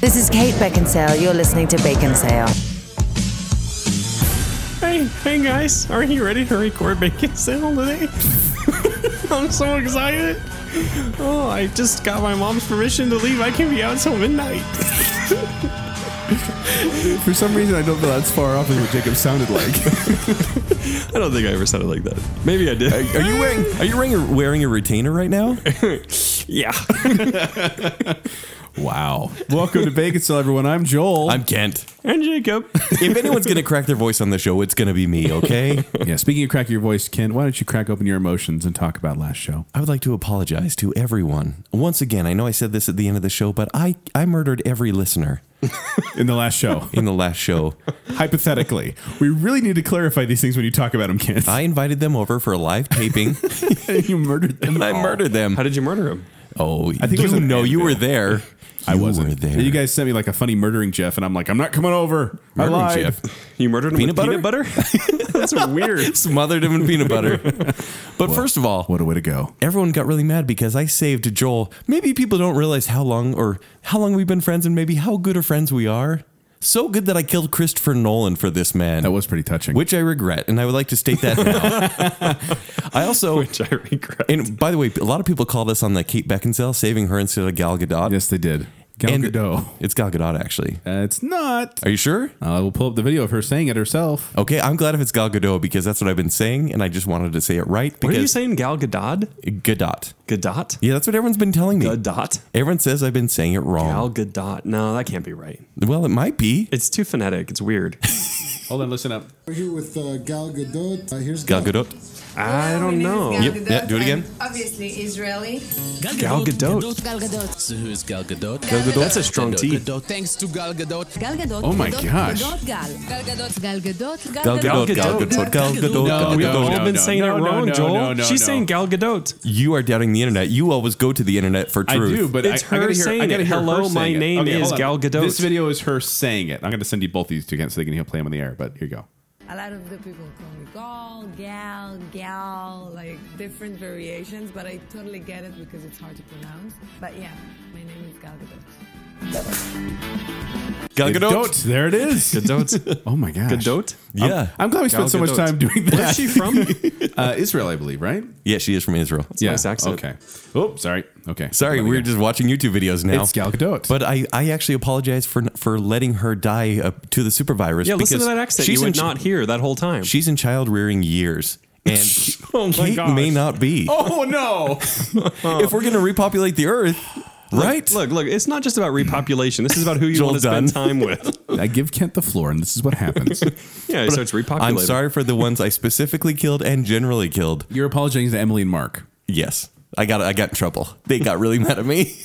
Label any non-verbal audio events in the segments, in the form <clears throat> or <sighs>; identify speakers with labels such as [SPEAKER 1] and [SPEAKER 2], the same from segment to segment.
[SPEAKER 1] This is Kate Beckinsale. You're listening to Bacon Sale.
[SPEAKER 2] Hey, hey guys, are you ready to record Bacon Sale today? <laughs> I'm so excited. Oh, I just got my mom's permission to leave. I can be out till midnight.
[SPEAKER 3] For some reason, I don't feel that's far off as what Jacob sounded like.
[SPEAKER 2] I don't think I ever sounded like that. Maybe I did.
[SPEAKER 3] Are you wearing? Are you wearing? A, wearing a retainer right now?
[SPEAKER 2] <laughs> yeah.
[SPEAKER 3] <laughs> Wow. Welcome to Bacon Cell, everyone. I'm Joel.
[SPEAKER 4] I'm Kent.
[SPEAKER 2] And Jacob.
[SPEAKER 4] If anyone's gonna crack their voice on the show, it's gonna be me. Okay.
[SPEAKER 3] yeah. Speaking of crack your voice, Ken, why don't you crack open your emotions and talk about last show?
[SPEAKER 4] I would like to apologize to everyone once again. I know I said this at the end of the show, but I I murdered every listener
[SPEAKER 3] In the last <laughs> show,
[SPEAKER 4] in the last show.
[SPEAKER 3] hypothetically, we really need to clarify these things when you talk about them, Ken.
[SPEAKER 4] I invited them over for a live taping,
[SPEAKER 3] <laughs> you murdered them.
[SPEAKER 4] and I murdered them.
[SPEAKER 2] Um, How did you murder him?
[SPEAKER 4] Oh, I
[SPEAKER 3] think it
[SPEAKER 4] think
[SPEAKER 3] was
[SPEAKER 4] you
[SPEAKER 3] an
[SPEAKER 4] know you
[SPEAKER 3] anvil.
[SPEAKER 4] were there.
[SPEAKER 3] I
[SPEAKER 4] You
[SPEAKER 3] wasn't
[SPEAKER 4] were there.
[SPEAKER 3] You guys sent me like a funny murdering GIF, and I'm like, I'm not coming over.
[SPEAKER 4] Murdering
[SPEAKER 3] I lied.
[SPEAKER 4] GIF.
[SPEAKER 3] <laughs>
[SPEAKER 2] You murdered him
[SPEAKER 4] Peanut
[SPEAKER 2] with
[SPEAKER 4] <laughs>
[SPEAKER 2] peanut butter? That's weird.
[SPEAKER 4] smothered him in peanut butter. But first of all,
[SPEAKER 3] What a way to go.
[SPEAKER 4] everyone got really mad because I saved Joel. Maybe people don't realize how long or how long we've been friends and maybe how good of friends we are. So good that I killed Christopher Nolan for this man.
[SPEAKER 3] That was pretty touching.
[SPEAKER 4] which I regret, and I would like to state that now.
[SPEAKER 3] <laughs>
[SPEAKER 4] I also,
[SPEAKER 2] Which I regret.
[SPEAKER 4] and by the way, a lot of people call this on the Kate Beckinsale saving her instead of Gal Gadot.
[SPEAKER 3] yes, they did. Gal
[SPEAKER 4] and
[SPEAKER 3] Gadot.
[SPEAKER 4] It's Gal Gadot, actually.
[SPEAKER 3] Uh, it's not.
[SPEAKER 4] Are you sure?
[SPEAKER 3] I will pull up the video of her saying it herself.
[SPEAKER 4] Okay, I'm glad if it's Gal Gadot because that's what I've been saying, and I just wanted to say it right.
[SPEAKER 2] What are you
[SPEAKER 4] Because
[SPEAKER 2] saying? Gal Gadot?
[SPEAKER 4] Gadot.
[SPEAKER 2] Gadot?
[SPEAKER 4] Yeah, that's what everyone's been telling me.
[SPEAKER 2] Gadot?
[SPEAKER 4] Everyone says I've been saying it
[SPEAKER 2] Gal
[SPEAKER 4] wrong.
[SPEAKER 2] Gadot. No, that can't be right.
[SPEAKER 4] well, it might be.
[SPEAKER 2] It's too phonetic. It's weird.
[SPEAKER 3] Hold on, listen up.
[SPEAKER 5] We're here with uh, Gal Gadot. Uh, here's
[SPEAKER 4] Gal Gadot.
[SPEAKER 2] I don't know.
[SPEAKER 4] Yep. yeah, do it again.
[SPEAKER 6] I'm Obviously, Israeli.
[SPEAKER 2] Gal Gadot.
[SPEAKER 7] Gal Gadot. So who is Gal Gadot?
[SPEAKER 2] That's a strong T.
[SPEAKER 7] Gadot. Thanks to Gal Gadot.
[SPEAKER 6] Gal Gadot.
[SPEAKER 3] Oh my gosh.
[SPEAKER 6] Gal. Gal Gadot. Gal Gadot.
[SPEAKER 4] Gal
[SPEAKER 2] Gal
[SPEAKER 4] Gadot. Gal
[SPEAKER 2] Gadot.
[SPEAKER 4] Gadot. Gal Gadot. Gal
[SPEAKER 2] We've
[SPEAKER 3] Oh, no,
[SPEAKER 2] all
[SPEAKER 4] Gadot.
[SPEAKER 3] no,
[SPEAKER 2] been
[SPEAKER 3] no,
[SPEAKER 2] saying
[SPEAKER 3] no,
[SPEAKER 2] it
[SPEAKER 3] no,
[SPEAKER 2] wrong,
[SPEAKER 3] no,
[SPEAKER 2] Joel.
[SPEAKER 3] no, no,
[SPEAKER 2] She's
[SPEAKER 3] no.
[SPEAKER 2] saying Gal Gadot.
[SPEAKER 4] You are doubting the internet. You always go to the internet for
[SPEAKER 3] I
[SPEAKER 4] truth.
[SPEAKER 3] do, but
[SPEAKER 2] It's
[SPEAKER 3] I, I
[SPEAKER 2] her
[SPEAKER 3] gotta hear,
[SPEAKER 2] saying
[SPEAKER 3] I gotta
[SPEAKER 2] it.
[SPEAKER 3] hear
[SPEAKER 2] Hello,
[SPEAKER 3] her
[SPEAKER 2] my
[SPEAKER 3] saying it.
[SPEAKER 2] name
[SPEAKER 3] Okay,
[SPEAKER 2] is
[SPEAKER 3] hold on.
[SPEAKER 2] Gal Gadot.
[SPEAKER 3] This video is her saying it. I'm gonna send you both these two again so they can hear play them on the air. But here you go.
[SPEAKER 8] A lot of the people call me gal, gal, gal, like different variations, but I totally get it because it's hard to pronounce. But yeah, my name is Gal Gadot.
[SPEAKER 4] Gal Gadot.
[SPEAKER 3] Gadot. There it
[SPEAKER 2] <laughs>
[SPEAKER 3] is.
[SPEAKER 2] Gadot.
[SPEAKER 3] Oh my gosh.
[SPEAKER 2] Gadot.
[SPEAKER 4] Yeah.
[SPEAKER 3] I'm glad we
[SPEAKER 2] Gal
[SPEAKER 3] spent so much
[SPEAKER 2] Gadot.
[SPEAKER 3] time doing that.
[SPEAKER 2] Where's she from?
[SPEAKER 3] <laughs> uh, Israel, I believe, right?
[SPEAKER 4] Yeah, she is from Israel.
[SPEAKER 2] Yeah. nice accent.
[SPEAKER 3] Okay. Oh, sorry. Okay.
[SPEAKER 4] Sorry,
[SPEAKER 3] Let me
[SPEAKER 4] we're
[SPEAKER 3] go.
[SPEAKER 4] just watching YouTube videos now.
[SPEAKER 3] It's Gal Gadot.
[SPEAKER 4] But I, I actually apologize for for letting her die uh, to the super virus.
[SPEAKER 2] Yeah, listen to
[SPEAKER 4] because
[SPEAKER 2] that accent.
[SPEAKER 4] She's
[SPEAKER 2] you
[SPEAKER 4] in
[SPEAKER 2] would
[SPEAKER 4] ch-
[SPEAKER 2] not hear that whole time.
[SPEAKER 4] She's in child rearing years, and
[SPEAKER 2] <laughs> Oh my
[SPEAKER 4] Kate
[SPEAKER 2] gosh.
[SPEAKER 4] may not be.
[SPEAKER 3] <laughs> Oh <laughs> no!
[SPEAKER 4] If we're gonna repopulate the Earth, right?
[SPEAKER 2] Oh. look, look. It's not just about repopulation. This is about who you
[SPEAKER 4] Joel
[SPEAKER 2] want to spend
[SPEAKER 4] Dunn.
[SPEAKER 2] time
[SPEAKER 4] <laughs>
[SPEAKER 2] with.
[SPEAKER 3] I give Kent the floor, and this is what happens. <laughs>
[SPEAKER 2] Yeah, so it's repopulating.
[SPEAKER 4] I'm sorry for the ones I specifically killed and generally killed.
[SPEAKER 3] You're apologizing to Emily and Mark
[SPEAKER 4] Yes, I got I got in trouble. They got really mad at me.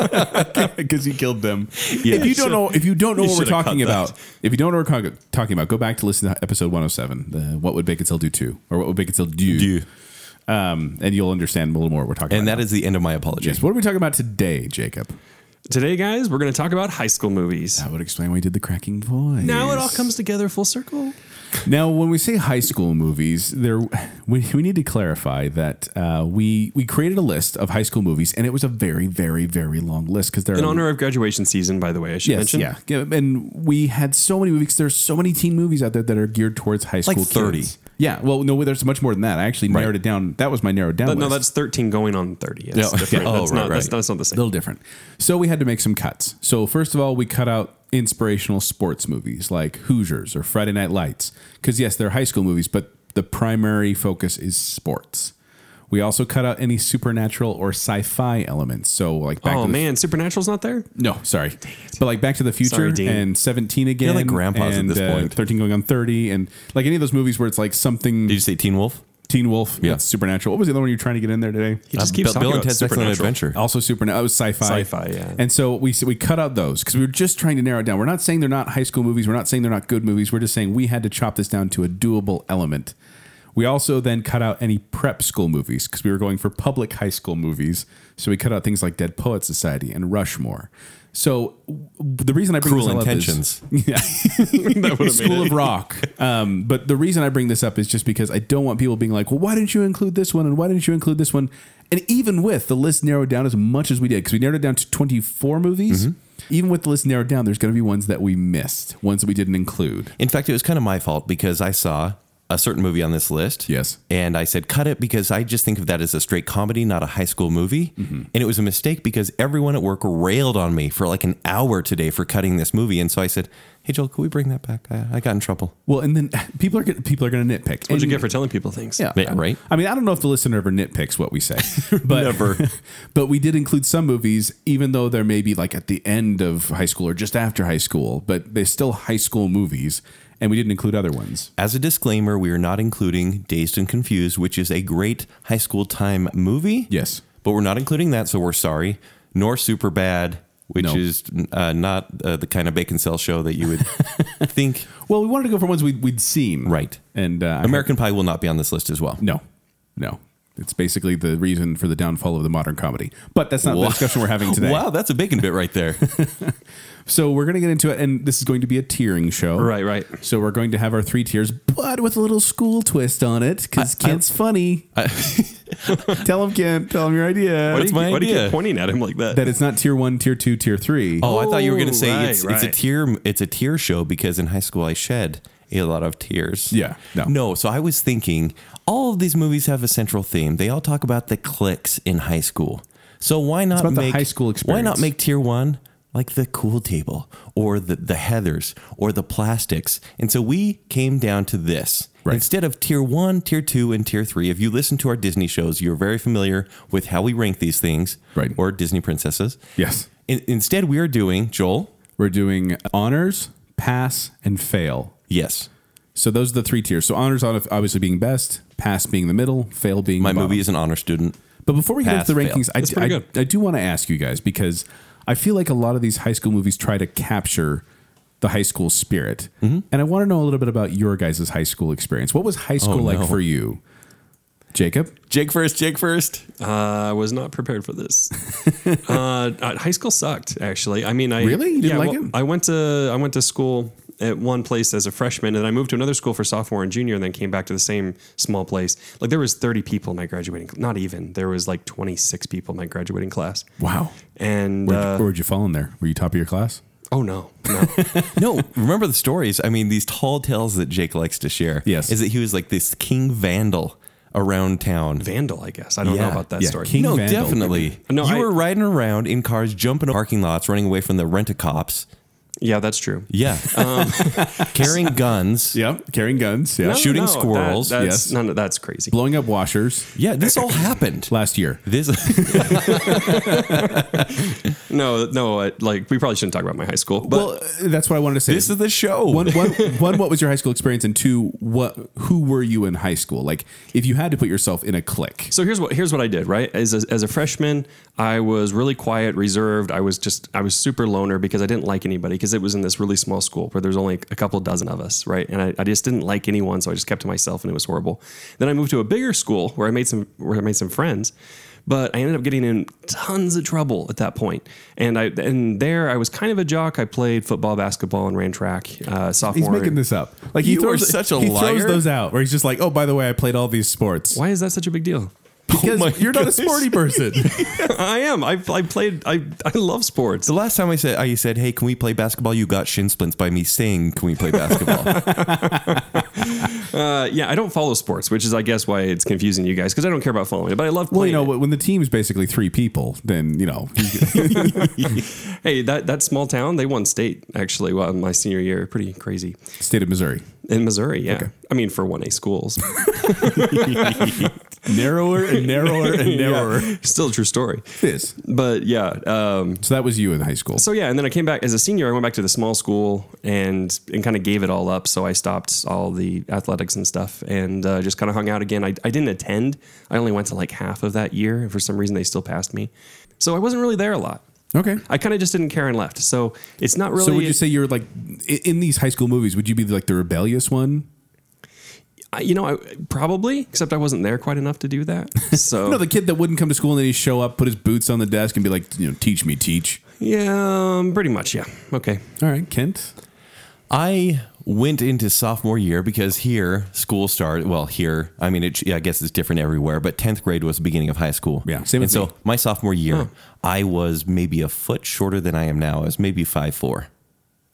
[SPEAKER 3] <laughs> because you killed them. If you don't know, if you don't know
[SPEAKER 4] you
[SPEAKER 3] what we're
[SPEAKER 4] should've
[SPEAKER 3] talking
[SPEAKER 4] cut
[SPEAKER 3] about,
[SPEAKER 4] that.
[SPEAKER 3] if you don't know what we're talking- talking about, go back to listen to episode 107. The what would Bacon Cell do to, or what would Bacon Cell do?
[SPEAKER 4] Do.
[SPEAKER 2] Oh,
[SPEAKER 3] Um, and you'll understand a little more what we're talking
[SPEAKER 4] And
[SPEAKER 3] about.
[SPEAKER 4] that is the end of my apology.
[SPEAKER 3] yes. What are we talking about today, Jacob?
[SPEAKER 2] Today, guys, we're going to talk about high school movies.
[SPEAKER 3] That would explain why you did the cracking voice.
[SPEAKER 2] Now it all comes together full circle.
[SPEAKER 3] Now, when we say high school movies, there <laughs> we, we need to clarify that uh, we we created a list of high school movies, and it was a very, very, very long list because there
[SPEAKER 2] In
[SPEAKER 4] Um,
[SPEAKER 3] are
[SPEAKER 2] honor of graduation season, by the way, I should
[SPEAKER 3] yes,
[SPEAKER 2] mention.
[SPEAKER 3] yeah, yeah, and we had so many movies. There's so many teen movies out there that are geared towards high school.
[SPEAKER 4] Like 30.
[SPEAKER 3] kids. Yeah, well, no, there's much more than that. I actually narrowed it down. That was my narrowed down.
[SPEAKER 2] But no,
[SPEAKER 3] list.
[SPEAKER 2] that's 13 going on 30. That's
[SPEAKER 4] Yeah, okay.
[SPEAKER 2] different.
[SPEAKER 4] Oh,
[SPEAKER 2] that's,
[SPEAKER 4] right,
[SPEAKER 2] not, That's,
[SPEAKER 4] right.
[SPEAKER 2] that's not the same.
[SPEAKER 3] a little different. So we had to make some cuts. So first of all, we cut out inspirational sports movies like Hoosiers or Friday Night Lights because yes, they're high school movies, but the primary focus is sports. We also cut out any supernatural or sci-fi elements. So like back
[SPEAKER 2] oh,
[SPEAKER 3] to the
[SPEAKER 2] man. Supernatural's not there?
[SPEAKER 3] no, sorry, but like Back to the Future
[SPEAKER 2] Sorry, Dean.
[SPEAKER 3] and Seventeen again.
[SPEAKER 4] like grandpas at
[SPEAKER 3] and,
[SPEAKER 4] this
[SPEAKER 3] uh,
[SPEAKER 4] point.
[SPEAKER 3] Thirteen going on thirty, and like any of those movies where it's like something
[SPEAKER 4] Did you say Teen Wolf?
[SPEAKER 3] Teen Wolf,
[SPEAKER 4] Yeah.
[SPEAKER 3] yeah, supernatural. What was the other one you're trying to get in there today?
[SPEAKER 2] He just
[SPEAKER 4] Uh,
[SPEAKER 2] keeps
[SPEAKER 4] Bill-
[SPEAKER 2] talking
[SPEAKER 4] Bill and
[SPEAKER 2] about
[SPEAKER 4] Ted's Excellent
[SPEAKER 2] Supernatural. Oh.
[SPEAKER 4] Adventure.
[SPEAKER 3] Also, supernatural. It was sci-fi.
[SPEAKER 2] Sci-fi, yeah.
[SPEAKER 3] And so we we cut out those because we were just trying to narrow it down. We're not saying they're not high school movies. We're not saying they're not good movies. We're just saying we had to chop this down to a doable element. We also then cut out any prep school movies because we were going for public high school movies. So we cut out things like Dead Poet Society and Rushmore. So w- the reason I bring
[SPEAKER 4] Cruel
[SPEAKER 3] this all up is- <laughs>
[SPEAKER 4] Intentions.
[SPEAKER 3] School of Rock. Um, but the reason I bring this up is just because I don't want people being like, well, why didn't you include this one? And why didn't you include this one? And even with the list narrowed down as much as we did, because we narrowed it down to 24 movies. even with the list narrowed down, there's going to be ones that we missed, ones that we didn't include.
[SPEAKER 4] In fact, it was kind of my fault because I saw a certain movie on this list.
[SPEAKER 3] Yes.
[SPEAKER 4] And I said, cut it because I just think of that as a straight comedy, not a high school movie.
[SPEAKER 2] Mm-hmm.
[SPEAKER 4] And it was a mistake because everyone at work railed on me for like an hour today for cutting this movie. And so I said, hey, Joel, can we bring that back? I, I got in trouble.
[SPEAKER 3] Well, and then <laughs> people are gonna, people are going to nitpick.
[SPEAKER 2] What'd you
[SPEAKER 3] And-
[SPEAKER 2] get for telling people things?
[SPEAKER 3] Yeah,
[SPEAKER 4] Yeah, right?
[SPEAKER 3] I mean, I don't know if the listener ever nitpicks what we <laughs> say, but
[SPEAKER 4] <laughs> Never.
[SPEAKER 3] but we did include some movies, even though they're maybe like at the end of high school or just after high school, but they're still high school movies, and we didn't include other ones.
[SPEAKER 4] As a disclaimer, we are not including Dazed and Confused, which is a great high school time movie.
[SPEAKER 3] Yes.
[SPEAKER 4] But we're not including that, so we're sorry. Nor Super Bad, which
[SPEAKER 3] No.
[SPEAKER 4] is uh, not uh, the kind of bacon cell show that you would <laughs> think.
[SPEAKER 3] Well, we wanted to go for ones we'd, we'd seen,
[SPEAKER 4] Right.
[SPEAKER 3] And uh, I
[SPEAKER 4] American Pie will not be on this list as well.
[SPEAKER 3] hope- no, no, it's basically the reason for the downfall of the modern comedy. But that's not
[SPEAKER 4] Wow.
[SPEAKER 3] the discussion we're having today.
[SPEAKER 4] Wow, that's a bacon bit
[SPEAKER 3] <laughs>
[SPEAKER 4] right there.
[SPEAKER 3] So we're going to get into it, and this is going to be a tiering show,
[SPEAKER 2] Right, right.
[SPEAKER 3] So we're going to have our three tiers, but with a little school twist on it, because
[SPEAKER 4] I- I-
[SPEAKER 3] Kent's funny. tell him, Kent. Tell him your idea.
[SPEAKER 4] What
[SPEAKER 2] Why
[SPEAKER 4] That's
[SPEAKER 2] do you,
[SPEAKER 4] my
[SPEAKER 2] why do you
[SPEAKER 4] idea.
[SPEAKER 2] keep pointing at him like that?
[SPEAKER 3] that it's not tier one, tier two, tier three.
[SPEAKER 4] Oh, I thought you were going
[SPEAKER 2] Oh,
[SPEAKER 4] to say
[SPEAKER 2] right,
[SPEAKER 4] it's, it's a
[SPEAKER 2] right.
[SPEAKER 4] tear it's a tear show because in high school I shed a lot of tears.
[SPEAKER 3] Yeah, no.
[SPEAKER 4] No. so I was thinking all of these movies have a central theme. They all talk about the cliques in high school. So why not
[SPEAKER 3] about the
[SPEAKER 4] make
[SPEAKER 3] high school
[SPEAKER 4] Why
[SPEAKER 3] experience.
[SPEAKER 4] not make tier 1 like the cool table or the the heathers or the plastics? And so we came down to this.
[SPEAKER 3] Right.
[SPEAKER 4] Instead of tier one, tier two, and tier three, if you listen to our Disney shows, you're very familiar with how we rank these things,
[SPEAKER 3] Right.
[SPEAKER 4] Or Disney princesses,
[SPEAKER 3] Yes.
[SPEAKER 4] in, instead, we are doing Joel.
[SPEAKER 3] We're doing honors, pass, and fail.
[SPEAKER 4] Yes,
[SPEAKER 3] So those are the three tiers. So honors ob- obviously being best, pass being the middle, fail being
[SPEAKER 4] my
[SPEAKER 3] the bottom.
[SPEAKER 4] movie is an honor student.
[SPEAKER 3] But before we get
[SPEAKER 4] Pass,
[SPEAKER 3] into the
[SPEAKER 4] fail.
[SPEAKER 3] rankings,
[SPEAKER 2] That's
[SPEAKER 3] I,
[SPEAKER 2] pretty
[SPEAKER 3] I,
[SPEAKER 2] good.
[SPEAKER 3] I do want to ask you guys because I feel like a lot of these high school movies try to capture the high school spirit.
[SPEAKER 4] Mm-hmm.
[SPEAKER 3] And I want to know a little bit about your guys' high school experience. What was high school like
[SPEAKER 4] Oh, no.
[SPEAKER 3] for you, Jacob?
[SPEAKER 4] Jake first. Jake first.
[SPEAKER 2] Uh, I was not prepared for
[SPEAKER 3] <laughs>
[SPEAKER 2] this. uh, uh, high school sucked, actually. I mean, I
[SPEAKER 3] Really? You didn't like it?
[SPEAKER 2] I went to I went to school at one place as a freshman, and then I moved to another school for sophomore and junior, and then came back to the same small place. Like there was thirty people in my graduating, not even there was like twenty six people in my graduating class.
[SPEAKER 3] Wow.
[SPEAKER 2] And
[SPEAKER 3] Where'd,
[SPEAKER 2] uh,
[SPEAKER 3] you, where'd you fall in there? Were you top of your class?
[SPEAKER 2] oh no,
[SPEAKER 3] <laughs>
[SPEAKER 2] no.
[SPEAKER 4] No, <laughs> remember the stories. I mean, these tall tales that Jake likes to share.
[SPEAKER 3] Yes.
[SPEAKER 4] is that he was like this king vandal around town.
[SPEAKER 2] Vandal, I guess. I don't know
[SPEAKER 4] Yeah.
[SPEAKER 2] about that
[SPEAKER 3] Yeah,
[SPEAKER 2] story.
[SPEAKER 3] King
[SPEAKER 4] no,
[SPEAKER 3] Vandal.
[SPEAKER 4] definitely.
[SPEAKER 2] No,
[SPEAKER 4] you
[SPEAKER 2] I-
[SPEAKER 4] were riding around in cars, jumping parking lots, running away from the rent a cops.
[SPEAKER 2] yeah, that's true.
[SPEAKER 4] <laughs> Yeah,
[SPEAKER 2] <laughs>
[SPEAKER 4] carrying guns.
[SPEAKER 3] Yep. Carrying guns. Yeah.
[SPEAKER 2] No,
[SPEAKER 4] Shooting
[SPEAKER 2] no, that-
[SPEAKER 4] squirrels,
[SPEAKER 2] that's,
[SPEAKER 3] yes.
[SPEAKER 2] none of that's crazy.
[SPEAKER 3] Blowing up washers
[SPEAKER 4] Yeah, this all
[SPEAKER 2] <laughs>
[SPEAKER 4] happened.
[SPEAKER 3] last year.
[SPEAKER 4] This
[SPEAKER 2] No, no. uh, Like we probably shouldn't talk about my high school. But
[SPEAKER 3] well, uh, that's what I wanted to say.
[SPEAKER 4] this is the show.
[SPEAKER 3] one,
[SPEAKER 4] <laughs>
[SPEAKER 3] one, one, what was your high school experience? And two, what, who were you in high school? Like, if you had to put yourself in a clique.
[SPEAKER 2] So here's what here's what I did. Right, as a, as a freshman, I was really quiet, reserved. I was just I was super loner because I didn't like anybody because it was in this really small school where there's only a couple dozen of us, right? And I, I just didn't like anyone, so I just kept to myself, and it was horrible. Then I moved to a bigger school where I made some where I made some friends, but I ended up getting in tons of trouble at that point. And I and there I was kind of a jock. I played football, basketball, and ran track. Uh, sophomore.
[SPEAKER 3] He's making this up. Like he
[SPEAKER 4] You
[SPEAKER 3] throws
[SPEAKER 4] are such a
[SPEAKER 3] he
[SPEAKER 4] liar.
[SPEAKER 3] throws those out where he's just like, oh, by the way, I played all these sports.
[SPEAKER 2] Why is that such a big deal? <laughs>
[SPEAKER 3] Because
[SPEAKER 4] Oh my
[SPEAKER 3] you're not a
[SPEAKER 4] goodness.
[SPEAKER 3] sporty
[SPEAKER 4] <laughs>
[SPEAKER 3] person.
[SPEAKER 2] I am. I, I played. I I love sports.
[SPEAKER 4] The last time I said I said, "Hey, can we play basketball?" You got shin splints by me saying, "Can we
[SPEAKER 2] <laughs>
[SPEAKER 4] play basketball?"
[SPEAKER 2] Uh, yeah, I don't follow sports, which is, I guess, why it's confusing you guys because I don't care about following it, but I love
[SPEAKER 3] well, you
[SPEAKER 2] playing.
[SPEAKER 3] know,
[SPEAKER 2] it.
[SPEAKER 3] when the team's basically three people, then you know,
[SPEAKER 2] Hey, that, that small town, they won state actually well, my senior year. Pretty crazy.
[SPEAKER 3] state of Missouri,
[SPEAKER 2] In Missouri, yeah. I mean, for 1A schools. <laughs>
[SPEAKER 3] narrower and narrower
[SPEAKER 4] <laughs>
[SPEAKER 3] and narrower.
[SPEAKER 2] Still a true story.
[SPEAKER 3] This.
[SPEAKER 2] But yeah, um,
[SPEAKER 3] So that was you in high school.
[SPEAKER 2] So yeah, and then I came back as a senior. I went back to the small school and and kind of gave it all up. So I stopped all the athletics and stuff, and uh, just kind of hung out again. I, I didn't attend. I only went to like half of that year, and for some reason they still passed me. So I wasn't really there a lot.
[SPEAKER 3] okay.
[SPEAKER 2] I kind of just didn't care and left. So it's not really.
[SPEAKER 3] so would you say you're like i- in these high school movies? Would you be like the rebellious one?
[SPEAKER 2] I- you know, I probably, except I wasn't there quite enough to do that.
[SPEAKER 3] <laughs>
[SPEAKER 2] So
[SPEAKER 3] No, the kid that wouldn't come to school and then he would show up, put his boots on the desk, and be like, you know, teach me, teach.
[SPEAKER 2] yeah, um, pretty much, yeah. Okay,
[SPEAKER 3] All right, Kent.
[SPEAKER 4] I went into sophomore year because here school started. Well, here I mean, it, I guess it's different everywhere, but tenth grade was the beginning of high school.
[SPEAKER 3] Yeah, same
[SPEAKER 4] and
[SPEAKER 3] with
[SPEAKER 4] so
[SPEAKER 3] me.
[SPEAKER 4] my sophomore year, I was maybe a foot shorter than I am now. I was maybe five four.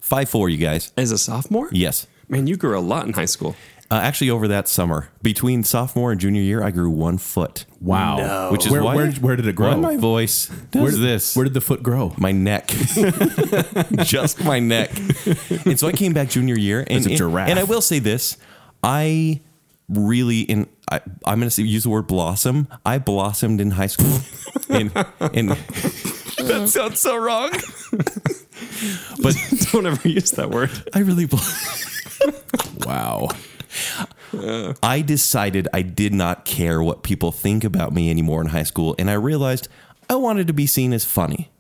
[SPEAKER 4] Five four, you guys.
[SPEAKER 2] As a sophomore?
[SPEAKER 4] Yes.
[SPEAKER 2] Man, you grew a lot in high
[SPEAKER 3] <laughs>
[SPEAKER 2] school.
[SPEAKER 4] Uh, actually, over that summer, between sophomore and junior year, I grew one foot.
[SPEAKER 3] Wow.
[SPEAKER 4] Which is
[SPEAKER 3] where,
[SPEAKER 4] why-
[SPEAKER 3] where, where did it grow?
[SPEAKER 4] Why my voice does
[SPEAKER 3] where,
[SPEAKER 4] this.
[SPEAKER 3] Where did the foot grow?
[SPEAKER 4] my neck, <laughs> just my neck. And so I came back junior year, and
[SPEAKER 3] It's a
[SPEAKER 4] and-
[SPEAKER 3] giraffe.
[SPEAKER 4] And I will say this: I really in I, I'm going to use the word blossom. I blossomed in
[SPEAKER 3] <laughs>
[SPEAKER 4] high school, and and that sounds so wrong.
[SPEAKER 2] <laughs>
[SPEAKER 4] but
[SPEAKER 2] Don't ever use that word.
[SPEAKER 4] I really bl-
[SPEAKER 3] Wow.
[SPEAKER 4] I decided I did not care what people think about me anymore in high school, and I realized I wanted to be seen as funny,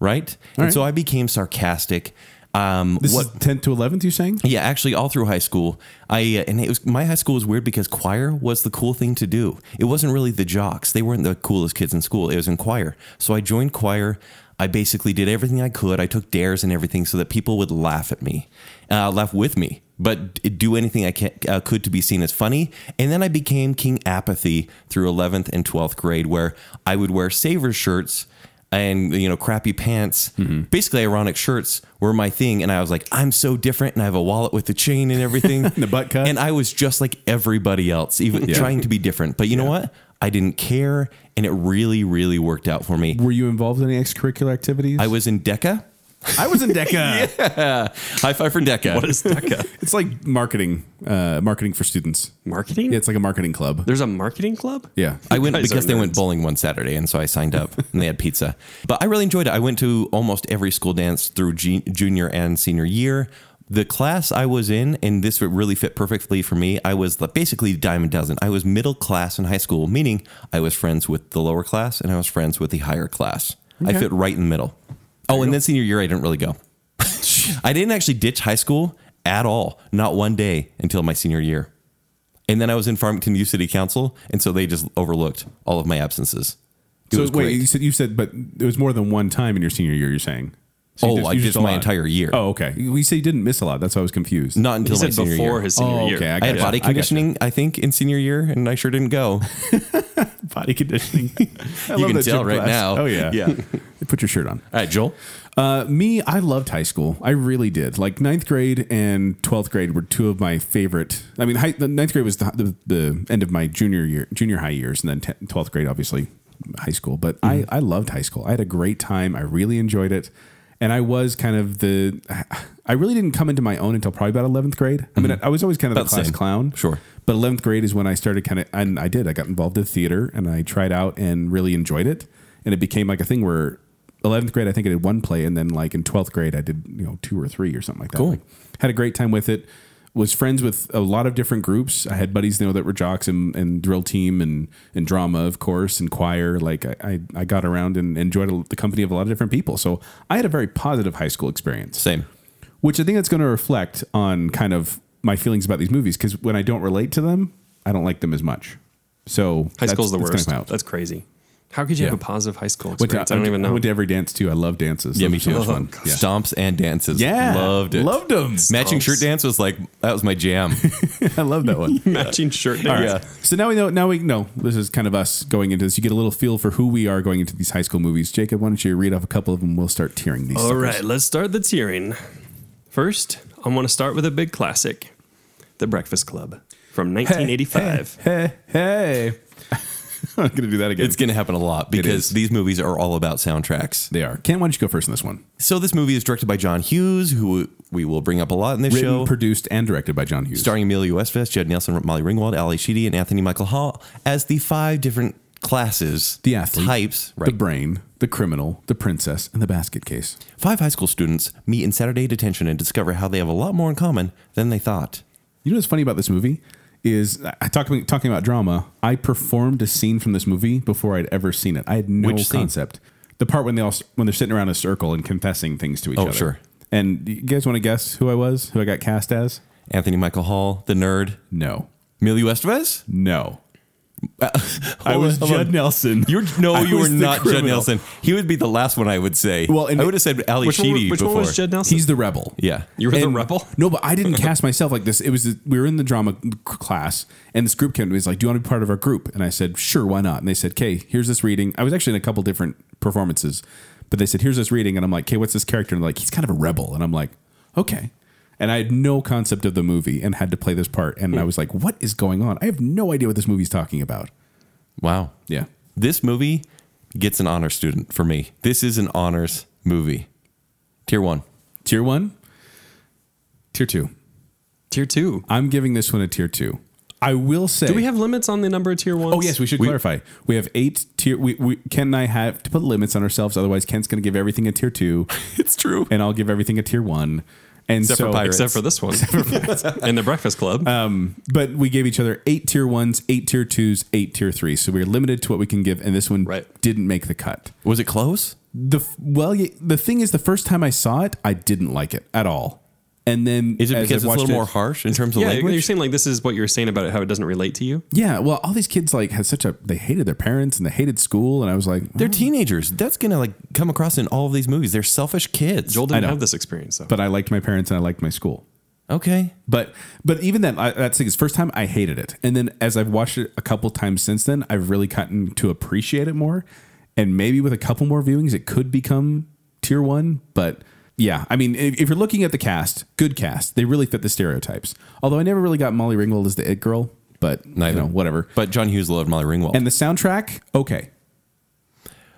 [SPEAKER 4] right? and
[SPEAKER 3] right.
[SPEAKER 4] so I became sarcastic. Um,
[SPEAKER 3] This
[SPEAKER 4] what
[SPEAKER 3] is 10th to 11th, you're saying?
[SPEAKER 4] Yeah, actually, all through high school, I uh, and it was my high school was weird because choir was the cool thing to do. It wasn't really the jocks; they weren't the coolest kids in school. It was in choir, so I joined choir. I basically did everything I could. I took dares and everything so that people would laugh at me, uh, laugh with me, but d- do anything I can, uh, could to be seen as funny. And then I became King Apathy through 11th and 12th grade, where I would wear saver shirts and you know crappy pants basically ironic shirts were my thing and i was like i'm so different and i have a wallet with the chain and everything and
[SPEAKER 3] the butt cut.
[SPEAKER 4] and i was just like everybody else even trying to be different but you know what i didn't care and it really really worked out for me
[SPEAKER 3] Were you involved in any extracurricular activities?
[SPEAKER 4] i was in deca
[SPEAKER 3] I was in <laughs> DECA.
[SPEAKER 4] high five for deca
[SPEAKER 2] What is DECA?
[SPEAKER 3] It's like marketing, uh, marketing for students.
[SPEAKER 2] marketing?
[SPEAKER 3] Yeah, it's like a marketing club.
[SPEAKER 2] There's a marketing club?
[SPEAKER 3] yeah.
[SPEAKER 4] I went
[SPEAKER 2] guys are
[SPEAKER 4] because they went
[SPEAKER 2] nerds.
[SPEAKER 4] bowling one Saturday, and so I signed up, and they had pizza. But I really enjoyed it. I went to almost every school dance through ju- junior and senior year. The class I was in, and this would really fit perfectly for me, I was the, basically diamond dozen. I was middle class in high school, meaning I was friends with the lower class and I was friends with the higher class. I fit right in the middle. Oh, and then senior year, I didn't really go. <laughs> I didn't actually ditch high school at all, not one day until my senior year. And then I was in Farmington U City Council, and so they just overlooked all of my absences. It
[SPEAKER 3] so
[SPEAKER 4] was
[SPEAKER 3] wait,
[SPEAKER 4] great.
[SPEAKER 3] you said you said, but it was more than one time in your senior year. You're saying? So you
[SPEAKER 4] Oh, I
[SPEAKER 3] you
[SPEAKER 4] just
[SPEAKER 3] a
[SPEAKER 4] my
[SPEAKER 3] lot.
[SPEAKER 4] entire year.
[SPEAKER 3] Oh, okay. We say you didn't miss a lot. That's why I was confused.
[SPEAKER 4] not until
[SPEAKER 2] He
[SPEAKER 4] my
[SPEAKER 2] said
[SPEAKER 4] senior
[SPEAKER 2] before
[SPEAKER 4] year.
[SPEAKER 2] his senior
[SPEAKER 3] Oh,
[SPEAKER 2] year.
[SPEAKER 3] okay, I
[SPEAKER 4] I had
[SPEAKER 3] gotcha.
[SPEAKER 4] body
[SPEAKER 3] I gotcha.
[SPEAKER 4] conditioning, I, think, in senior year, and I sure didn't go.
[SPEAKER 3] body
[SPEAKER 4] <laughs>
[SPEAKER 3] conditioning. <laughs> I
[SPEAKER 4] You
[SPEAKER 3] love
[SPEAKER 4] can
[SPEAKER 3] that
[SPEAKER 4] tell
[SPEAKER 3] gym
[SPEAKER 4] right now.
[SPEAKER 3] Oh yeah,
[SPEAKER 2] Yeah.
[SPEAKER 3] <laughs> Put your shirt on.
[SPEAKER 4] All right, Joel.
[SPEAKER 3] Uh, me, I loved high school. I really did. Like ninth grade and twelfth grade were two of my favorite. I mean, high, the ninth grade was the, the the end of my junior year, junior high years, and then twelfth grade, obviously, high school. But
[SPEAKER 4] Mm-hmm.
[SPEAKER 3] I I loved high school. I had a great time. I really enjoyed it, and I was kind of the. <sighs> I really didn't come into my own until probably about eleventh grade. I mean, I, I was always kind of
[SPEAKER 4] Mm-hmm. About
[SPEAKER 3] the class
[SPEAKER 4] same.
[SPEAKER 3] clown,
[SPEAKER 4] Sure.
[SPEAKER 3] But eleventh grade is when I started kind of, and I did. I got involved in theater, and I tried out and really enjoyed it, and it became like a thing where 11th grade, I think I did one play, and then like in 12th grade, I did you know two or three or something like that.
[SPEAKER 4] Cool.
[SPEAKER 3] Like, had a great time with it. Was friends with a lot of different groups. I had buddies you know that were jocks and, and drill team and and drama, of course, and choir. Like I, I, I got around and enjoyed a- the company of a lot of different people. So I had a very positive high school experience
[SPEAKER 4] Same.
[SPEAKER 3] which I think that's going to reflect on kind of my feelings about these movies because when I don't relate to them, I don't like them as much. So
[SPEAKER 2] High
[SPEAKER 3] that's-
[SPEAKER 2] school's the
[SPEAKER 3] that's gonna
[SPEAKER 2] worst.
[SPEAKER 3] come out.
[SPEAKER 2] That's crazy. How could you
[SPEAKER 3] Yeah.
[SPEAKER 2] have a positive high school
[SPEAKER 3] Went to-
[SPEAKER 2] experience? I don't even
[SPEAKER 3] I
[SPEAKER 2] know.
[SPEAKER 3] went to every dance too. I love dances.
[SPEAKER 4] Yeah,
[SPEAKER 3] Those
[SPEAKER 4] me
[SPEAKER 3] are so
[SPEAKER 4] too.
[SPEAKER 3] much fun.
[SPEAKER 2] Oh,
[SPEAKER 3] Yeah.
[SPEAKER 4] Stomps and dances.
[SPEAKER 3] Yeah.
[SPEAKER 4] Loved it.
[SPEAKER 3] Loved 'em.
[SPEAKER 4] Matching
[SPEAKER 2] Stomps.
[SPEAKER 4] shirt dance was like, that was my
[SPEAKER 3] <laughs>
[SPEAKER 4] jam.
[SPEAKER 3] <laughs> I love that one.
[SPEAKER 2] Matching shirt.
[SPEAKER 3] uh, All right.
[SPEAKER 2] Yeah.
[SPEAKER 3] So now we know. Now we know. This is kind of us going into this. You get a little feel for who we are going into these high school movies. Jacob, why don't you read off a couple of them? We'll start tearing these.
[SPEAKER 2] All
[SPEAKER 3] suckers.
[SPEAKER 2] right, let's start the tiering. First, I want to start with a big classic, The Breakfast Club from 1985.
[SPEAKER 3] Hey, hey. <laughs> I'm not gonna do that again.
[SPEAKER 4] it's going to happen a lot
[SPEAKER 3] is.
[SPEAKER 4] because these movies are all about soundtracks.
[SPEAKER 3] they are. Ken, why don't you go first in this one?
[SPEAKER 4] So this movie is directed by John Hughes, who we will bring up a lot in this
[SPEAKER 3] Written,
[SPEAKER 4] show.
[SPEAKER 3] produced, and directed by John Hughes.
[SPEAKER 4] starring Emilio Estevez, Jed Nelson, Molly Ringwald, Ali Sheedy, and Anthony Michael Hall as the five different classes,
[SPEAKER 3] the athlete,
[SPEAKER 4] types,
[SPEAKER 3] the
[SPEAKER 4] right?
[SPEAKER 3] brain, the criminal, the princess, and the basket case.
[SPEAKER 4] five high school students meet in Saturday detention and discover how they have a lot more in common than they thought.
[SPEAKER 3] You know what's funny about this movie is I talking talking about drama. I performed a scene from this movie before I'd ever seen it. I had no
[SPEAKER 4] Which scene?
[SPEAKER 3] concept. The part when they all when they're sitting around a circle and confessing things to each
[SPEAKER 4] Oh,
[SPEAKER 3] other.
[SPEAKER 4] sure.
[SPEAKER 3] And you guys want to guess who I was? Who I got cast as?
[SPEAKER 4] Anthony Michael Hall, the nerd,
[SPEAKER 3] No,
[SPEAKER 4] Emilio Estevez,
[SPEAKER 3] no. I
[SPEAKER 4] <laughs> Hold
[SPEAKER 3] was
[SPEAKER 4] on, hold
[SPEAKER 3] Judd
[SPEAKER 4] on.
[SPEAKER 3] Nelson.
[SPEAKER 4] You're,
[SPEAKER 3] <laughs>
[SPEAKER 4] no,
[SPEAKER 3] I
[SPEAKER 4] you were
[SPEAKER 3] was the
[SPEAKER 4] not Judd
[SPEAKER 3] criminal.
[SPEAKER 4] Nelson. He would be the last one I would say.
[SPEAKER 3] Well, and-
[SPEAKER 4] I would have said Ali
[SPEAKER 2] Which, one,
[SPEAKER 4] Sheedy
[SPEAKER 2] which
[SPEAKER 4] before.
[SPEAKER 2] one was Jed Nelson?
[SPEAKER 3] He's the rebel.
[SPEAKER 4] Yeah.
[SPEAKER 2] you were the
[SPEAKER 3] And-
[SPEAKER 2] rebel.
[SPEAKER 3] <laughs> No, but
[SPEAKER 2] <laughs>
[SPEAKER 3] I didn't cast myself like this. It was we were in the drama c- class, and this group came to me. He's like, "Do you want to be part of our group?" And I said, "Sure, why not?" And they said, "Okay, here's this reading." I was actually in a couple different performances, but they said, "Here's this reading," and I'm like, "Okay, what's this character?" And they're like, "He's kind of a rebel," and I'm like, "Okay." And I had no concept of the movie and had to play this part,
[SPEAKER 2] Hmm.
[SPEAKER 3] and I was like, "What is going on? I have no idea what this movie's talking about."
[SPEAKER 4] Wow.
[SPEAKER 3] Yeah,
[SPEAKER 4] This movie gets an honor student for me. This is an honors movie. Tier one.
[SPEAKER 3] tier one, tier two.
[SPEAKER 2] tier two.
[SPEAKER 3] I'm giving this one a tier two. I will say,
[SPEAKER 2] Do we have limits on the number of tier ones?
[SPEAKER 3] Oh yes, we should clarify. We have eight tier. We, we Ken and I have to put limits on ourselves. Otherwise, Ken's going to give everything a tier two,
[SPEAKER 4] It's <laughs> true.
[SPEAKER 3] and I'll give everything a tier one. And
[SPEAKER 4] Except for
[SPEAKER 3] so,
[SPEAKER 4] Pirates.
[SPEAKER 2] Except for this one and the Breakfast Club.
[SPEAKER 3] but we gave each other eight tier ones, eight tier twos, eight tier threes. So we are limited to what we can give, and this one
[SPEAKER 2] Right.
[SPEAKER 3] didn't make the cut.
[SPEAKER 4] Was it close?
[SPEAKER 3] The f- well, y- the thing is, the first time I saw it, I didn't like it at all. And then
[SPEAKER 4] Is it
[SPEAKER 3] as I
[SPEAKER 4] because it's a
[SPEAKER 3] watched
[SPEAKER 4] little
[SPEAKER 3] it-
[SPEAKER 4] more harsh in terms of
[SPEAKER 2] yeah,
[SPEAKER 4] language?
[SPEAKER 2] you're saying like this is what you were saying about it, how it doesn't relate to you.
[SPEAKER 3] Yeah, well, all these kids like had such a they hated their parents and they hated school, and I was like,
[SPEAKER 4] They're teenagers. That's gonna like come across in all of these movies. They're selfish kids.
[SPEAKER 2] Joel
[SPEAKER 3] I
[SPEAKER 2] didn't
[SPEAKER 3] know.
[SPEAKER 2] have this experience though.
[SPEAKER 3] but I liked my parents and I liked my school.
[SPEAKER 4] Okay.
[SPEAKER 3] But but even then, I, that's the thing. is, First time I hated it, and then as I've watched it a couple times since then, I've really gotten to appreciate it more. And maybe with a couple more viewings, it could become tier one. But yeah, I mean, if, if you're looking at the cast, good cast, they really fit the stereotypes. Although I never really got Molly Ringwald as the it girl, but
[SPEAKER 4] Neither.
[SPEAKER 3] you know, whatever.
[SPEAKER 4] But John Hughes loved Molly Ringwald.
[SPEAKER 3] And the soundtrack, okay,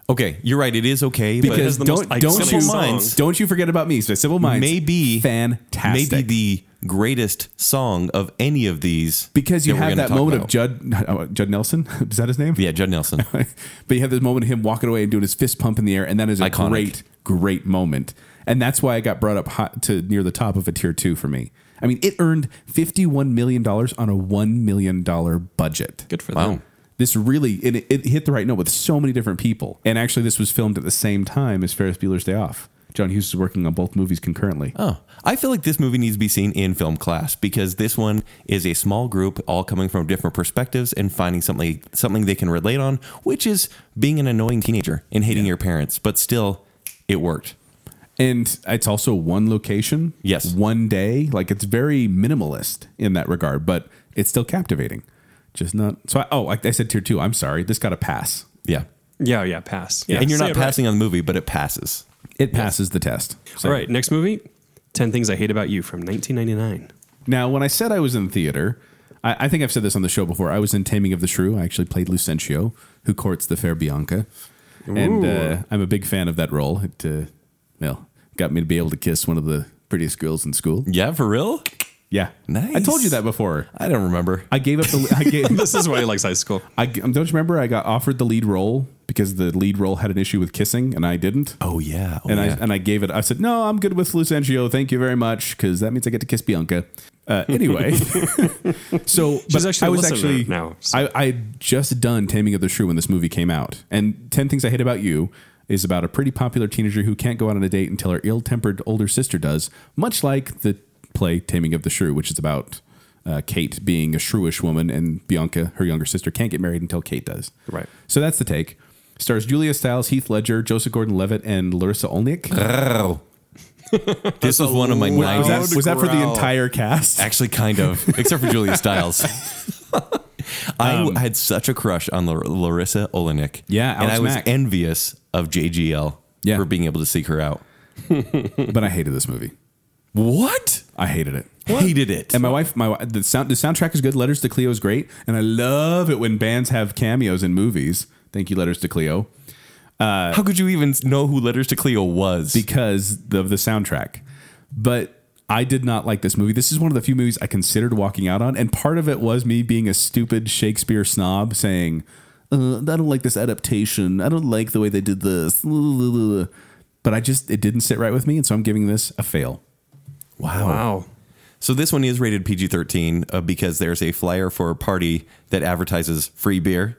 [SPEAKER 4] okay, you're right. It is okay. but
[SPEAKER 3] because
[SPEAKER 2] the
[SPEAKER 3] don't
[SPEAKER 2] most
[SPEAKER 3] don't
[SPEAKER 2] Simple
[SPEAKER 3] you
[SPEAKER 2] Minds.
[SPEAKER 3] don't you forget about me. So Simple Minds
[SPEAKER 4] Maybe-
[SPEAKER 3] fantastic.
[SPEAKER 4] maybe the greatest song of any of these
[SPEAKER 3] because you
[SPEAKER 4] we're
[SPEAKER 3] have
[SPEAKER 4] gonna
[SPEAKER 3] that
[SPEAKER 4] talk
[SPEAKER 3] moment
[SPEAKER 4] about.
[SPEAKER 3] of Judd uh, Judd <laughs> Nelson is that his name?
[SPEAKER 4] Yeah, Judd <laughs> Nelson.
[SPEAKER 3] <laughs> but you have this moment of him walking away and doing his fist pump in the air, and that is a
[SPEAKER 4] Iconic.
[SPEAKER 3] great, great moment. And that's why I got brought up hot to near the top of a tier two for me. I mean, it earned fifty-one million dollars on a one million dollar budget.
[SPEAKER 2] Good for
[SPEAKER 4] Wow.
[SPEAKER 2] them.
[SPEAKER 3] This really and it, it hit the right note with so many different people. And actually, this was filmed at the same time as Ferris Bueller's Day Off. John Hughes is working on both movies concurrently.
[SPEAKER 4] Oh, I feel like this movie needs to be seen in film class because this one is a small group all coming from different perspectives and finding something something they can relate on, which is being an annoying teenager and hating your parents, but still it worked.
[SPEAKER 3] And it's also one location.
[SPEAKER 4] Yes.
[SPEAKER 3] One day. Like it's very minimalist in that regard, but it's still captivating. Just not. So, I, oh, like I said, tier two. I'm sorry. This got a pass.
[SPEAKER 4] Yeah.
[SPEAKER 2] Yeah, yeah, pass. Yeah,
[SPEAKER 4] and you're
[SPEAKER 2] say
[SPEAKER 4] not
[SPEAKER 2] it right.
[SPEAKER 4] passing on the movie, but it passes.
[SPEAKER 3] It passes the test. So-
[SPEAKER 2] All right, next movie 10 Things I Hate About You from 1999.
[SPEAKER 3] Now, when I said I was in theater, I, I think I've said this on the show before. I was in Taming of the Shrew. I actually played Lucentio, who courts the fair Bianca, and uh, I'm a big fan of that role. It, uh, well, got me to be able to kiss one of the prettiest girls in school.
[SPEAKER 4] Yeah, for real?
[SPEAKER 3] Yeah, I
[SPEAKER 4] Nice.
[SPEAKER 3] told you that before.
[SPEAKER 4] I don't remember.
[SPEAKER 3] I gave up the. I
[SPEAKER 2] <laughs>
[SPEAKER 3] gave,
[SPEAKER 2] This is why he likes high school.
[SPEAKER 3] I um, don't you remember I got offered the lead role because the lead role had an issue with kissing and I didn't.
[SPEAKER 4] Oh yeah. Oh,
[SPEAKER 3] and I
[SPEAKER 4] yeah.
[SPEAKER 3] and I gave it. I said no, I'm good with Lucentio. Thank you very much because that means I get to kiss Bianca. Uh,
[SPEAKER 2] <laughs>
[SPEAKER 3] anyway, <laughs> so
[SPEAKER 2] She's
[SPEAKER 3] but
[SPEAKER 2] actually
[SPEAKER 3] I was
[SPEAKER 2] a listener
[SPEAKER 3] actually
[SPEAKER 2] now, so-
[SPEAKER 3] I I had just done Taming of the Shrew when this movie came out, and Ten Things I Hate About You is about a pretty popular teenager who can't go out on a date until her ill-tempered older sister does, much like the play Taming of the Shrew, which is about. Uh, Kate being a shrewish woman, and Bianca, her younger sister, can't get married until Kate does.
[SPEAKER 2] Right.
[SPEAKER 3] So that's the take. Stars Julia Stiles, Heath Ledger, Joseph Gordon-Levitt, and Larissa Olnick.
[SPEAKER 4] Growl. this was one of my
[SPEAKER 3] was
[SPEAKER 4] nineties.
[SPEAKER 3] that, was that for the
[SPEAKER 2] growl.
[SPEAKER 3] entire cast?
[SPEAKER 4] Actually, kind of, except for Julia
[SPEAKER 3] <laughs>
[SPEAKER 4] Stiles. I w- had such a crush on Lar- Larissa Olenek.
[SPEAKER 3] Um, Yeah,
[SPEAKER 4] and
[SPEAKER 3] Alex
[SPEAKER 4] I was
[SPEAKER 3] Mack.
[SPEAKER 4] envious of JGL
[SPEAKER 3] Yeah.
[SPEAKER 4] for being able to seek her out.
[SPEAKER 3] But I hated this movie.
[SPEAKER 4] What?
[SPEAKER 3] I hated it.
[SPEAKER 4] Hated it.
[SPEAKER 3] And my wife, my wi- the sound the soundtrack is good. Letters to Cleo is great, and I love it when bands have cameos in movies. Thank you, Letters to Cleo,
[SPEAKER 4] How could you even know who Letters to Cleo was?
[SPEAKER 3] because of the soundtrack. But I did not like this movie. This is one of the few movies I considered walking out on, and part of it was me being a stupid Shakespeare snob saying, uh, "I don't like this adaptation. I don't like the way they did this." But I just it didn't sit right with me, and so I'm giving this a fail.
[SPEAKER 4] wow.
[SPEAKER 2] Wow.
[SPEAKER 4] So this one is rated PG-13 uh, because there's a flyer for a party that advertises free beer.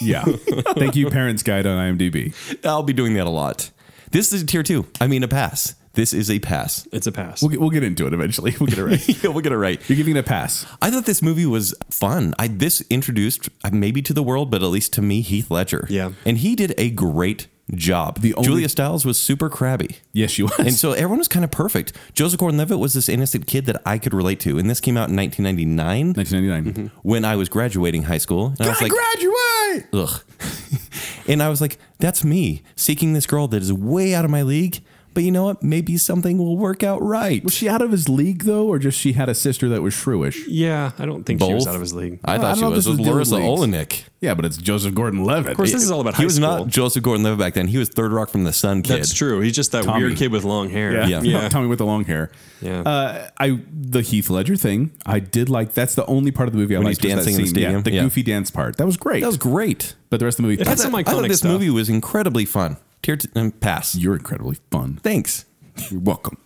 [SPEAKER 3] Yeah. Thank you, Parents Guide on IMDb.
[SPEAKER 4] I'll be doing that a lot. This is a tier two. I mean, a pass. This is a pass. <laughs>
[SPEAKER 2] It's a pass.
[SPEAKER 3] We'll get, we'll get into it eventually. <laughs> We'll get it right.
[SPEAKER 4] yeah, we'll get it right.
[SPEAKER 3] You're giving it a pass.
[SPEAKER 4] I thought this movie was fun. I this introduced uh, maybe to the world, but at least to me, Heath Ledger.
[SPEAKER 2] Yeah.
[SPEAKER 4] and he did a great job.
[SPEAKER 3] The only-
[SPEAKER 4] Julia Stiles was super crabby.
[SPEAKER 3] Yes, she was.
[SPEAKER 4] And so everyone was kind of perfect. Joseph Gordon-Levitt was this innocent kid that I could relate to, and this came out in 1999
[SPEAKER 3] 1999.
[SPEAKER 4] when I was graduating high school. And I was like,
[SPEAKER 3] graduate.
[SPEAKER 4] ugh. <laughs> and I was like, that's me seeking this girl that is way out of my league. But you know what? Maybe something will work out right.
[SPEAKER 3] Was she out of his league though, or just she had a sister that was shrewish?
[SPEAKER 2] yeah, I don't think she was out of his league.
[SPEAKER 3] No, I
[SPEAKER 4] I thought
[SPEAKER 3] don't
[SPEAKER 4] she
[SPEAKER 3] know if
[SPEAKER 4] was.
[SPEAKER 3] this
[SPEAKER 4] It was
[SPEAKER 3] was dual
[SPEAKER 4] Larissa
[SPEAKER 3] leagues.
[SPEAKER 4] Olenek.
[SPEAKER 3] Yeah, but it's Joseph Gordon-Levitt. Of
[SPEAKER 2] course, this is all about
[SPEAKER 4] He
[SPEAKER 2] high
[SPEAKER 4] was
[SPEAKER 2] school.
[SPEAKER 4] not Joseph Gordon-Levitt back then. He was Third Rock from the Sun kid.
[SPEAKER 2] That's true. He's just that
[SPEAKER 3] Tommy.
[SPEAKER 2] weird kid with long hair.
[SPEAKER 3] Yeah.
[SPEAKER 4] Yeah.
[SPEAKER 2] Yeah.
[SPEAKER 3] <laughs> Tommy with the long hair.
[SPEAKER 2] Yeah.
[SPEAKER 3] Uh, I the Heath Ledger thing. I did like. That's the only part of the movie I
[SPEAKER 4] When he's
[SPEAKER 3] liked. was that
[SPEAKER 4] dancing in the
[SPEAKER 3] scene.
[SPEAKER 4] stadium?
[SPEAKER 3] Yeah, the
[SPEAKER 4] Yeah.
[SPEAKER 3] goofy dance part. That was great.
[SPEAKER 4] That was great.
[SPEAKER 3] But the rest of the movie.
[SPEAKER 2] That's
[SPEAKER 4] I
[SPEAKER 2] some
[SPEAKER 4] thought- I
[SPEAKER 2] iconic
[SPEAKER 4] thought this
[SPEAKER 2] stuff.
[SPEAKER 4] movie was incredibly fun. Tear to, um, pass.
[SPEAKER 3] You're incredibly fun.
[SPEAKER 4] Thanks.
[SPEAKER 3] You're welcome.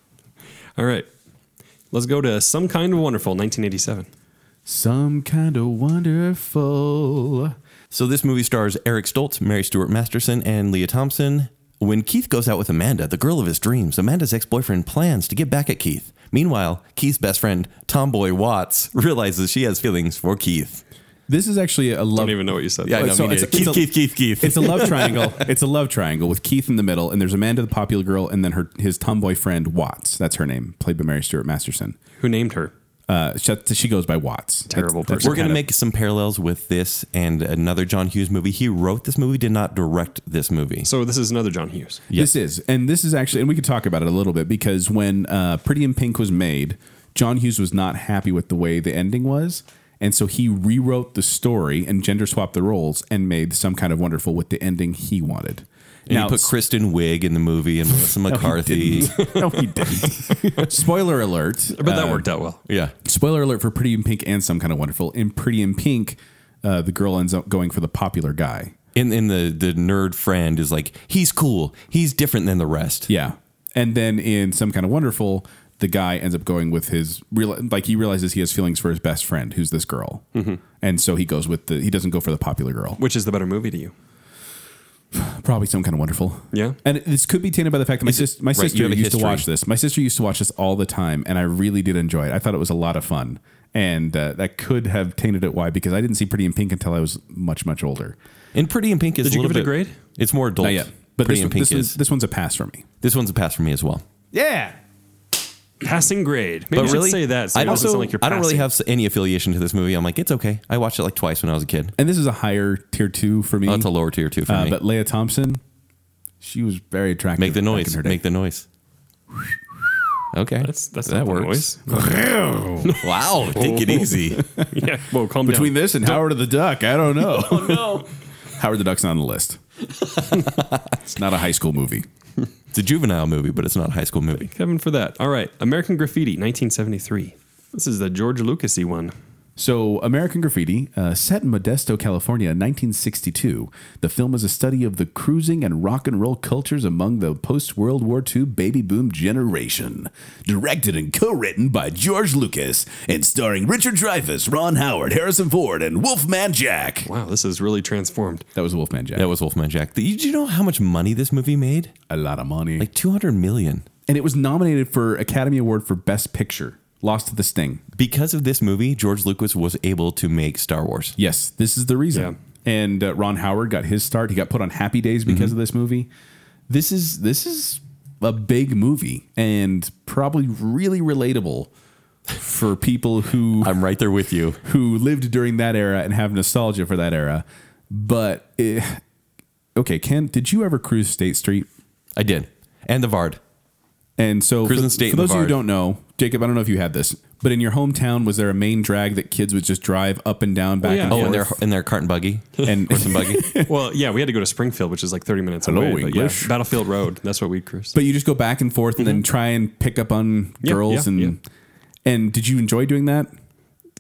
[SPEAKER 2] All right. Let's go to Some Kind of Wonderful, 1987.
[SPEAKER 3] Some kind of wonderful.
[SPEAKER 4] So this movie stars Eric Stoltz, Mary Stuart Masterson, and Leah Thompson. When Keith goes out with Amanda, the girl of his dreams, Amanda's ex-boyfriend plans to get back at Keith. Meanwhile, Keith's best friend, Tomboy Watts, <laughs> realizes she has feelings for Keith.
[SPEAKER 3] This is actually a love.
[SPEAKER 2] Don't even know what you said.
[SPEAKER 4] Yeah, I
[SPEAKER 3] Well,
[SPEAKER 4] know,
[SPEAKER 3] so
[SPEAKER 4] me
[SPEAKER 3] it's-
[SPEAKER 4] neither.
[SPEAKER 3] it's
[SPEAKER 4] Keith,
[SPEAKER 3] a-
[SPEAKER 4] Keith, Keith, Keith.
[SPEAKER 3] It's a
[SPEAKER 4] <laughs>
[SPEAKER 3] love triangle. It's a love triangle with Keith in the middle, and there's Amanda, the popular girl, and then her his tomboy friend Watts. That's her name, played by Mary Stuart Masterson.
[SPEAKER 2] Who named her?
[SPEAKER 3] Uh, she, she goes by Watts.
[SPEAKER 2] Terrible person.
[SPEAKER 4] We're going to make some parallels with this and another John Hughes movie. He wrote this movie, did not direct this movie.
[SPEAKER 2] So this is another John Hughes.
[SPEAKER 3] This is, and this is actually, and we could talk about it a little bit because when uh, Pretty in Pink was made, John Hughes was not happy with the way the ending was, and so he rewrote the story and gender swapped the roles and made some kind of wonderful with the ending he wanted.
[SPEAKER 4] And he put Kristen Wiig in the movie and Melissa
[SPEAKER 3] <laughs>
[SPEAKER 4] McCarthy. Um,
[SPEAKER 3] no, <laughs> he
[SPEAKER 4] <laughs>
[SPEAKER 3] didn't. Spoiler alert!
[SPEAKER 2] But that
[SPEAKER 3] uh,
[SPEAKER 2] worked out well.
[SPEAKER 4] yeah.
[SPEAKER 3] spoiler alert for Pretty in Pink and Some Kind of Wonderful. In Pretty in Pink, uh, the girl ends up going for the popular guy.
[SPEAKER 4] And, and the, the nerd friend is like, he's cool. He's different than the rest.
[SPEAKER 3] Yeah, and then in Some Kind of Wonderful, the guy ends up going with his real like he realizes he has feelings for his best friend, who's this girl,
[SPEAKER 4] Mm-hmm.
[SPEAKER 3] and so he goes with the he doesn't go for the popular girl.
[SPEAKER 2] Which is the better movie to you?
[SPEAKER 3] Probably Some Kind of Wonderful.
[SPEAKER 2] Yeah.
[SPEAKER 3] and this could be tainted by the fact that my sis- my
[SPEAKER 4] you
[SPEAKER 3] sister
[SPEAKER 4] have a
[SPEAKER 3] used to
[SPEAKER 4] history.
[SPEAKER 3] watch this. My sister used to watch this all the time, and I really did enjoy it. I thought it was a lot of fun. And uh, that could have tainted it. Why? Because I didn't see Pretty in Pink until I was much, much older.
[SPEAKER 4] And Pretty in Pink is
[SPEAKER 2] Did you
[SPEAKER 4] a little
[SPEAKER 2] give it a
[SPEAKER 4] bit-
[SPEAKER 2] grade?
[SPEAKER 4] It's more adult.
[SPEAKER 3] Not yet. But
[SPEAKER 4] Pretty
[SPEAKER 3] this,
[SPEAKER 4] in
[SPEAKER 3] one-
[SPEAKER 4] Pink
[SPEAKER 3] this,
[SPEAKER 4] is.
[SPEAKER 3] one's, this one's a pass for me.
[SPEAKER 4] This one's a pass for me as well.
[SPEAKER 3] Yeah.
[SPEAKER 2] Passing grade. Maybe you should say that. So
[SPEAKER 4] I,
[SPEAKER 2] it doesn't
[SPEAKER 4] also,
[SPEAKER 2] sound like you're
[SPEAKER 4] I don't really
[SPEAKER 2] passing.
[SPEAKER 4] have any affiliation to this movie. I'm like, it's okay. I watched it like twice when I was a kid.
[SPEAKER 3] And this is a higher tier two for me.
[SPEAKER 4] Oh, it's a lower tier two for
[SPEAKER 3] uh,
[SPEAKER 4] me.
[SPEAKER 3] But Leia Thompson, she was very attractive.
[SPEAKER 4] Make the
[SPEAKER 3] back in
[SPEAKER 4] noise.
[SPEAKER 3] her day.
[SPEAKER 4] Make the noise. Okay.
[SPEAKER 2] That's that's that not works.
[SPEAKER 4] Wow. Take it easy.
[SPEAKER 2] <laughs> yeah. Whoa, calm
[SPEAKER 3] Between
[SPEAKER 2] down.
[SPEAKER 3] this and Howard of the Duck, I
[SPEAKER 4] <laughs>
[SPEAKER 3] don't know. oh, no. <laughs> Howard the Duck's not on the list. <laughs> it's not a high school movie.
[SPEAKER 4] It's a juvenile movie, but it's not a high
[SPEAKER 2] <laughs>
[SPEAKER 4] school movie.
[SPEAKER 2] Kevin for that. All right. American Graffiti, 1973. This is the George Lucasy one.
[SPEAKER 3] So, American Graffiti, uh, set in Modesto, California, in 1962. The film is a study of the cruising and rock and roll cultures among the post World War II baby boom generation. Directed and co written by George Lucas and starring Richard Dreyfuss, Ron Howard, Harrison Ford, and Wolfman Jack.
[SPEAKER 2] Wow, this is really transformed.
[SPEAKER 3] That was Wolfman Jack.
[SPEAKER 4] That was Wolfman Jack. Did you- do you know how much money this movie made?
[SPEAKER 3] a lot of money.
[SPEAKER 4] Like 200 million.
[SPEAKER 3] and it was nominated for Academy Award for Best Picture. Lost to The Sting.
[SPEAKER 4] Because of this movie, George Lucas was able to make Star Wars.
[SPEAKER 3] Yes, this is the reason. And uh, Ron Howard got his start. He got put on Happy Days because
[SPEAKER 4] Mm-hmm.
[SPEAKER 3] of this movie. This is this is a big movie and probably really relatable for people <laughs> who
[SPEAKER 4] <laughs> I'm right there with you.
[SPEAKER 3] who lived during that era and have nostalgia for that era. But eh, okay, Ken, did you ever cruise State Street?
[SPEAKER 4] I did. And the Vard.
[SPEAKER 3] And so,
[SPEAKER 4] Cruising
[SPEAKER 3] for,
[SPEAKER 4] State
[SPEAKER 3] for
[SPEAKER 4] in the
[SPEAKER 3] those of you who
[SPEAKER 4] Bard.
[SPEAKER 3] don't know, Jacob, I don't know if you had this, but in your hometown, was there a main drag that kids would just drive up and down, back
[SPEAKER 2] yeah.
[SPEAKER 3] and
[SPEAKER 4] Oh,
[SPEAKER 3] forth?
[SPEAKER 4] and their and their cart and buggy.
[SPEAKER 3] <laughs> and
[SPEAKER 4] Horse and buggy.
[SPEAKER 2] well, yeah, we had to go to Springfield, which is like 30 minutes
[SPEAKER 3] Hello,
[SPEAKER 2] away. but yeah,
[SPEAKER 3] English.
[SPEAKER 2] Battlefield Road. That's what we cruised.
[SPEAKER 3] But you just go back and forth and then try and pick up on
[SPEAKER 2] Mm-hmm. Yeah,
[SPEAKER 3] girls
[SPEAKER 2] yeah,
[SPEAKER 3] and and did you enjoy doing that?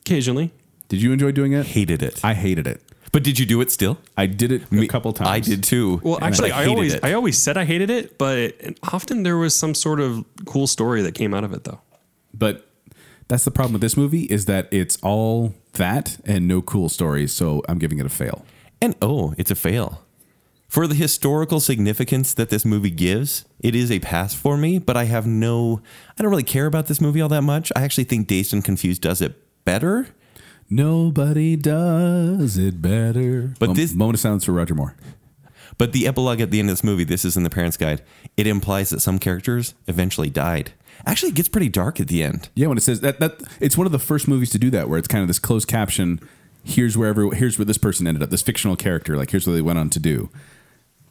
[SPEAKER 2] Occasionally.
[SPEAKER 3] Did you enjoy doing it?
[SPEAKER 4] Hated it.
[SPEAKER 3] I hated it.
[SPEAKER 4] But did you do it still?
[SPEAKER 3] I did it a
[SPEAKER 4] Me-
[SPEAKER 3] couple times.
[SPEAKER 4] I did too.
[SPEAKER 2] Well,
[SPEAKER 4] And
[SPEAKER 2] actually, I,
[SPEAKER 4] hated
[SPEAKER 2] always
[SPEAKER 4] it.
[SPEAKER 2] I always said I hated it, but often there was some sort of cool story that came out of it, though.
[SPEAKER 3] But that's the problem with this movie is that it's all that and no cool stories, so I'm giving it a fail.
[SPEAKER 4] and oh, it's a fail. For the historical significance that this movie gives, it is a pass for me, but I have no, I don't really care about this movie all that much. I actually think Dazed and Confused does it better.
[SPEAKER 3] Nobody does it better.
[SPEAKER 4] But
[SPEAKER 3] Mom-
[SPEAKER 4] this-
[SPEAKER 3] moment of silence for Roger Moore.
[SPEAKER 4] But the epilogue at the end of this movie, this is in the Parents Guide, it implies that some characters eventually died. Actually, it gets pretty dark at the end.
[SPEAKER 3] Yeah, when it says that that it's one of the first movies to do that, where it's kind of this closed caption. Here's where every, here's where this person ended up. This fictional character, like here's what they went on to do.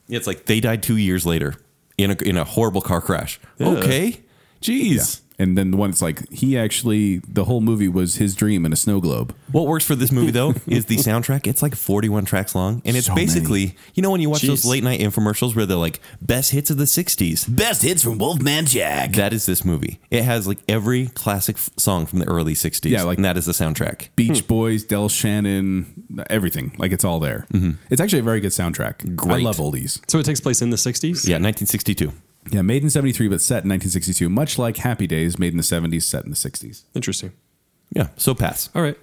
[SPEAKER 4] It's like they died two years later in a, in a horrible car crash. Okay. Jeez.
[SPEAKER 3] And then the one that's like he actually the whole movie was his dream in a snow globe.
[SPEAKER 4] What works for this movie though <laughs> is the soundtrack. It's like 41 tracks long and it's
[SPEAKER 3] So many.
[SPEAKER 4] basically, you know when you watch those
[SPEAKER 2] Jeez.
[SPEAKER 4] late night infomercials where they're like best hits of the 60s.
[SPEAKER 9] Best hits from Wolfman Jack.
[SPEAKER 4] That is this movie. It has like every classic f- song from the early 60s
[SPEAKER 3] Yeah, like-
[SPEAKER 4] and that is the soundtrack.
[SPEAKER 3] Beach Boys, Del Shannon, everything like it's all there. It's actually a very good soundtrack.
[SPEAKER 4] Great.
[SPEAKER 3] I love oldies.
[SPEAKER 2] So it takes place in the 60s?
[SPEAKER 4] Yeah, 1962.
[SPEAKER 3] Yeah, made in '73 but set in 1962, much like Happy Days, made in the '70s, set in the '60s.
[SPEAKER 2] Interesting.
[SPEAKER 4] Yeah, so pass.
[SPEAKER 2] All right.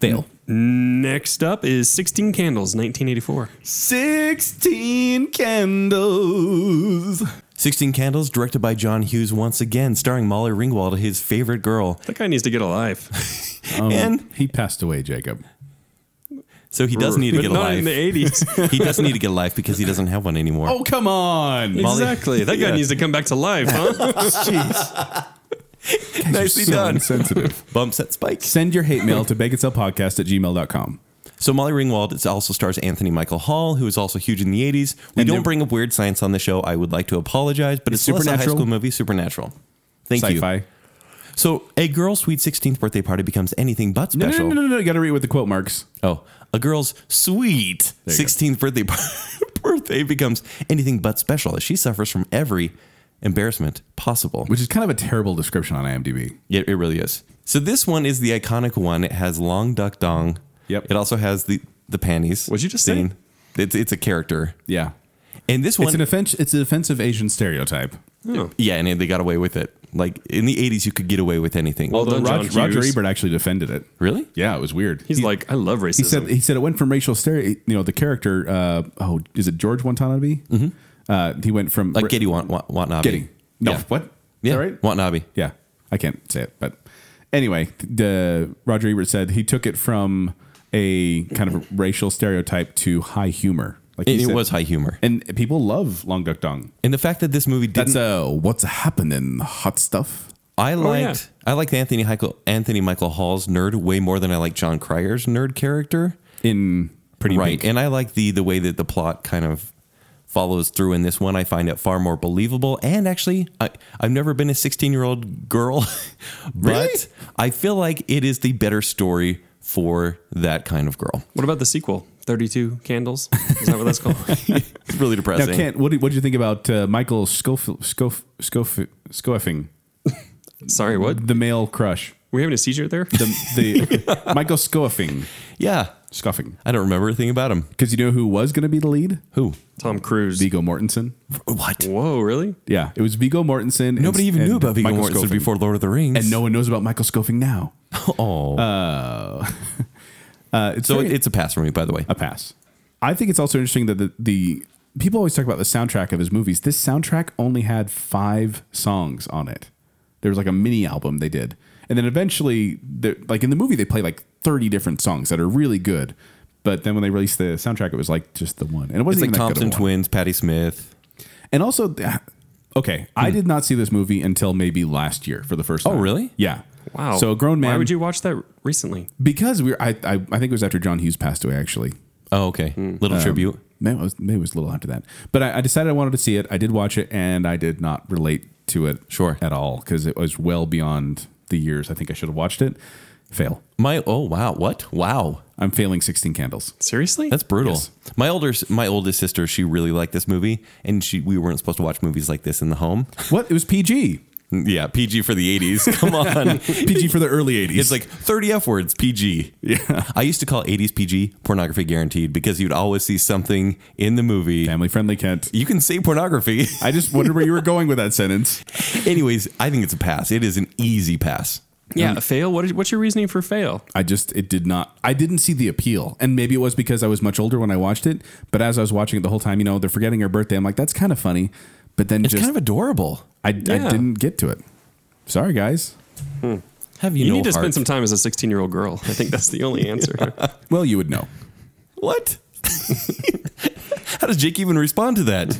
[SPEAKER 3] Fail.
[SPEAKER 2] Next up is 16 Candles, 1984.
[SPEAKER 3] 16 candles.
[SPEAKER 4] 16 Candles, directed by John Hughes once again, starring Molly Ringwald, his favorite girl.
[SPEAKER 2] That guy needs to get alive.
[SPEAKER 4] and
[SPEAKER 3] Oh, He passed away, Jacob.
[SPEAKER 4] so he does need to
[SPEAKER 3] <laughs>
[SPEAKER 2] But
[SPEAKER 4] get a
[SPEAKER 2] not
[SPEAKER 4] life.
[SPEAKER 2] in the 80s.
[SPEAKER 4] he does need to get a life because he doesn't have one anymore.
[SPEAKER 3] Oh, come on. <laughs>
[SPEAKER 4] Molly-
[SPEAKER 2] exactly. That guy
[SPEAKER 4] Yeah.
[SPEAKER 2] needs to come back to life, huh?
[SPEAKER 4] nicely
[SPEAKER 3] so
[SPEAKER 4] done.
[SPEAKER 3] Insensitive.
[SPEAKER 4] Bumps at spikes.
[SPEAKER 3] Send your hate mail to baconsailpodcast at gmail.com.
[SPEAKER 4] So Molly Ringwald it also stars Anthony Michael Hall, who was also huge in the 80s. We
[SPEAKER 3] And
[SPEAKER 4] don't
[SPEAKER 3] they're-
[SPEAKER 4] bring up weird science on the show. I would like to apologize, but it's, supernatural. a high
[SPEAKER 3] Supernatural?
[SPEAKER 4] school movie, Supernatural. Thank
[SPEAKER 3] Sci-fi.
[SPEAKER 4] you. So a girl's sweet 16th birthday party becomes anything but
[SPEAKER 3] No,
[SPEAKER 4] special.
[SPEAKER 3] no, no, no, no. You got to read with the quote marks.
[SPEAKER 4] Oh, a girl's sweet
[SPEAKER 3] There you go.
[SPEAKER 4] 16th birthday <laughs> birthday becomes anything but special as she suffers from every embarrassment possible.
[SPEAKER 3] Which is kind of a terrible description on IMDb.
[SPEAKER 4] Yeah, it really is. So this one is the iconic one. It has long duck dong.
[SPEAKER 3] Yep.
[SPEAKER 4] It also has the the panties.
[SPEAKER 2] What'd you just say?
[SPEAKER 4] It's it's a character.
[SPEAKER 3] Yeah.
[SPEAKER 4] And this
[SPEAKER 3] It's
[SPEAKER 4] one
[SPEAKER 3] an offense. It's an offensive Asian stereotype.
[SPEAKER 2] Oh.
[SPEAKER 4] Yeah, and they got away with it. Like in the 80s you could get away with anything.
[SPEAKER 2] Well,
[SPEAKER 3] Although
[SPEAKER 2] done, John
[SPEAKER 3] Roger, Roger
[SPEAKER 2] Hughes.
[SPEAKER 3] Ebert actually defended it.
[SPEAKER 4] really?
[SPEAKER 3] Yeah, it was weird.
[SPEAKER 2] <laughs> He's
[SPEAKER 3] He-
[SPEAKER 2] like, I love racism.
[SPEAKER 3] he said he said it went from racial stereo. You know, the character. Uh, oh, is it George Watanabe? Mm-hmm. Uh, he went from
[SPEAKER 4] Like Getty Wat- Wat- Watanabe.
[SPEAKER 3] Getty. No,
[SPEAKER 4] Yeah.
[SPEAKER 3] what? Is
[SPEAKER 4] Yeah.
[SPEAKER 3] that right?
[SPEAKER 4] Watanabe.
[SPEAKER 3] Yeah, I can't say it, but anyway, the Roger Ebert said he took it from a kind of racial stereotype to high humor. Like he
[SPEAKER 4] And it
[SPEAKER 3] said-
[SPEAKER 4] was high humor.
[SPEAKER 3] and people love Long Duck Dong.
[SPEAKER 4] And the fact that this movie didn't
[SPEAKER 3] That's oh, uh, what's happening, hot stuff.
[SPEAKER 4] I
[SPEAKER 2] yeah.
[SPEAKER 4] liked I liked Anthony Michael Anthony Michael Hall's nerd way more than I like John Cryer's nerd character.
[SPEAKER 3] In pretty
[SPEAKER 4] right.
[SPEAKER 3] Pink.
[SPEAKER 4] And I like the the way that the plot kind of follows through in this one. I find it far more believable. And actually, I, I've never been a 16 year old girl, <laughs> but
[SPEAKER 3] Really?
[SPEAKER 4] I feel like it is the better story for that kind of girl.
[SPEAKER 2] What about the sequel? 32 Candles? Is that what that's called?
[SPEAKER 4] It's really
[SPEAKER 3] Now,
[SPEAKER 4] depressing.
[SPEAKER 3] Kent, what did, what did you think about uh, Michael Scof Scof Scof Scoffing,
[SPEAKER 2] Sorry, what?
[SPEAKER 3] the male crush,
[SPEAKER 2] We having a seizure there?
[SPEAKER 3] the, the <laughs> Michael Scoffing,
[SPEAKER 4] yeah.
[SPEAKER 3] scoffing?
[SPEAKER 4] I don't remember a thing about him.
[SPEAKER 3] Because you know who was going to be the lead?
[SPEAKER 4] Who?
[SPEAKER 2] Tom Cruise.
[SPEAKER 3] Viggo Mortensen.
[SPEAKER 4] What?
[SPEAKER 2] Whoa, really?
[SPEAKER 3] Yeah, it was Viggo Mortensen. and-
[SPEAKER 4] Nobody even
[SPEAKER 3] and
[SPEAKER 4] knew about Viggo
[SPEAKER 3] Michael
[SPEAKER 4] Mortensen
[SPEAKER 3] Scofield.
[SPEAKER 4] before Lord of the Rings.
[SPEAKER 3] and no Uh, one knows about Michael Scofing now.
[SPEAKER 4] <laughs> Oh.
[SPEAKER 3] <laughs> Uh, it's
[SPEAKER 4] so
[SPEAKER 3] very-
[SPEAKER 4] it- it's a pass for me, by the way.
[SPEAKER 3] a pass. I think it's also interesting that the, the people always talk about the soundtrack of his movies. This soundtrack only had five songs on it. There was like a mini album they did, and then eventually, the- like in the movie, they play like thirty different songs that are really good. But then when they released the soundtrack, it was like just the one, and it
[SPEAKER 4] It's
[SPEAKER 3] wasn't
[SPEAKER 4] like
[SPEAKER 3] even that good
[SPEAKER 4] Thompson
[SPEAKER 3] of a one.
[SPEAKER 4] Twins, Patti Smith.
[SPEAKER 3] And also, th- okay, I did not see this movie until maybe last year for the first
[SPEAKER 4] Hmm. Oh,
[SPEAKER 3] time.
[SPEAKER 4] really?
[SPEAKER 3] Yeah.
[SPEAKER 2] Wow.
[SPEAKER 3] So a grown man.
[SPEAKER 2] Why would you watch that recently?
[SPEAKER 3] Because we were, I, I, I think it was after John Hughes passed away, actually.
[SPEAKER 4] Oh, okay.
[SPEAKER 3] Mm.
[SPEAKER 4] Little
[SPEAKER 3] Um,
[SPEAKER 4] tribute.
[SPEAKER 3] Maybe it was, maybe it was a little after that. But I, I decided I wanted to see it. I did watch it, and I did not relate to it
[SPEAKER 4] Sure.
[SPEAKER 3] at all because it was well beyond the years I think I should have watched it. Fail.
[SPEAKER 4] My oh wow, what? Wow.
[SPEAKER 3] I'm failing 16 candles.
[SPEAKER 2] Seriously?
[SPEAKER 4] That's brutal.
[SPEAKER 3] Yes.
[SPEAKER 4] My older my oldest sister, she really liked this movie and she we weren't supposed to watch movies like this in the home. <laughs>
[SPEAKER 3] What? It was PG.
[SPEAKER 4] Yeah, PG for the 80s. <laughs> Come on.
[SPEAKER 3] PG for the early 80s.
[SPEAKER 4] It's like 30 F words, PG. Yeah. I used to call 80s PG pornography guaranteed because you'd always see something in the movie.
[SPEAKER 3] family friendly, Kent.
[SPEAKER 4] You can say pornography. <laughs>
[SPEAKER 3] I just wondered where you were going with that sentence.
[SPEAKER 4] Anyways, I think it's a pass. It is an easy pass.
[SPEAKER 3] Um,
[SPEAKER 2] Yeah, fail. What is, what's your reasoning for fail?
[SPEAKER 3] I just it did not. I didn't see the appeal, and maybe it was because I was much older when I watched it. But as I was watching it the whole time, you know, they're forgetting her birthday. I'm like, that's kind of funny, but then
[SPEAKER 4] It's
[SPEAKER 3] just
[SPEAKER 4] kind of adorable.
[SPEAKER 3] I, I
[SPEAKER 2] Yeah.
[SPEAKER 3] didn't get to it. Sorry, guys.
[SPEAKER 4] Have you,
[SPEAKER 2] You
[SPEAKER 4] no
[SPEAKER 2] need to
[SPEAKER 4] heart?
[SPEAKER 2] spend some time as a 16 year old girl. I think that's the
[SPEAKER 3] <laughs>
[SPEAKER 2] only answer. Uh,
[SPEAKER 3] Well, you would know.
[SPEAKER 4] What? <laughs> How does Jake even respond to that?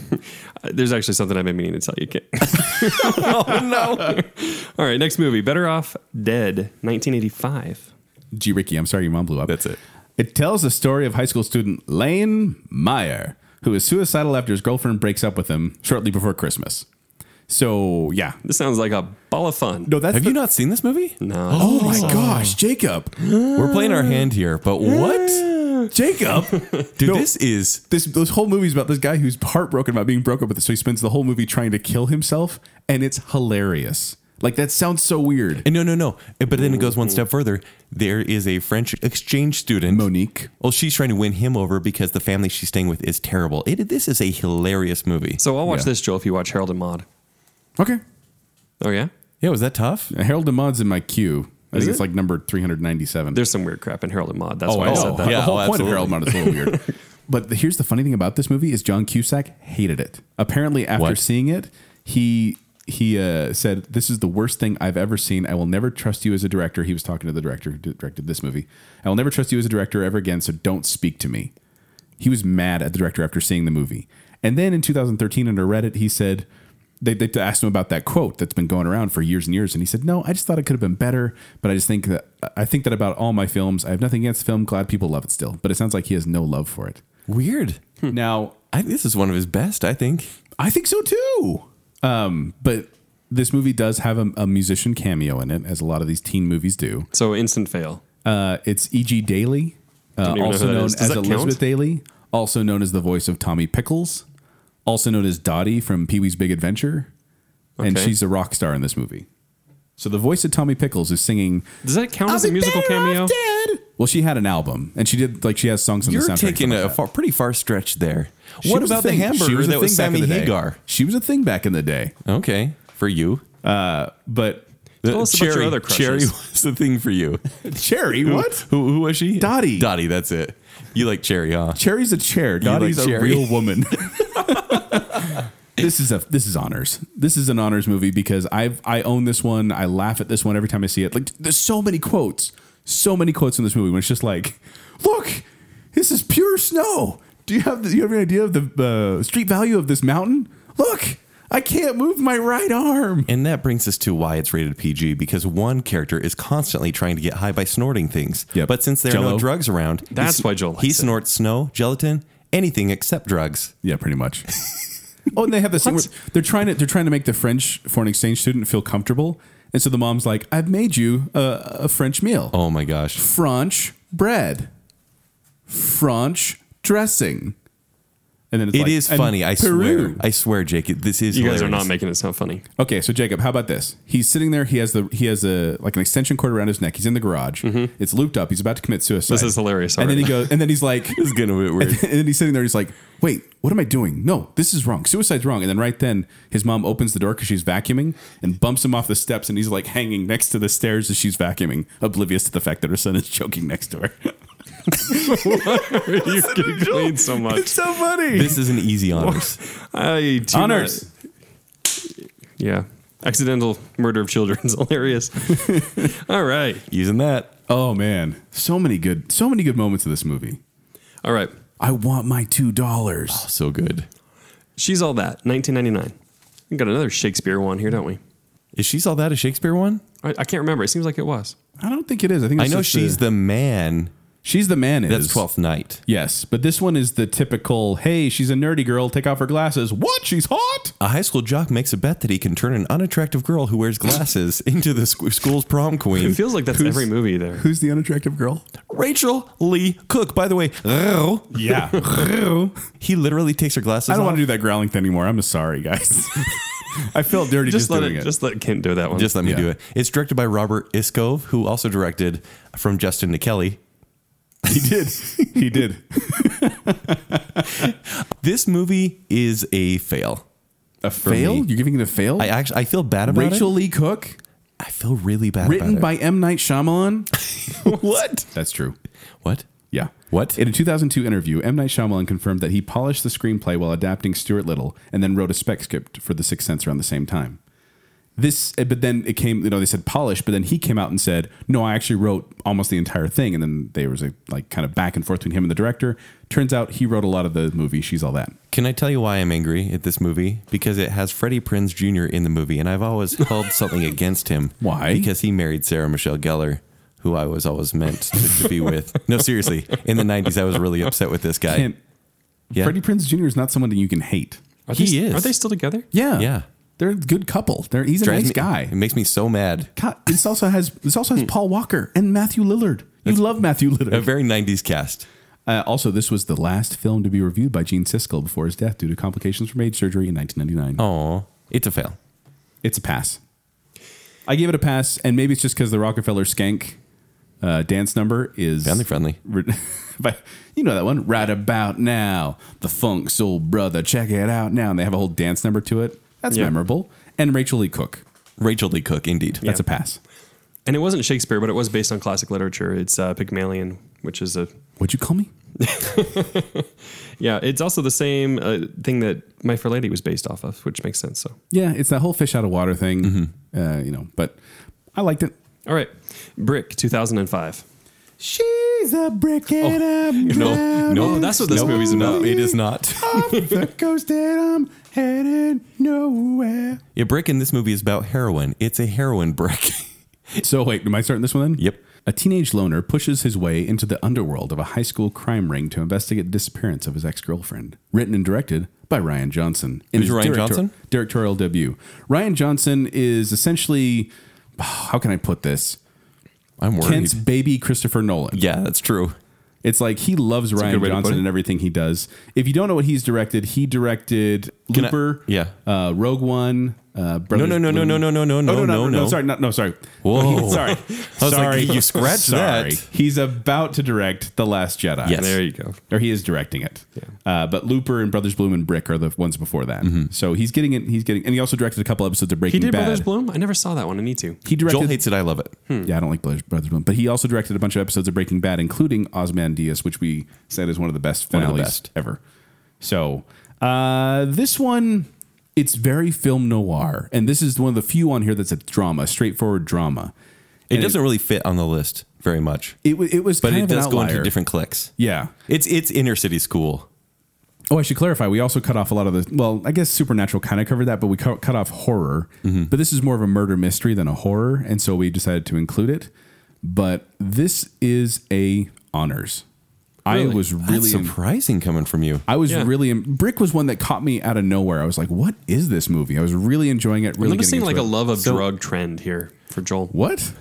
[SPEAKER 2] There's actually something I've been meaning to tell you. Kit.
[SPEAKER 3] <laughs>
[SPEAKER 2] <laughs>
[SPEAKER 4] oh no!
[SPEAKER 2] All right, next movie Better Off Dead, 1985.
[SPEAKER 3] G. Ricky, I'm sorry your mom blew up.
[SPEAKER 4] That's it.
[SPEAKER 3] It tells the story of high school student Lane Meyer, who is suicidal after his girlfriend breaks up with him shortly before Christmas. So yeah,
[SPEAKER 2] This sounds like a ball of fun.
[SPEAKER 3] no, that's
[SPEAKER 4] Have
[SPEAKER 3] the-
[SPEAKER 4] you not seen this movie?
[SPEAKER 2] No.
[SPEAKER 3] <gasps> Oh my gosh, Jacob,
[SPEAKER 4] We're playing our hand here, but what?
[SPEAKER 3] <gasps> Jacob,
[SPEAKER 4] Dude,
[SPEAKER 3] No.
[SPEAKER 4] this is
[SPEAKER 3] this this whole movie's about this guy who's heartbroken about being broken with. So he spends the whole movie trying to kill himself, and it's hilarious. Like that sounds so weird.
[SPEAKER 4] and eh, no, no, no. But then it goes one step further. There is a French exchange student,
[SPEAKER 3] Monique,
[SPEAKER 4] Well, she's trying to win him over because the family she's staying with is terrible. It, this is a hilarious movie.
[SPEAKER 2] So I'll watch
[SPEAKER 3] Yeah.
[SPEAKER 2] this, Joel, if you watch Harold and Maude.
[SPEAKER 3] okay,
[SPEAKER 2] Oh, yeah?
[SPEAKER 4] yeah, was that tough?
[SPEAKER 3] Harold Demod's in my queue. I
[SPEAKER 2] Is
[SPEAKER 3] think it's
[SPEAKER 2] it?
[SPEAKER 3] like number three hundred ninety-seven.
[SPEAKER 2] There's some weird crap in Harold and Maude. That's
[SPEAKER 3] Oh,
[SPEAKER 2] why I said that.
[SPEAKER 4] Yeah,
[SPEAKER 3] the whole
[SPEAKER 4] oh,
[SPEAKER 3] point of Harold Mount is a little weird. But the- here's the funny thing about this movie is John Cusack hated it. Apparently, after
[SPEAKER 4] What?
[SPEAKER 3] seeing it, he he uh, said, "This is the worst thing I've ever seen. I will never trust you as a director." He was talking to the director who directed this movie. I will never trust you as a director ever again. So don't speak to me. He was mad at the director after seeing the movie. And then in 2013, under Reddit, he said. They, they asked him about that quote that's been going around for years and years, and he said, "No, I just thought it could have been better, but I just think that I think that about all my films. I have nothing against film. Glad people love it still, but it sounds like he has no love for it."
[SPEAKER 4] Weird.
[SPEAKER 3] Now,
[SPEAKER 4] I, this is one of his best, I think.
[SPEAKER 3] I think so too. Um, but this movie does have a, a musician cameo in it, as a lot of these teen movies do.
[SPEAKER 2] So instant fail.
[SPEAKER 3] Uh, it's E.G. Daly, uh,
[SPEAKER 2] Don't even know
[SPEAKER 3] also
[SPEAKER 2] who that
[SPEAKER 3] known
[SPEAKER 2] is. Does
[SPEAKER 3] as
[SPEAKER 2] that count?
[SPEAKER 3] Elizabeth Daly, also known as the voice of Tommy Pickles, also known as Dottie from Pee Wee's Big Adventure, and
[SPEAKER 2] Okay.
[SPEAKER 3] she's a rock star in this movie. So the voice of Tommy Pickles is singing.
[SPEAKER 2] Does that count
[SPEAKER 3] "I'll
[SPEAKER 2] as a
[SPEAKER 3] be
[SPEAKER 2] musical
[SPEAKER 3] better off
[SPEAKER 2] cameo?
[SPEAKER 3] dead." Well, she had an album, and she did like she has songs on Oh. the
[SPEAKER 4] You're
[SPEAKER 3] soundtrack.
[SPEAKER 4] taking a
[SPEAKER 3] and stuff like
[SPEAKER 4] far, pretty far stretch there.
[SPEAKER 3] that. She
[SPEAKER 4] what
[SPEAKER 3] was a
[SPEAKER 4] about the
[SPEAKER 3] thing. She
[SPEAKER 4] hamburger
[SPEAKER 3] was a
[SPEAKER 4] that was
[SPEAKER 3] thing back in
[SPEAKER 4] Sammy
[SPEAKER 3] the day.
[SPEAKER 4] Hagar?
[SPEAKER 3] She was a thing back in the day,
[SPEAKER 4] Okay, for you.
[SPEAKER 3] but
[SPEAKER 2] Tell us about your other crushes.
[SPEAKER 4] Cherry <laughs> was the thing for you.
[SPEAKER 3] Cherry, what?
[SPEAKER 4] Who, who was she?
[SPEAKER 3] Dottie.
[SPEAKER 4] Dottie, that's it. You like Cherry, huh?
[SPEAKER 3] Cherry's a chair.
[SPEAKER 4] like
[SPEAKER 3] Dottie's a
[SPEAKER 4] Cherry?
[SPEAKER 3] real
[SPEAKER 4] <laughs>
[SPEAKER 3] woman. <laughs> this is a this is honors. This is an honors movie because I've I own this one. I laugh at this one every time I see it. Like there's so many quotes, so many quotes in this movie. When it's just like, look, this is pure snow. Do you have do you have any idea of the uh, street value of this mountain? Look, I can't move my right arm.
[SPEAKER 4] And that brings us to why it's rated PG because one character is constantly trying to get high by snorting things.
[SPEAKER 3] Yep.
[SPEAKER 4] But since there are
[SPEAKER 3] Jell-O.
[SPEAKER 4] no drugs around, he
[SPEAKER 2] That's
[SPEAKER 4] s-
[SPEAKER 2] why Joel
[SPEAKER 4] he
[SPEAKER 2] likes it.
[SPEAKER 4] snorts snow, gelatin, anything except drugs.
[SPEAKER 3] Yeah, pretty
[SPEAKER 4] <laughs>
[SPEAKER 3] much. oh, and they have this thing where they're trying to they're trying to make the French foreign exchange student feel comfortable, and so the mom's like, "I've made you a, a French meal,
[SPEAKER 4] Oh my gosh.
[SPEAKER 3] French bread, French dressing," and then it's
[SPEAKER 4] It is
[SPEAKER 3] like, "And
[SPEAKER 4] funny, I
[SPEAKER 3] Peru."
[SPEAKER 4] swear. I swear, Jake, it- this is
[SPEAKER 2] You guys are not
[SPEAKER 4] hilarious.
[SPEAKER 2] making it sound
[SPEAKER 3] <laughs>
[SPEAKER 2] funny.
[SPEAKER 3] Okay, so Jacob, how about this? He's sitting there. He has the he has a like an extension cord around his neck. He's in the garage.
[SPEAKER 4] Mm-hmm.
[SPEAKER 3] It's looped up. He's about to commit suicide.
[SPEAKER 2] This is hilarious
[SPEAKER 3] And then he
[SPEAKER 2] already.
[SPEAKER 3] goes. And then he's like,
[SPEAKER 4] <laughs> This is gonna be weird.
[SPEAKER 3] <laughs> And then he's sitting there. He's like, "Wait, what am I doing? No, this is wrong. Suicide's wrong." And then right then, his mom opens the door because she's vacuuming and bumps him off the steps, and he's like hanging next to the stairs as she's vacuuming, oblivious to the fact that her son is choking next to
[SPEAKER 4] <laughs>
[SPEAKER 3] her.
[SPEAKER 2] <laughs> You're getting played so much.
[SPEAKER 3] so funny.
[SPEAKER 4] This is an easy honors.
[SPEAKER 2] I do
[SPEAKER 3] Honors.
[SPEAKER 2] not- Yeah. Accidental murder of children is <laughs> hilarious. All right.
[SPEAKER 4] Using that.
[SPEAKER 3] oh man, so many good, so many good moments of this movie.
[SPEAKER 2] All right.
[SPEAKER 3] I want my two dollars.
[SPEAKER 4] Oh, So good.
[SPEAKER 2] She's All That, 1999. We got another Shakespeare one here, don't we?
[SPEAKER 4] Is She's All That a Shakespeare one?
[SPEAKER 2] I, I can't remember. It seems like it was.
[SPEAKER 3] I don't think it is. I think
[SPEAKER 4] I
[SPEAKER 3] it's
[SPEAKER 4] know
[SPEAKER 3] just
[SPEAKER 4] she's the, man.
[SPEAKER 3] she's the man. Is
[SPEAKER 4] That's Twelfth Night.
[SPEAKER 3] Yes, but this one is the typical. Hey, she's a nerdy girl. Take off her glasses. What? She's hot.
[SPEAKER 4] A high school jock makes a bet that he can turn an unattractive girl who wears glasses <laughs> into the sc- school's prom queen.
[SPEAKER 2] It feels like that's
[SPEAKER 3] Who's-
[SPEAKER 2] every movie there.
[SPEAKER 3] Who's the unattractive girl?
[SPEAKER 4] Rachel Lee Cook. By the way, <laughs>
[SPEAKER 3] <laughs> Yeah.
[SPEAKER 4] he literally takes her glasses.
[SPEAKER 3] I don't want
[SPEAKER 4] off.
[SPEAKER 3] to do that growling thing anymore. I'm sorry, guys. <laughs> I felt dirty just,
[SPEAKER 2] Just let
[SPEAKER 3] doing
[SPEAKER 2] it,
[SPEAKER 3] it.
[SPEAKER 2] Just let Kent do that one.
[SPEAKER 4] Just let me
[SPEAKER 3] Yeah.
[SPEAKER 4] do it. It's directed by Robert Iskov, who also directed from Justin to Kelly.
[SPEAKER 3] he did. He <laughs> did.
[SPEAKER 4] This movie is a fail.
[SPEAKER 3] A
[SPEAKER 4] me.
[SPEAKER 3] You're giving it a fail?
[SPEAKER 4] I actually I feel bad about
[SPEAKER 3] Rachel
[SPEAKER 4] it.
[SPEAKER 3] Lee Cook?
[SPEAKER 4] I feel really bad.
[SPEAKER 3] Written
[SPEAKER 4] about
[SPEAKER 3] by M. Night Shyamalan?
[SPEAKER 4] <laughs> it. what?
[SPEAKER 3] That's true.
[SPEAKER 4] What?
[SPEAKER 3] Yeah.
[SPEAKER 4] What?
[SPEAKER 3] In a 2002 interview, M. Night Shyamalan confirmed that he polished the screenplay while adapting Stuart Little and then wrote a spec script for The Sixth Sense around the same time. This, eh, but then it came, you know, they said polish, but then he came out and said, no, I actually wrote almost the entire thing. And then there was a like kind of back and forth between him and the director. Turns out he wrote a lot of the movie, She's All That.
[SPEAKER 4] Can I tell you why I'm angry at this movie? Because it has Freddie Prinz Jr. in the movie, and
[SPEAKER 3] <laughs>
[SPEAKER 4] I've always held something against him.
[SPEAKER 3] Why?
[SPEAKER 4] Because he married Sarah Michelle Gellar, who I was always meant to, to be with. No, seriously. In the 90s, I was really upset with this guy.
[SPEAKER 3] Can't,
[SPEAKER 4] yeah.
[SPEAKER 3] Freddie Prince Jr. is not someone that you can hate.
[SPEAKER 2] Are
[SPEAKER 4] He
[SPEAKER 2] they,
[SPEAKER 4] is.
[SPEAKER 2] Are they still together?
[SPEAKER 3] Yeah.
[SPEAKER 4] Yeah.
[SPEAKER 3] They're a good couple. They're, he's a
[SPEAKER 4] Drives
[SPEAKER 3] nice
[SPEAKER 4] me- Hmm.
[SPEAKER 3] guy.
[SPEAKER 4] It <laughs> makes me so mad.
[SPEAKER 3] God, this also has this also has Paul Walker and Matthew Lillard. You love Matthew
[SPEAKER 4] A
[SPEAKER 3] Lillard.
[SPEAKER 4] very 90s cast.
[SPEAKER 3] Uh, also, this was the last film to be reviewed by Gene Siskel before his death due to complications from age surgery in 1999.
[SPEAKER 4] Aw. It's a fail.
[SPEAKER 3] It's a pass. I gave it a pass, and maybe it's just because the Rockefeller Skank uh, dance number is
[SPEAKER 4] Family friendly.
[SPEAKER 3] <laughs> but you know that one right about now, the funk soul brother. Check it out now, and they have a whole dance number to it. That's
[SPEAKER 2] Yeah.
[SPEAKER 3] memorable. And Rachel Lee Cook.
[SPEAKER 4] Rachel D. Cook, indeed.
[SPEAKER 3] That's a pass.
[SPEAKER 2] And it wasn't Shakespeare, but it was based on classic literature. It's uh, Pygmalion, which is a
[SPEAKER 3] What'd you call me?
[SPEAKER 2] yeah. It's also the same uh, thing that My Fair Lady was based off of, which makes sense. So
[SPEAKER 3] Yeah, it's that whole fish out of water thing. Uh, you know, but I liked it.
[SPEAKER 2] all right, Brick, two thousand and five.
[SPEAKER 3] She's a brick and I'm
[SPEAKER 4] No, no,
[SPEAKER 2] Oh, that's what this
[SPEAKER 4] no,
[SPEAKER 2] movie's about.
[SPEAKER 4] No, it is not. <laughs>
[SPEAKER 3] off <laughs> the coast and I'm heading nowhere.
[SPEAKER 4] Yeah, brick in this movie is about heroin. It's a heroin brick.
[SPEAKER 3] So wait, am I starting this one then?
[SPEAKER 4] Yep.
[SPEAKER 3] A teenage loner pushes his way into the underworld of a high school crime ring to investigate the disappearance of his ex-girlfriend. Written and directed by Ryan Johnson. In
[SPEAKER 4] Who's
[SPEAKER 3] his
[SPEAKER 4] Ryan Johnson?
[SPEAKER 3] Directorial debut. Ryan Johnson is essentially, how can I put this?
[SPEAKER 4] <laughs> I'm worried.
[SPEAKER 3] Kent's baby Christopher Nolan.
[SPEAKER 4] yeah, that's true.
[SPEAKER 3] It's like he loves Ryan
[SPEAKER 2] good way to put
[SPEAKER 3] Johnson
[SPEAKER 2] it.
[SPEAKER 3] and everything he does. If you don't know what he's directed, he directed
[SPEAKER 4] Can I-
[SPEAKER 3] Looper,
[SPEAKER 4] yeah.
[SPEAKER 3] uh, Rogue One, uh, Brothers
[SPEAKER 4] no, no, no,
[SPEAKER 3] Bloom.
[SPEAKER 4] no, no, no, no,
[SPEAKER 3] Oh,
[SPEAKER 4] no, no, no.
[SPEAKER 3] Sorry, no, no, sorry.
[SPEAKER 4] <laughs> Whoa.
[SPEAKER 3] <laughs> sorry,
[SPEAKER 4] like,
[SPEAKER 3] sorry.
[SPEAKER 4] you scratched
[SPEAKER 3] sorry.
[SPEAKER 4] that.
[SPEAKER 3] He's about to direct The Last Jedi.
[SPEAKER 4] Yes.
[SPEAKER 2] There you go.
[SPEAKER 3] Or he is directing it, uh, but Looper and Brothers Bloom and Brick are the ones before that.
[SPEAKER 4] Mm-hmm.
[SPEAKER 3] So he's getting it. He's getting, and he also directed a couple episodes of
[SPEAKER 2] He
[SPEAKER 3] Breaking
[SPEAKER 2] did
[SPEAKER 3] Bad.
[SPEAKER 2] Brothers Bloom. I never saw that one. I need to.
[SPEAKER 3] He directed.
[SPEAKER 4] Joel hates it. I love it.
[SPEAKER 3] Yeah, I don't like Brothers, Brothers Bloom, but he also directed a bunch of episodes of Breaking Bad, including Osmandias, which we said is one of the best
[SPEAKER 4] One of the
[SPEAKER 3] finales
[SPEAKER 4] best.
[SPEAKER 3] ever. So uh, this one, it's very film noir, and this is one of the few on here that's a drama, straightforward drama.
[SPEAKER 4] It
[SPEAKER 3] And
[SPEAKER 4] doesn't really fit on the list very much,
[SPEAKER 3] It, wa- it was,
[SPEAKER 4] but
[SPEAKER 3] kind
[SPEAKER 4] it
[SPEAKER 3] of an
[SPEAKER 4] does go into
[SPEAKER 3] outlier.
[SPEAKER 4] different clicks.
[SPEAKER 3] Yeah.
[SPEAKER 4] It's it's inner city school.
[SPEAKER 3] Oh, I should clarify. We also cut off a lot of the. Well, I guess Supernatural kind of covered that, but we cut, cut off horror.
[SPEAKER 2] Mm-hmm.
[SPEAKER 3] But this is more of a murder mystery than a horror, and so we decided to include it. But this is a honors. I
[SPEAKER 2] Really?
[SPEAKER 3] was
[SPEAKER 4] Really
[SPEAKER 3] really
[SPEAKER 4] surprising coming from you.
[SPEAKER 3] I was
[SPEAKER 2] Yeah.
[SPEAKER 3] really Brick was one that caught me out of nowhere. I was like, "What is this movie?" I was really enjoying it. Really
[SPEAKER 2] I'm just
[SPEAKER 3] getting
[SPEAKER 2] seeing like
[SPEAKER 3] into
[SPEAKER 2] a
[SPEAKER 3] it.
[SPEAKER 2] love of drug trend here for Joel.
[SPEAKER 3] What?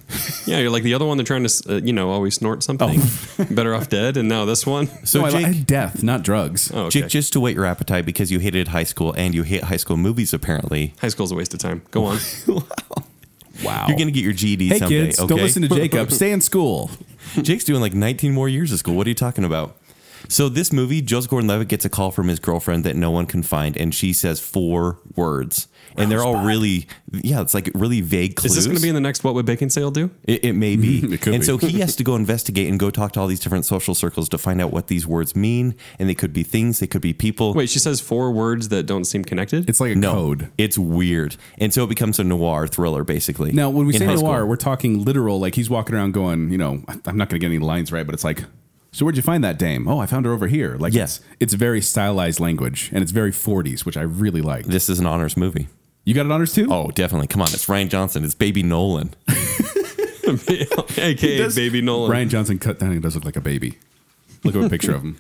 [SPEAKER 2] Yeah, you're like the other one. They're trying to, uh, you know, always
[SPEAKER 3] Oh.
[SPEAKER 2] snort something.
[SPEAKER 3] <laughs>
[SPEAKER 2] Better off dead. And now this one.
[SPEAKER 4] So
[SPEAKER 3] no, I, li-
[SPEAKER 4] Jake,
[SPEAKER 3] I had death, not drugs.
[SPEAKER 2] Oh, okay.
[SPEAKER 4] Jake, just to whet your appetite because you hated high school and you hate high school movies. Apparently,
[SPEAKER 2] High school's a waste of time. Go
[SPEAKER 3] <laughs>
[SPEAKER 2] on.
[SPEAKER 3] wow!
[SPEAKER 4] you're gonna get your GED
[SPEAKER 3] hey
[SPEAKER 4] someday.
[SPEAKER 3] kids,
[SPEAKER 4] okay,
[SPEAKER 3] don't listen
[SPEAKER 2] <laughs>
[SPEAKER 3] to Jacob. Stay in school.
[SPEAKER 4] Jake's doing like 19 more years of school. What are you talking about? So this movie, Joseph Gordon-Levitt gets a call from his girlfriend that no one can find, and she says four words, and they're all really, yeah, it's like really vague clues.
[SPEAKER 2] Is this going to be in the next What Would Bacon Sale Do?
[SPEAKER 4] It, it may be.
[SPEAKER 3] <laughs> It could
[SPEAKER 4] and
[SPEAKER 3] be.
[SPEAKER 4] so he has to go investigate and go talk to all these different social circles to find out what these words mean. And they could be things, they could be people.
[SPEAKER 2] Wait, she says four words that don't seem connected. <laughs>
[SPEAKER 3] It's like a
[SPEAKER 4] no.
[SPEAKER 3] code.
[SPEAKER 4] It's weird. And so it becomes a noir thriller, basically.
[SPEAKER 3] Now, when we
[SPEAKER 4] in
[SPEAKER 3] say
[SPEAKER 4] high
[SPEAKER 3] noir,
[SPEAKER 4] school.
[SPEAKER 3] we're talking literal. Like he's walking around going, you know, I'm not going to get any lines right, but it's like, so where'd you find that dame? Oh, I found her over here. Like,
[SPEAKER 4] Yeah.
[SPEAKER 3] it's, it's very stylized language and it's very 40s, which I really like.
[SPEAKER 4] this is an honors movie.
[SPEAKER 3] You got it honors too?
[SPEAKER 4] Oh, definitely. Come on. It's Ryan Johnson. It's Baby Nolan.
[SPEAKER 2] AKA Baby Nolan.
[SPEAKER 3] Ryan Johnson cut down. He does look like a baby. Look at a picture of
[SPEAKER 4] <laughs>
[SPEAKER 3] him.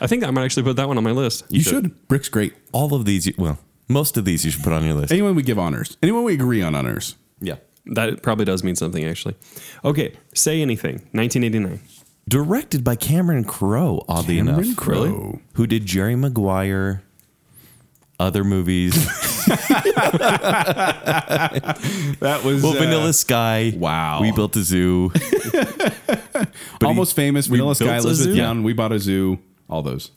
[SPEAKER 2] I think I might actually put that one on my list.
[SPEAKER 3] You should. Brick's great.
[SPEAKER 4] All of these, well, most of these you should put on your list.
[SPEAKER 3] Anyone we give honors. Anyone we agree on honors.
[SPEAKER 4] Yeah.
[SPEAKER 2] That probably does mean something, actually. Okay, Say Anything, 1989.
[SPEAKER 4] Directed by Cameron Crowe, oddly
[SPEAKER 3] Cameron
[SPEAKER 4] enough.
[SPEAKER 3] Crowe.
[SPEAKER 4] Who did Jerry Maguire, other movies.
[SPEAKER 3] <laughs> That was
[SPEAKER 4] Well,
[SPEAKER 3] uh,
[SPEAKER 4] Vanilla Sky.
[SPEAKER 3] wow.
[SPEAKER 4] We built
[SPEAKER 3] <laughs>
[SPEAKER 4] a zoo. But he-
[SPEAKER 3] almost famous. Vanilla
[SPEAKER 4] built
[SPEAKER 3] Sky,
[SPEAKER 4] a
[SPEAKER 3] Elizabeth
[SPEAKER 4] zoo?
[SPEAKER 3] Young. We bought a zoo. All those.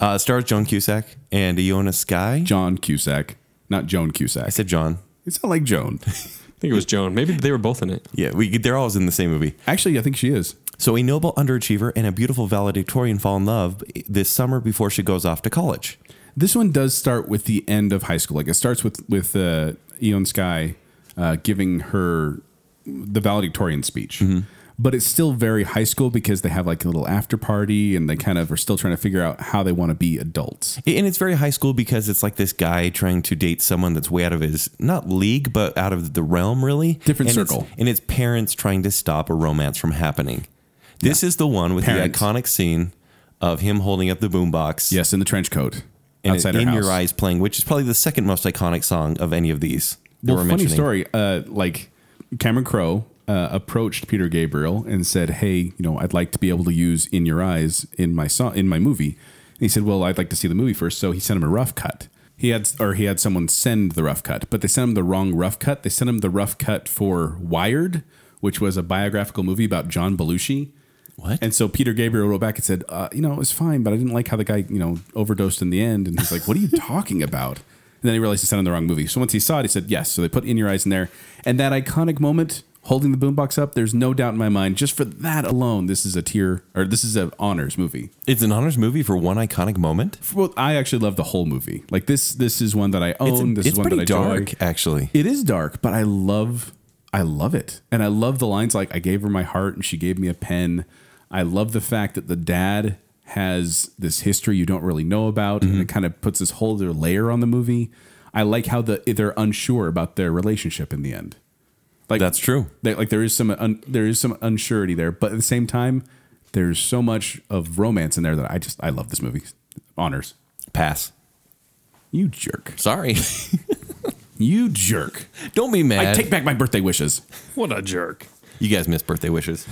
[SPEAKER 4] Uh, stars Joan Cusack and Iona Sky.
[SPEAKER 3] John Cusack, not Joan Cusack.
[SPEAKER 4] I said John.
[SPEAKER 3] It's not like Joan.
[SPEAKER 2] think it was Joan. Maybe they were both in it.
[SPEAKER 4] Yeah, we they're all in the same movie.
[SPEAKER 3] Actually, I think she is.
[SPEAKER 4] So a noble underachiever and a beautiful valedictorian fall in love this summer before she goes off to college.
[SPEAKER 3] This one does start with the end of high school. Like it starts with with uh, Eon Sky uh, giving her the valedictorian speech,
[SPEAKER 4] Mm-hmm.
[SPEAKER 3] but it's still very high school because they have like a little after party and they kind of are still trying to figure out how they want to be adults.
[SPEAKER 4] And it's very high school because it's like this guy trying to date someone that's way out of his not league, but out of the realm really.
[SPEAKER 3] Different
[SPEAKER 4] and
[SPEAKER 3] circle.
[SPEAKER 4] It's, and it's parents trying to stop a romance from happening. This is the one with
[SPEAKER 3] Parents.
[SPEAKER 4] the iconic scene of him holding up the boombox.
[SPEAKER 3] Yes, in the trench coat
[SPEAKER 4] And
[SPEAKER 3] outside her
[SPEAKER 4] in
[SPEAKER 3] house.
[SPEAKER 4] your eyes playing, which is probably the second most iconic song of any of these. that
[SPEAKER 3] Well,
[SPEAKER 4] we're
[SPEAKER 3] funny
[SPEAKER 4] mentioning.
[SPEAKER 3] story. Uh, like Cameron Crowe uh, approached Peter Gabriel and said, "Hey, you know, I'd like to be able to use In Your Eyes in my song in my movie." And he said, "Well, I'd like to see the movie first. So he sent him a rough cut. He had or he had someone send the rough cut, but they sent him the wrong rough cut. They sent him the rough cut for Wired, which was a biographical movie about John Belushi.
[SPEAKER 4] What?
[SPEAKER 3] And so Peter Gabriel wrote back and said, uh, you know, it was fine, but I didn't like how the guy, you know, overdosed in the end. And he's like, what are you talking about? And then he realized he sent him the wrong movie. So once he saw it, he said, yes. So they put In Your Eyes in there. And that iconic moment, holding the boombox up, there's no doubt in my mind, just for that alone, this is a tier, or this is an honors movie.
[SPEAKER 4] It's an honors movie for one iconic moment.
[SPEAKER 3] For- Well, I actually love the whole movie. Like this, this is one that I
[SPEAKER 4] It's,
[SPEAKER 3] own. this
[SPEAKER 4] it's
[SPEAKER 3] is one that
[SPEAKER 4] pretty
[SPEAKER 3] I
[SPEAKER 4] dark,
[SPEAKER 3] enjoy.
[SPEAKER 4] actually.
[SPEAKER 3] It is dark, but I love I love it. And I love the lines like I gave her my heart and she gave me a pen. I love the fact that the dad has this history you don't really know about and
[SPEAKER 4] Mm-hmm.
[SPEAKER 3] it kind of puts this whole other layer on the movie. I like how the they're unsure about their relationship in the end. Like
[SPEAKER 4] That's true.
[SPEAKER 3] They, like there is some un, there is some unsurety there, but at the same time there's so much of romance in there that I just I love this movie. Honors.
[SPEAKER 4] Pass.
[SPEAKER 3] You jerk.
[SPEAKER 4] Sorry. <laughs>
[SPEAKER 3] You jerk.
[SPEAKER 4] Don't be mad.
[SPEAKER 3] I take back my birthday wishes.
[SPEAKER 2] What a jerk.
[SPEAKER 4] you guys miss birthday wishes.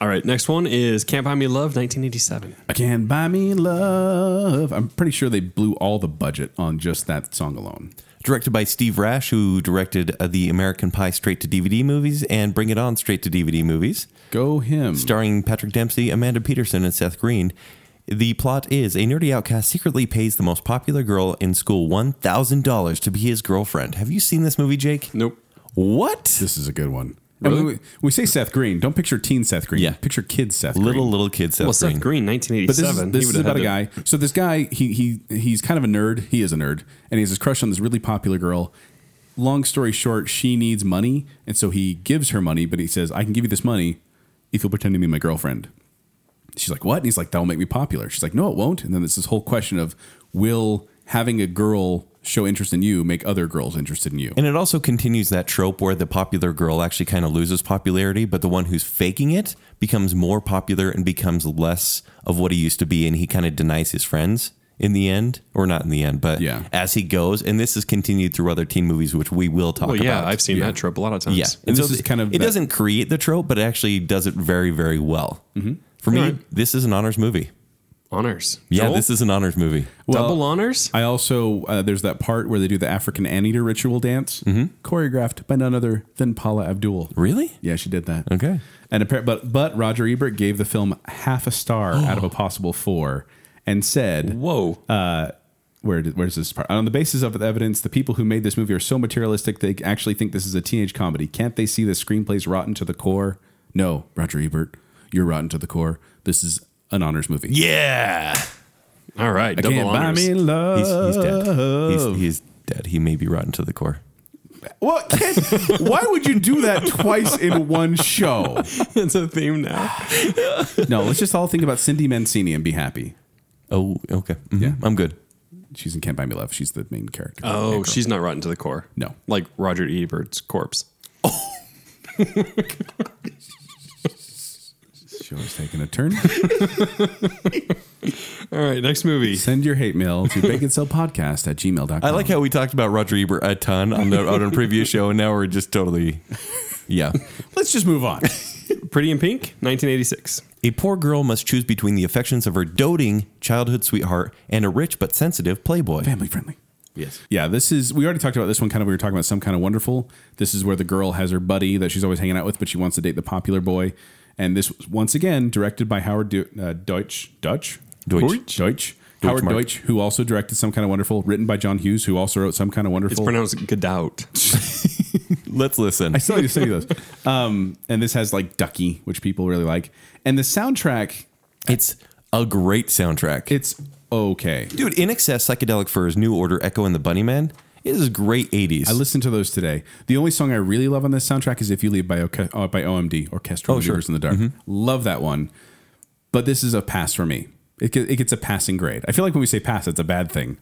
[SPEAKER 2] All right, next one is Can't Buy Me Love, 1987.
[SPEAKER 3] I can buy me love. I'm pretty sure they blew all the budget on just that song alone.
[SPEAKER 4] Directed by Steve Rash, who directed uh, the American Pie straight to DVD movies and Bring It On straight to DVD movies,
[SPEAKER 3] Go him.
[SPEAKER 4] starring Patrick Dempsey, Amanda Peterson, and Seth Green. The plot is a nerdy outcast secretly pays the most popular girl in school $1,000 to be his girlfriend. Have you seen this movie, Jake?
[SPEAKER 2] Nope.
[SPEAKER 4] What?
[SPEAKER 3] This is a good one.
[SPEAKER 2] Really?
[SPEAKER 3] And we, we say Seth Green. Don't picture teen Seth Green.
[SPEAKER 4] Yeah.
[SPEAKER 3] Picture kid Seth
[SPEAKER 4] Little,
[SPEAKER 3] Green.
[SPEAKER 4] little kid Seth
[SPEAKER 2] well, Seth
[SPEAKER 4] Green.
[SPEAKER 2] Green,
[SPEAKER 3] But this
[SPEAKER 2] 1987.
[SPEAKER 3] is, this
[SPEAKER 2] He
[SPEAKER 3] is
[SPEAKER 2] would've
[SPEAKER 3] about a
[SPEAKER 2] had
[SPEAKER 3] guy. So this guy, he he he's kind of a nerd. He is a nerd, and he has this crush on this really popular girl. Long story short, she needs money, and so he gives her money, but he says, "I can give you this money if you'll pretend to be my girlfriend." She's like, "What?" And he's like, "That'll make me popular." She's like, "No, it won't." And then it's this whole question of will having a girl show interest in you make other girls interested in you?
[SPEAKER 4] And it also continues that trope where the popular girl actually kind of loses popularity, but the one who's faking it becomes more popular and becomes less of what he used to be. And he kind of denies his friends in the end, or not in the end, but
[SPEAKER 3] Yeah.
[SPEAKER 4] as he goes. And this is continued through other teen movies, which we will talk
[SPEAKER 2] Well,
[SPEAKER 4] about.
[SPEAKER 2] yeah, I've seen
[SPEAKER 3] Yeah.
[SPEAKER 2] that trope a lot of times.
[SPEAKER 4] Yeah.
[SPEAKER 3] And
[SPEAKER 4] so
[SPEAKER 3] this is
[SPEAKER 4] th-
[SPEAKER 3] kind of
[SPEAKER 4] it
[SPEAKER 3] that-
[SPEAKER 4] doesn't create the trope, but it actually does it very, very well. For me,
[SPEAKER 2] All right.
[SPEAKER 4] this is an honors movie.
[SPEAKER 2] Honors.
[SPEAKER 4] Yeah,
[SPEAKER 2] Joel?
[SPEAKER 4] this is an honors movie.
[SPEAKER 2] double honors.
[SPEAKER 3] I also uh, there's that part where they do the African anteater ritual dance, choreographed by none other than Paula Abdul.
[SPEAKER 4] Mm-hmm. Really?
[SPEAKER 3] Yeah, she did that.
[SPEAKER 4] Okay.
[SPEAKER 3] And appar- but but Roger Ebert gave the film half a
[SPEAKER 4] <gasps>
[SPEAKER 3] star out of a possible four, and said,
[SPEAKER 2] Whoa.
[SPEAKER 3] "Where did, where's this part? On the basis of the evidence, the people who made this movie are so materialistic they actually think this is a teenage comedy. Can't they see the screenplay's rotten to the core? No, Roger Ebert, you're rotten to the core. This is an honors movie.
[SPEAKER 4] Yeah.
[SPEAKER 2] All right,
[SPEAKER 3] I
[SPEAKER 2] double
[SPEAKER 3] can't buy
[SPEAKER 2] honors.
[SPEAKER 3] me love.
[SPEAKER 4] He's, he's dead. He's, he's dead. He may be rotten to the core.
[SPEAKER 3] Well, Ken, why would you do that twice in one show?
[SPEAKER 2] It's a theme <sighs> now.
[SPEAKER 3] No, let's just all think about Cindy Mancini and be happy.
[SPEAKER 4] Oh, okay. Mhm.
[SPEAKER 3] Yeah.
[SPEAKER 4] I'm good.
[SPEAKER 3] She's in Can't Buy Me Love. She's the main character.
[SPEAKER 2] Oh, she's not rotten to the core.
[SPEAKER 3] No.
[SPEAKER 2] like Roger Ebert's corpse.
[SPEAKER 3] She always taking a turn.
[SPEAKER 2] All right, next movie.
[SPEAKER 3] Send your hate mail <laughs> to baconcelpodcast at gmail.com.
[SPEAKER 4] I like how we talked about Roger Ebert a ton on the on a previous show, and now we're just totally, yeah.
[SPEAKER 3] <laughs> Let's just move on.
[SPEAKER 2] Pretty in Pink, 1986.
[SPEAKER 4] A poor girl must choose between the affections of her doting childhood sweetheart and a rich but sensitive playboy.
[SPEAKER 3] Family friendly.
[SPEAKER 4] Yes.
[SPEAKER 3] Yeah, this is, we already talked about this one kind of, we were talking about some kind of wonderful. This is where the girl has her buddy that she's always hanging out with, but she wants to date the popular boy. And this was once again directed by Howard Do- uh, Deutsch. Dutch?
[SPEAKER 4] Deutsch.
[SPEAKER 3] Deutsch. Howard
[SPEAKER 4] Mark.
[SPEAKER 3] Deutsch, who also directed Some Kind of Wonderful, written by John Hughes, who also wrote Some Kind of Wonderful.
[SPEAKER 2] It's pronounced Godout.
[SPEAKER 4] Let's listen.
[SPEAKER 3] I still need to study
[SPEAKER 4] <laughs>
[SPEAKER 3] those. Um, and this has like Ducky, which people really like, and the soundtrack.
[SPEAKER 4] It's a great soundtrack.
[SPEAKER 3] It's okay.
[SPEAKER 4] Dude, In Excess, Psychedelic Furs, New Order, Echo and the Bunnymen. It is great 80s.
[SPEAKER 3] I listened to those today. The only song I really love on this soundtrack is "If You Leave" by Oca- uh, by OMD, Orchestral
[SPEAKER 4] Oh, sure.
[SPEAKER 3] Maneuvers in the Dark. Love that one, but this is a pass for me. It, ge- it gets a passing grade. I feel like when we say pass, it's a bad thing,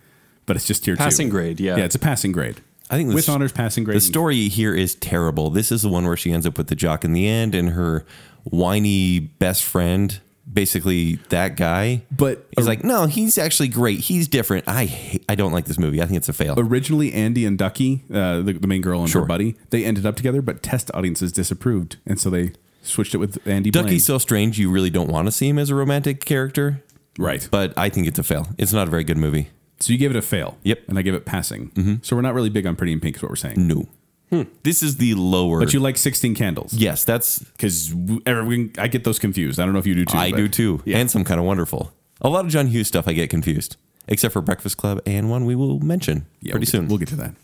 [SPEAKER 3] but it's just tier two.
[SPEAKER 2] Passing grade, yeah.
[SPEAKER 3] yeah, it's a passing grade.
[SPEAKER 4] I think the
[SPEAKER 3] with
[SPEAKER 4] st-
[SPEAKER 3] honors passing grade.
[SPEAKER 4] The story here is terrible. This is the one where she ends up with the jock in the end and her whiny best friend, basically that guy.
[SPEAKER 3] But-
[SPEAKER 4] he's like, no, he's actually great. He's different. I hate, I don't like this movie. I think it's a fail.
[SPEAKER 3] originally Andy and Ducky, uh, the, the main girl and
[SPEAKER 4] Sure.
[SPEAKER 3] her buddy, they ended up together, but test audiences disapproved, and so they switched it with Andy. Blaine.
[SPEAKER 4] Ducky's so strange. You really don't want to see him as a romantic character,
[SPEAKER 3] right,
[SPEAKER 4] but I think it's a fail. It's not a very good movie.
[SPEAKER 3] so you gave it a fail.
[SPEAKER 4] Yep. Mm-hmm.
[SPEAKER 3] and I give it passing. So we're not really big on Pretty in Pink, is what we're saying.
[SPEAKER 4] No.
[SPEAKER 3] Hmm.
[SPEAKER 4] This is the lower.
[SPEAKER 3] But you like Sixteen Candles,
[SPEAKER 4] yes, that's
[SPEAKER 3] Because I get those confused. I don't know if you do too.
[SPEAKER 4] I
[SPEAKER 3] but-
[SPEAKER 4] do too.
[SPEAKER 3] Yeah.
[SPEAKER 4] And some kind of wonderful. A lot of John Hughes stuff I get confused, except for Breakfast Club and one we will mention
[SPEAKER 3] Yeah,
[SPEAKER 4] pretty
[SPEAKER 3] we'll get-
[SPEAKER 4] soon.
[SPEAKER 3] we'll get to that.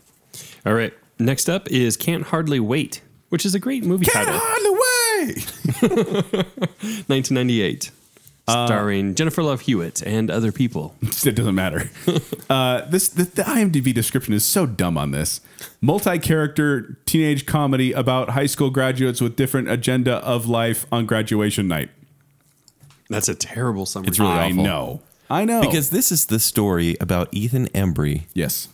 [SPEAKER 2] All right. Next up is Can't Hardly Wait, which is a great movie title.
[SPEAKER 3] on the way. <laughs>
[SPEAKER 2] 1998. Uh, Starring Jennifer Love Hewitt and other people.
[SPEAKER 3] it doesn't
[SPEAKER 4] <laughs>
[SPEAKER 3] matter. uh, this the, the IMDb description is so dumb on this multi-character teenage comedy about high school graduates with different agenda of life on graduation night.
[SPEAKER 2] <laughs> That's a terrible summary.
[SPEAKER 4] It's really
[SPEAKER 3] I
[SPEAKER 4] awful.
[SPEAKER 3] know, I know.
[SPEAKER 4] Because this is the story about Ethan Embry,
[SPEAKER 3] yes,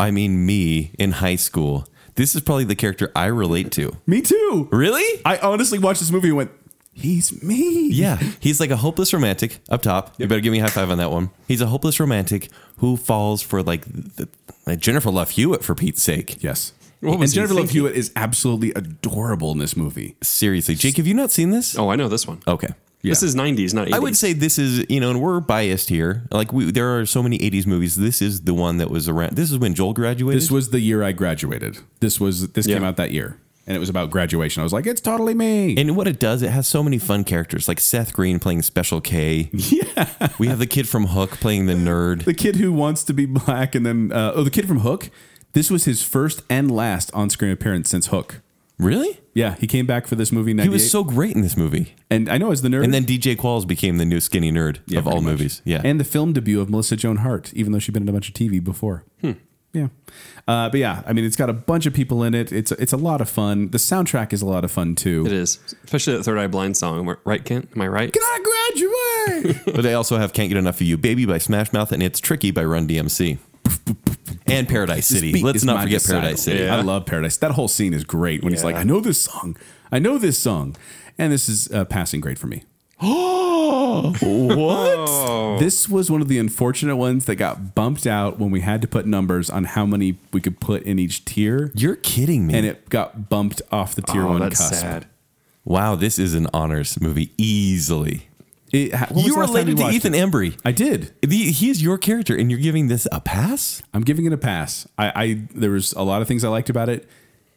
[SPEAKER 4] I mean me, in high school. This is probably the character I relate to.
[SPEAKER 3] me too.
[SPEAKER 4] Really?
[SPEAKER 3] I honestly watched this movie and went, "He's me."
[SPEAKER 4] Yeah. He's like a hopeless romantic up top. You better give me a high five on that one. He's a hopeless romantic who falls for like the, like Jennifer Love Hewitt for Pete's sake.
[SPEAKER 3] Yes.
[SPEAKER 2] What
[SPEAKER 3] and
[SPEAKER 2] was he
[SPEAKER 3] Jennifer Love
[SPEAKER 2] thinking?
[SPEAKER 3] Hewitt is absolutely adorable in this movie.
[SPEAKER 4] Seriously. Jake, have you not seen this?
[SPEAKER 2] Oh, I know this one.
[SPEAKER 4] Okay.
[SPEAKER 2] This is 90s, not 80s.
[SPEAKER 4] I would say this is, you know, and we're biased here. Like we there are so many 80s movies. This is the one that was around. This is when Joel graduated.
[SPEAKER 3] This was the year I graduated. This was this came
[SPEAKER 2] Yeah.
[SPEAKER 3] out that year, and it was about graduation. I was like, it's totally me.
[SPEAKER 4] And what it does, it has so many fun characters, like Seth Green playing
[SPEAKER 3] <laughs>
[SPEAKER 4] Special K. Yeah. We have the kid from Hook playing the nerd.
[SPEAKER 3] the kid who wants to be black, and then uh, oh, the kid from Hook. This was his first and last on-screen appearance since Hook.
[SPEAKER 4] Really?
[SPEAKER 3] Yeah, he came back for this movie. In
[SPEAKER 4] He was
[SPEAKER 3] 98.
[SPEAKER 4] so great in this movie.
[SPEAKER 3] and I know as the nerd,
[SPEAKER 4] And then DJ Qualls became the new skinny nerd
[SPEAKER 3] Yeah,
[SPEAKER 4] of all
[SPEAKER 3] pretty much.
[SPEAKER 4] movies. Yeah.
[SPEAKER 3] and the film debut of Melissa Joan Hart, even though she'd been in a bunch of TV before.
[SPEAKER 4] Hmm.
[SPEAKER 3] Yeah, uh, but yeah, I mean, it's got a bunch of people in it. It's it's a lot of fun. The soundtrack is a lot of fun too.
[SPEAKER 2] It is. Especially that Third Eye Blind song. Am I- Right, Kent? Am I right?
[SPEAKER 3] Can I graduate?
[SPEAKER 4] <laughs> but they also have Can't Get Enough of You Baby by Smash Mouth and It's Tricky by Run DMC. and Paradise
[SPEAKER 3] This
[SPEAKER 4] City.
[SPEAKER 3] beat
[SPEAKER 4] Let's
[SPEAKER 3] is
[SPEAKER 4] not
[SPEAKER 3] my
[SPEAKER 4] forget
[SPEAKER 3] disciple.
[SPEAKER 4] Paradise City.
[SPEAKER 3] I love Paradise. That whole scene is great when he's like,
[SPEAKER 2] Yeah.
[SPEAKER 3] I know this song. I know this song. And this is uh, passing grade
[SPEAKER 2] <gasps>
[SPEAKER 3] for me.
[SPEAKER 4] Oh.
[SPEAKER 3] what? This was one of the unfortunate ones that got bumped out when we had to put numbers on how many we could put in each tier.
[SPEAKER 4] You're kidding me.
[SPEAKER 3] And it got bumped off the tier
[SPEAKER 2] Oh,
[SPEAKER 3] one
[SPEAKER 2] that's
[SPEAKER 3] cusp.
[SPEAKER 2] sad.
[SPEAKER 4] wow, this is an honors movie easily.
[SPEAKER 3] It, ha- when was
[SPEAKER 4] you
[SPEAKER 3] the last time
[SPEAKER 4] related to
[SPEAKER 3] watched
[SPEAKER 4] Ethan
[SPEAKER 3] it?
[SPEAKER 4] Embry.
[SPEAKER 3] I did.
[SPEAKER 4] The, he is your character, and you're giving this a pass?
[SPEAKER 3] I'm giving it a pass. I, I there was a lot of things I liked about it.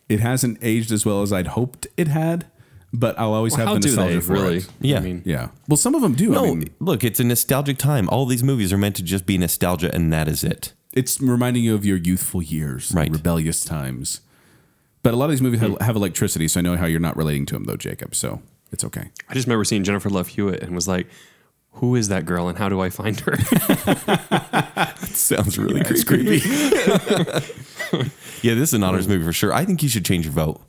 [SPEAKER 3] It hasn't aged as well as I'd hoped it had, but I'll always
[SPEAKER 2] Well,
[SPEAKER 3] have
[SPEAKER 2] how
[SPEAKER 3] the
[SPEAKER 2] do
[SPEAKER 3] nostalgia
[SPEAKER 2] they,
[SPEAKER 3] for
[SPEAKER 2] really?
[SPEAKER 3] it.
[SPEAKER 4] Yeah.
[SPEAKER 2] I mean,
[SPEAKER 3] Yeah. Well, some of them do. I
[SPEAKER 4] No,
[SPEAKER 3] mean,
[SPEAKER 4] look, it's a nostalgic time. All these movies are meant to just be nostalgia, and that is it.
[SPEAKER 3] it's reminding you of your youthful years,
[SPEAKER 4] Right.
[SPEAKER 3] Rebellious times. But a lot of these movies have, have electricity, so I know how you're not relating to them, though, Jacob. So it's okay.
[SPEAKER 2] I just remember seeing Jennifer Love Hewitt and was like, who is that girl and how do I find her? <laughs>
[SPEAKER 4] Sounds really creepy. yeah, this is an
[SPEAKER 3] Um,
[SPEAKER 4] honors movie for sure. I think you should change your vote.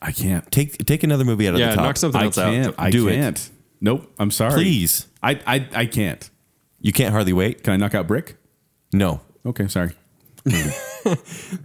[SPEAKER 3] I can't.
[SPEAKER 4] Take take another movie out of
[SPEAKER 2] yeah,
[SPEAKER 4] the top.
[SPEAKER 2] knock something
[SPEAKER 3] I
[SPEAKER 2] else
[SPEAKER 3] can't.
[SPEAKER 2] out.
[SPEAKER 3] I
[SPEAKER 4] Do it.
[SPEAKER 3] can't. Nope. I'm sorry.
[SPEAKER 4] Please.
[SPEAKER 3] I, I I can't.
[SPEAKER 4] You can't hardly wait.
[SPEAKER 3] Can I knock out Brick?
[SPEAKER 4] No.
[SPEAKER 3] Okay. Sorry.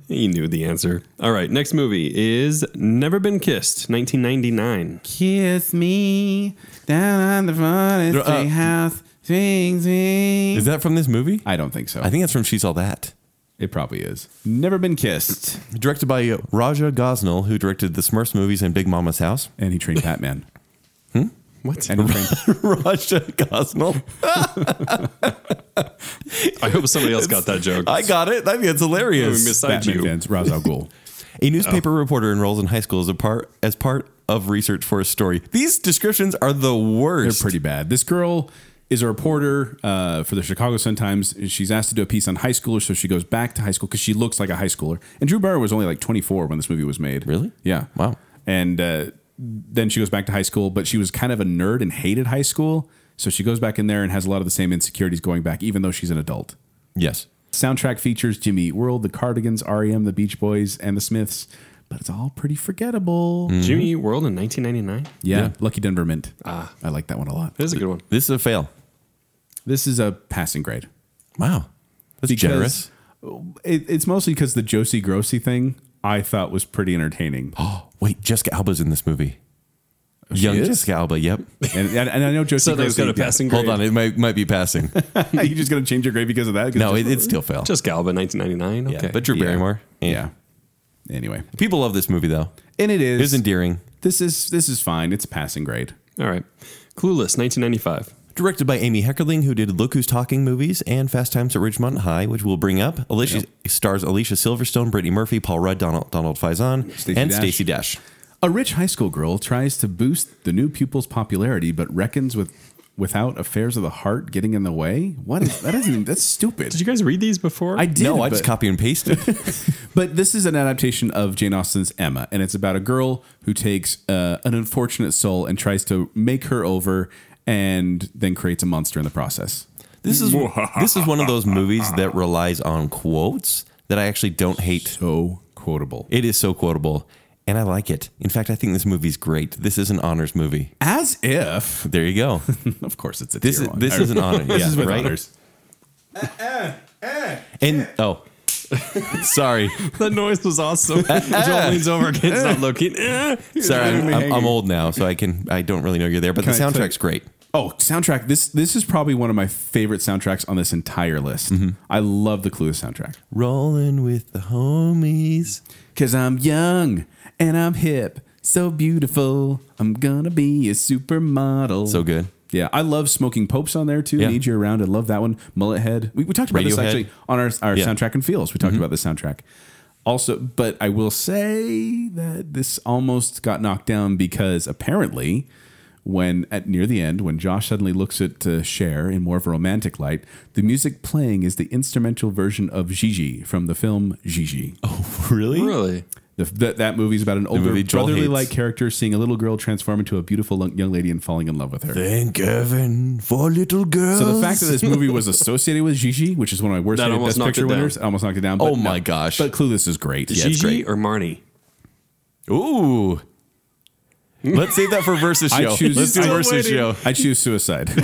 [SPEAKER 2] He knew the answer. All right, next movie is Never Been Kissed, 1999.
[SPEAKER 3] Kiss me down on the funniest
[SPEAKER 4] Uh,
[SPEAKER 3] thing house. Sing, sing.
[SPEAKER 4] Is that from this movie?
[SPEAKER 3] I don't think so.
[SPEAKER 4] I think that's from She's All That.
[SPEAKER 3] it probably is. Never been kissed.
[SPEAKER 4] Directed by uh, Raja Gosnell, who directed the Smurfs movies and Big Mama's <laughs> House.
[SPEAKER 3] And he trained Batman.
[SPEAKER 4] Hmm?
[SPEAKER 2] What?
[SPEAKER 3] And he
[SPEAKER 4] <laughs>
[SPEAKER 3] trained
[SPEAKER 4] Raja Gosnell.
[SPEAKER 2] I hope somebody else got that joke.
[SPEAKER 4] I got it. I think it's hilarious.
[SPEAKER 2] We missed Beside
[SPEAKER 3] Batman
[SPEAKER 2] you.
[SPEAKER 3] fans, Ra's al Ghul.
[SPEAKER 4] A newspaper reporter enrolls in high school as a part as part of research for a story. These descriptions are the worst.
[SPEAKER 3] They're pretty bad. This girl is a reporter uh, for the Chicago Sun Times. She's asked to do a piece on high schoolers, so she goes back to high school because she looks like a high schooler. And Drew Barrymore was only like 24 when this movie was made.
[SPEAKER 4] Really?
[SPEAKER 3] Yeah.
[SPEAKER 4] Wow.
[SPEAKER 3] And uh, then she goes back to high school, but she was kind of a nerd and hated high school. So she goes back in there and has a lot of the same insecurities going back, even though she's an adult.
[SPEAKER 4] Yes.
[SPEAKER 3] Soundtrack features Jimmy Eat World, the Cardigans, REM, the Beach Boys, and the Smiths, but it's all pretty forgettable.
[SPEAKER 4] Mm,
[SPEAKER 2] Jimmy Eat World in 1999.
[SPEAKER 3] Yeah, Lucky Denver Mint. Ah, I like that one a lot.
[SPEAKER 2] That is a good one.
[SPEAKER 4] This is a fail.
[SPEAKER 3] This is a passing grade.
[SPEAKER 4] Wow. That's generous.
[SPEAKER 3] uh, It, it's mostly because the Josie Grossi thing I thought was pretty
[SPEAKER 4] <gasps>
[SPEAKER 3] entertaining,
[SPEAKER 4] Oh, wait, Jessica Alba's in this movie. Young
[SPEAKER 3] is?
[SPEAKER 4] Jessica Alba, yep.
[SPEAKER 3] and, and, and I know Josie
[SPEAKER 2] So they
[SPEAKER 3] Grossi.
[SPEAKER 2] got a passing grade.
[SPEAKER 4] Hold on, it might might be passing.
[SPEAKER 3] <laughs> Are you just gonna change your grade because of that? 'Cause
[SPEAKER 4] <laughs> No,
[SPEAKER 3] it's
[SPEAKER 4] it, it's still fail.
[SPEAKER 2] Just Galba 1999.
[SPEAKER 4] Yeah,
[SPEAKER 2] Okay.
[SPEAKER 4] But Drew
[SPEAKER 3] Yeah.
[SPEAKER 4] Barrymore. eh.
[SPEAKER 3] just- yeah. Anyway,
[SPEAKER 4] People love this movie though.
[SPEAKER 3] and it is
[SPEAKER 4] It was endearing.
[SPEAKER 3] This is this is fine. It's a passing grade.
[SPEAKER 2] all right. Clueless 1995.
[SPEAKER 4] Directed by Amy Heckerling, who did Look Who's Talking movies and Fast Times at Ridgemont High, which we'll bring up. Alicia stars Alicia Silverstone, Brittany Murphy, Paul Rudd, Donald Donald Faison,
[SPEAKER 3] Stacey
[SPEAKER 4] and
[SPEAKER 3] Dash.
[SPEAKER 4] Stacey Dash.
[SPEAKER 3] A rich high school girl tries to boost the new pupil's popularity, but reckons with without affairs of the heart getting in the way. What is that? Isn't that's stupid.
[SPEAKER 2] Did you guys read these before?
[SPEAKER 3] I did.
[SPEAKER 4] no, I
[SPEAKER 3] but-
[SPEAKER 4] just copy and <laughs> pasted.
[SPEAKER 3] But this is an adaptation of Jane Austen's Emma, and it's about a girl who takes uh, an unfortunate soul and tries to make her over, and then creates a monster in the process.
[SPEAKER 4] This
[SPEAKER 3] <laughs>
[SPEAKER 4] is this is one of those movies that relies on quotes that I actually don't hate.
[SPEAKER 3] So quotable.
[SPEAKER 4] It is so quotable, and I like it. In fact, I think this movie's great. This is an honors movie.
[SPEAKER 3] As if, <laughs>
[SPEAKER 4] There you <laughs> go.
[SPEAKER 3] of course, it's a
[SPEAKER 4] This
[SPEAKER 3] tier
[SPEAKER 4] is
[SPEAKER 3] one.
[SPEAKER 4] this is an honor.
[SPEAKER 3] <laughs> This
[SPEAKER 4] yeah,
[SPEAKER 3] is with
[SPEAKER 4] right?
[SPEAKER 3] honors.
[SPEAKER 4] And oh, sorry,
[SPEAKER 2] <laughs> that noise was awesome. Joel leans over, can't stop looking.
[SPEAKER 4] sorry. I'm,
[SPEAKER 3] me
[SPEAKER 4] I'm, I'm
[SPEAKER 3] hanging.
[SPEAKER 4] old now, so I can I don't really know you're there. But the
[SPEAKER 3] Can I tell-
[SPEAKER 4] soundtrack's great.
[SPEAKER 3] Oh, soundtrack. This this is probably one of my favorite soundtracks on this entire list.
[SPEAKER 4] Mm-hmm.
[SPEAKER 3] I love the Clueless soundtrack
[SPEAKER 4] Rolling with the homies.
[SPEAKER 3] because I'm young and I'm hip, so beautiful. I'm gonna be a supermodel.
[SPEAKER 4] So good.
[SPEAKER 3] Yeah, I love Smoking Popes on there too.
[SPEAKER 4] Yeah.
[SPEAKER 3] Need You Around. I love that one. Mullet Head. We, we talked about this
[SPEAKER 4] Radiohead.
[SPEAKER 3] actually on our, our
[SPEAKER 4] Yeah. Mm-hmm.
[SPEAKER 3] soundtrack and feels. We talked about the soundtrack. Also, but I will say that this almost got knocked down because apparently, when at near the end, when Josh suddenly looks at uh, Cher in more of a romantic light, the music playing is the instrumental version of Gigi from the film Gigi.
[SPEAKER 4] Really?
[SPEAKER 2] Really?
[SPEAKER 3] The, that, that movie's about an older
[SPEAKER 4] Oh. movie Joel
[SPEAKER 3] brotherly
[SPEAKER 4] hates.
[SPEAKER 3] like character seeing a little girl transform into a beautiful lo- young lady and falling in love with her.
[SPEAKER 4] Thank heaven for little girls.
[SPEAKER 3] So the fact that this movie was associated with Gigi, which is one of my worst
[SPEAKER 2] That
[SPEAKER 3] hated
[SPEAKER 2] almost
[SPEAKER 3] best
[SPEAKER 2] knocked
[SPEAKER 3] picture
[SPEAKER 2] it down.
[SPEAKER 3] winners, almost knocked it down. but
[SPEAKER 4] Oh my gosh.
[SPEAKER 3] But Clueless is great. Yeah, it's
[SPEAKER 2] Gigi
[SPEAKER 3] great.
[SPEAKER 2] or Marnie?
[SPEAKER 4] Ooh. Let's save that for versus
[SPEAKER 3] I
[SPEAKER 4] show.
[SPEAKER 3] choose-
[SPEAKER 4] Let's do
[SPEAKER 3] Still
[SPEAKER 4] versus
[SPEAKER 2] waiting.
[SPEAKER 4] show.
[SPEAKER 3] I
[SPEAKER 2] <laughs>
[SPEAKER 3] choose suicide.
[SPEAKER 2] Uh,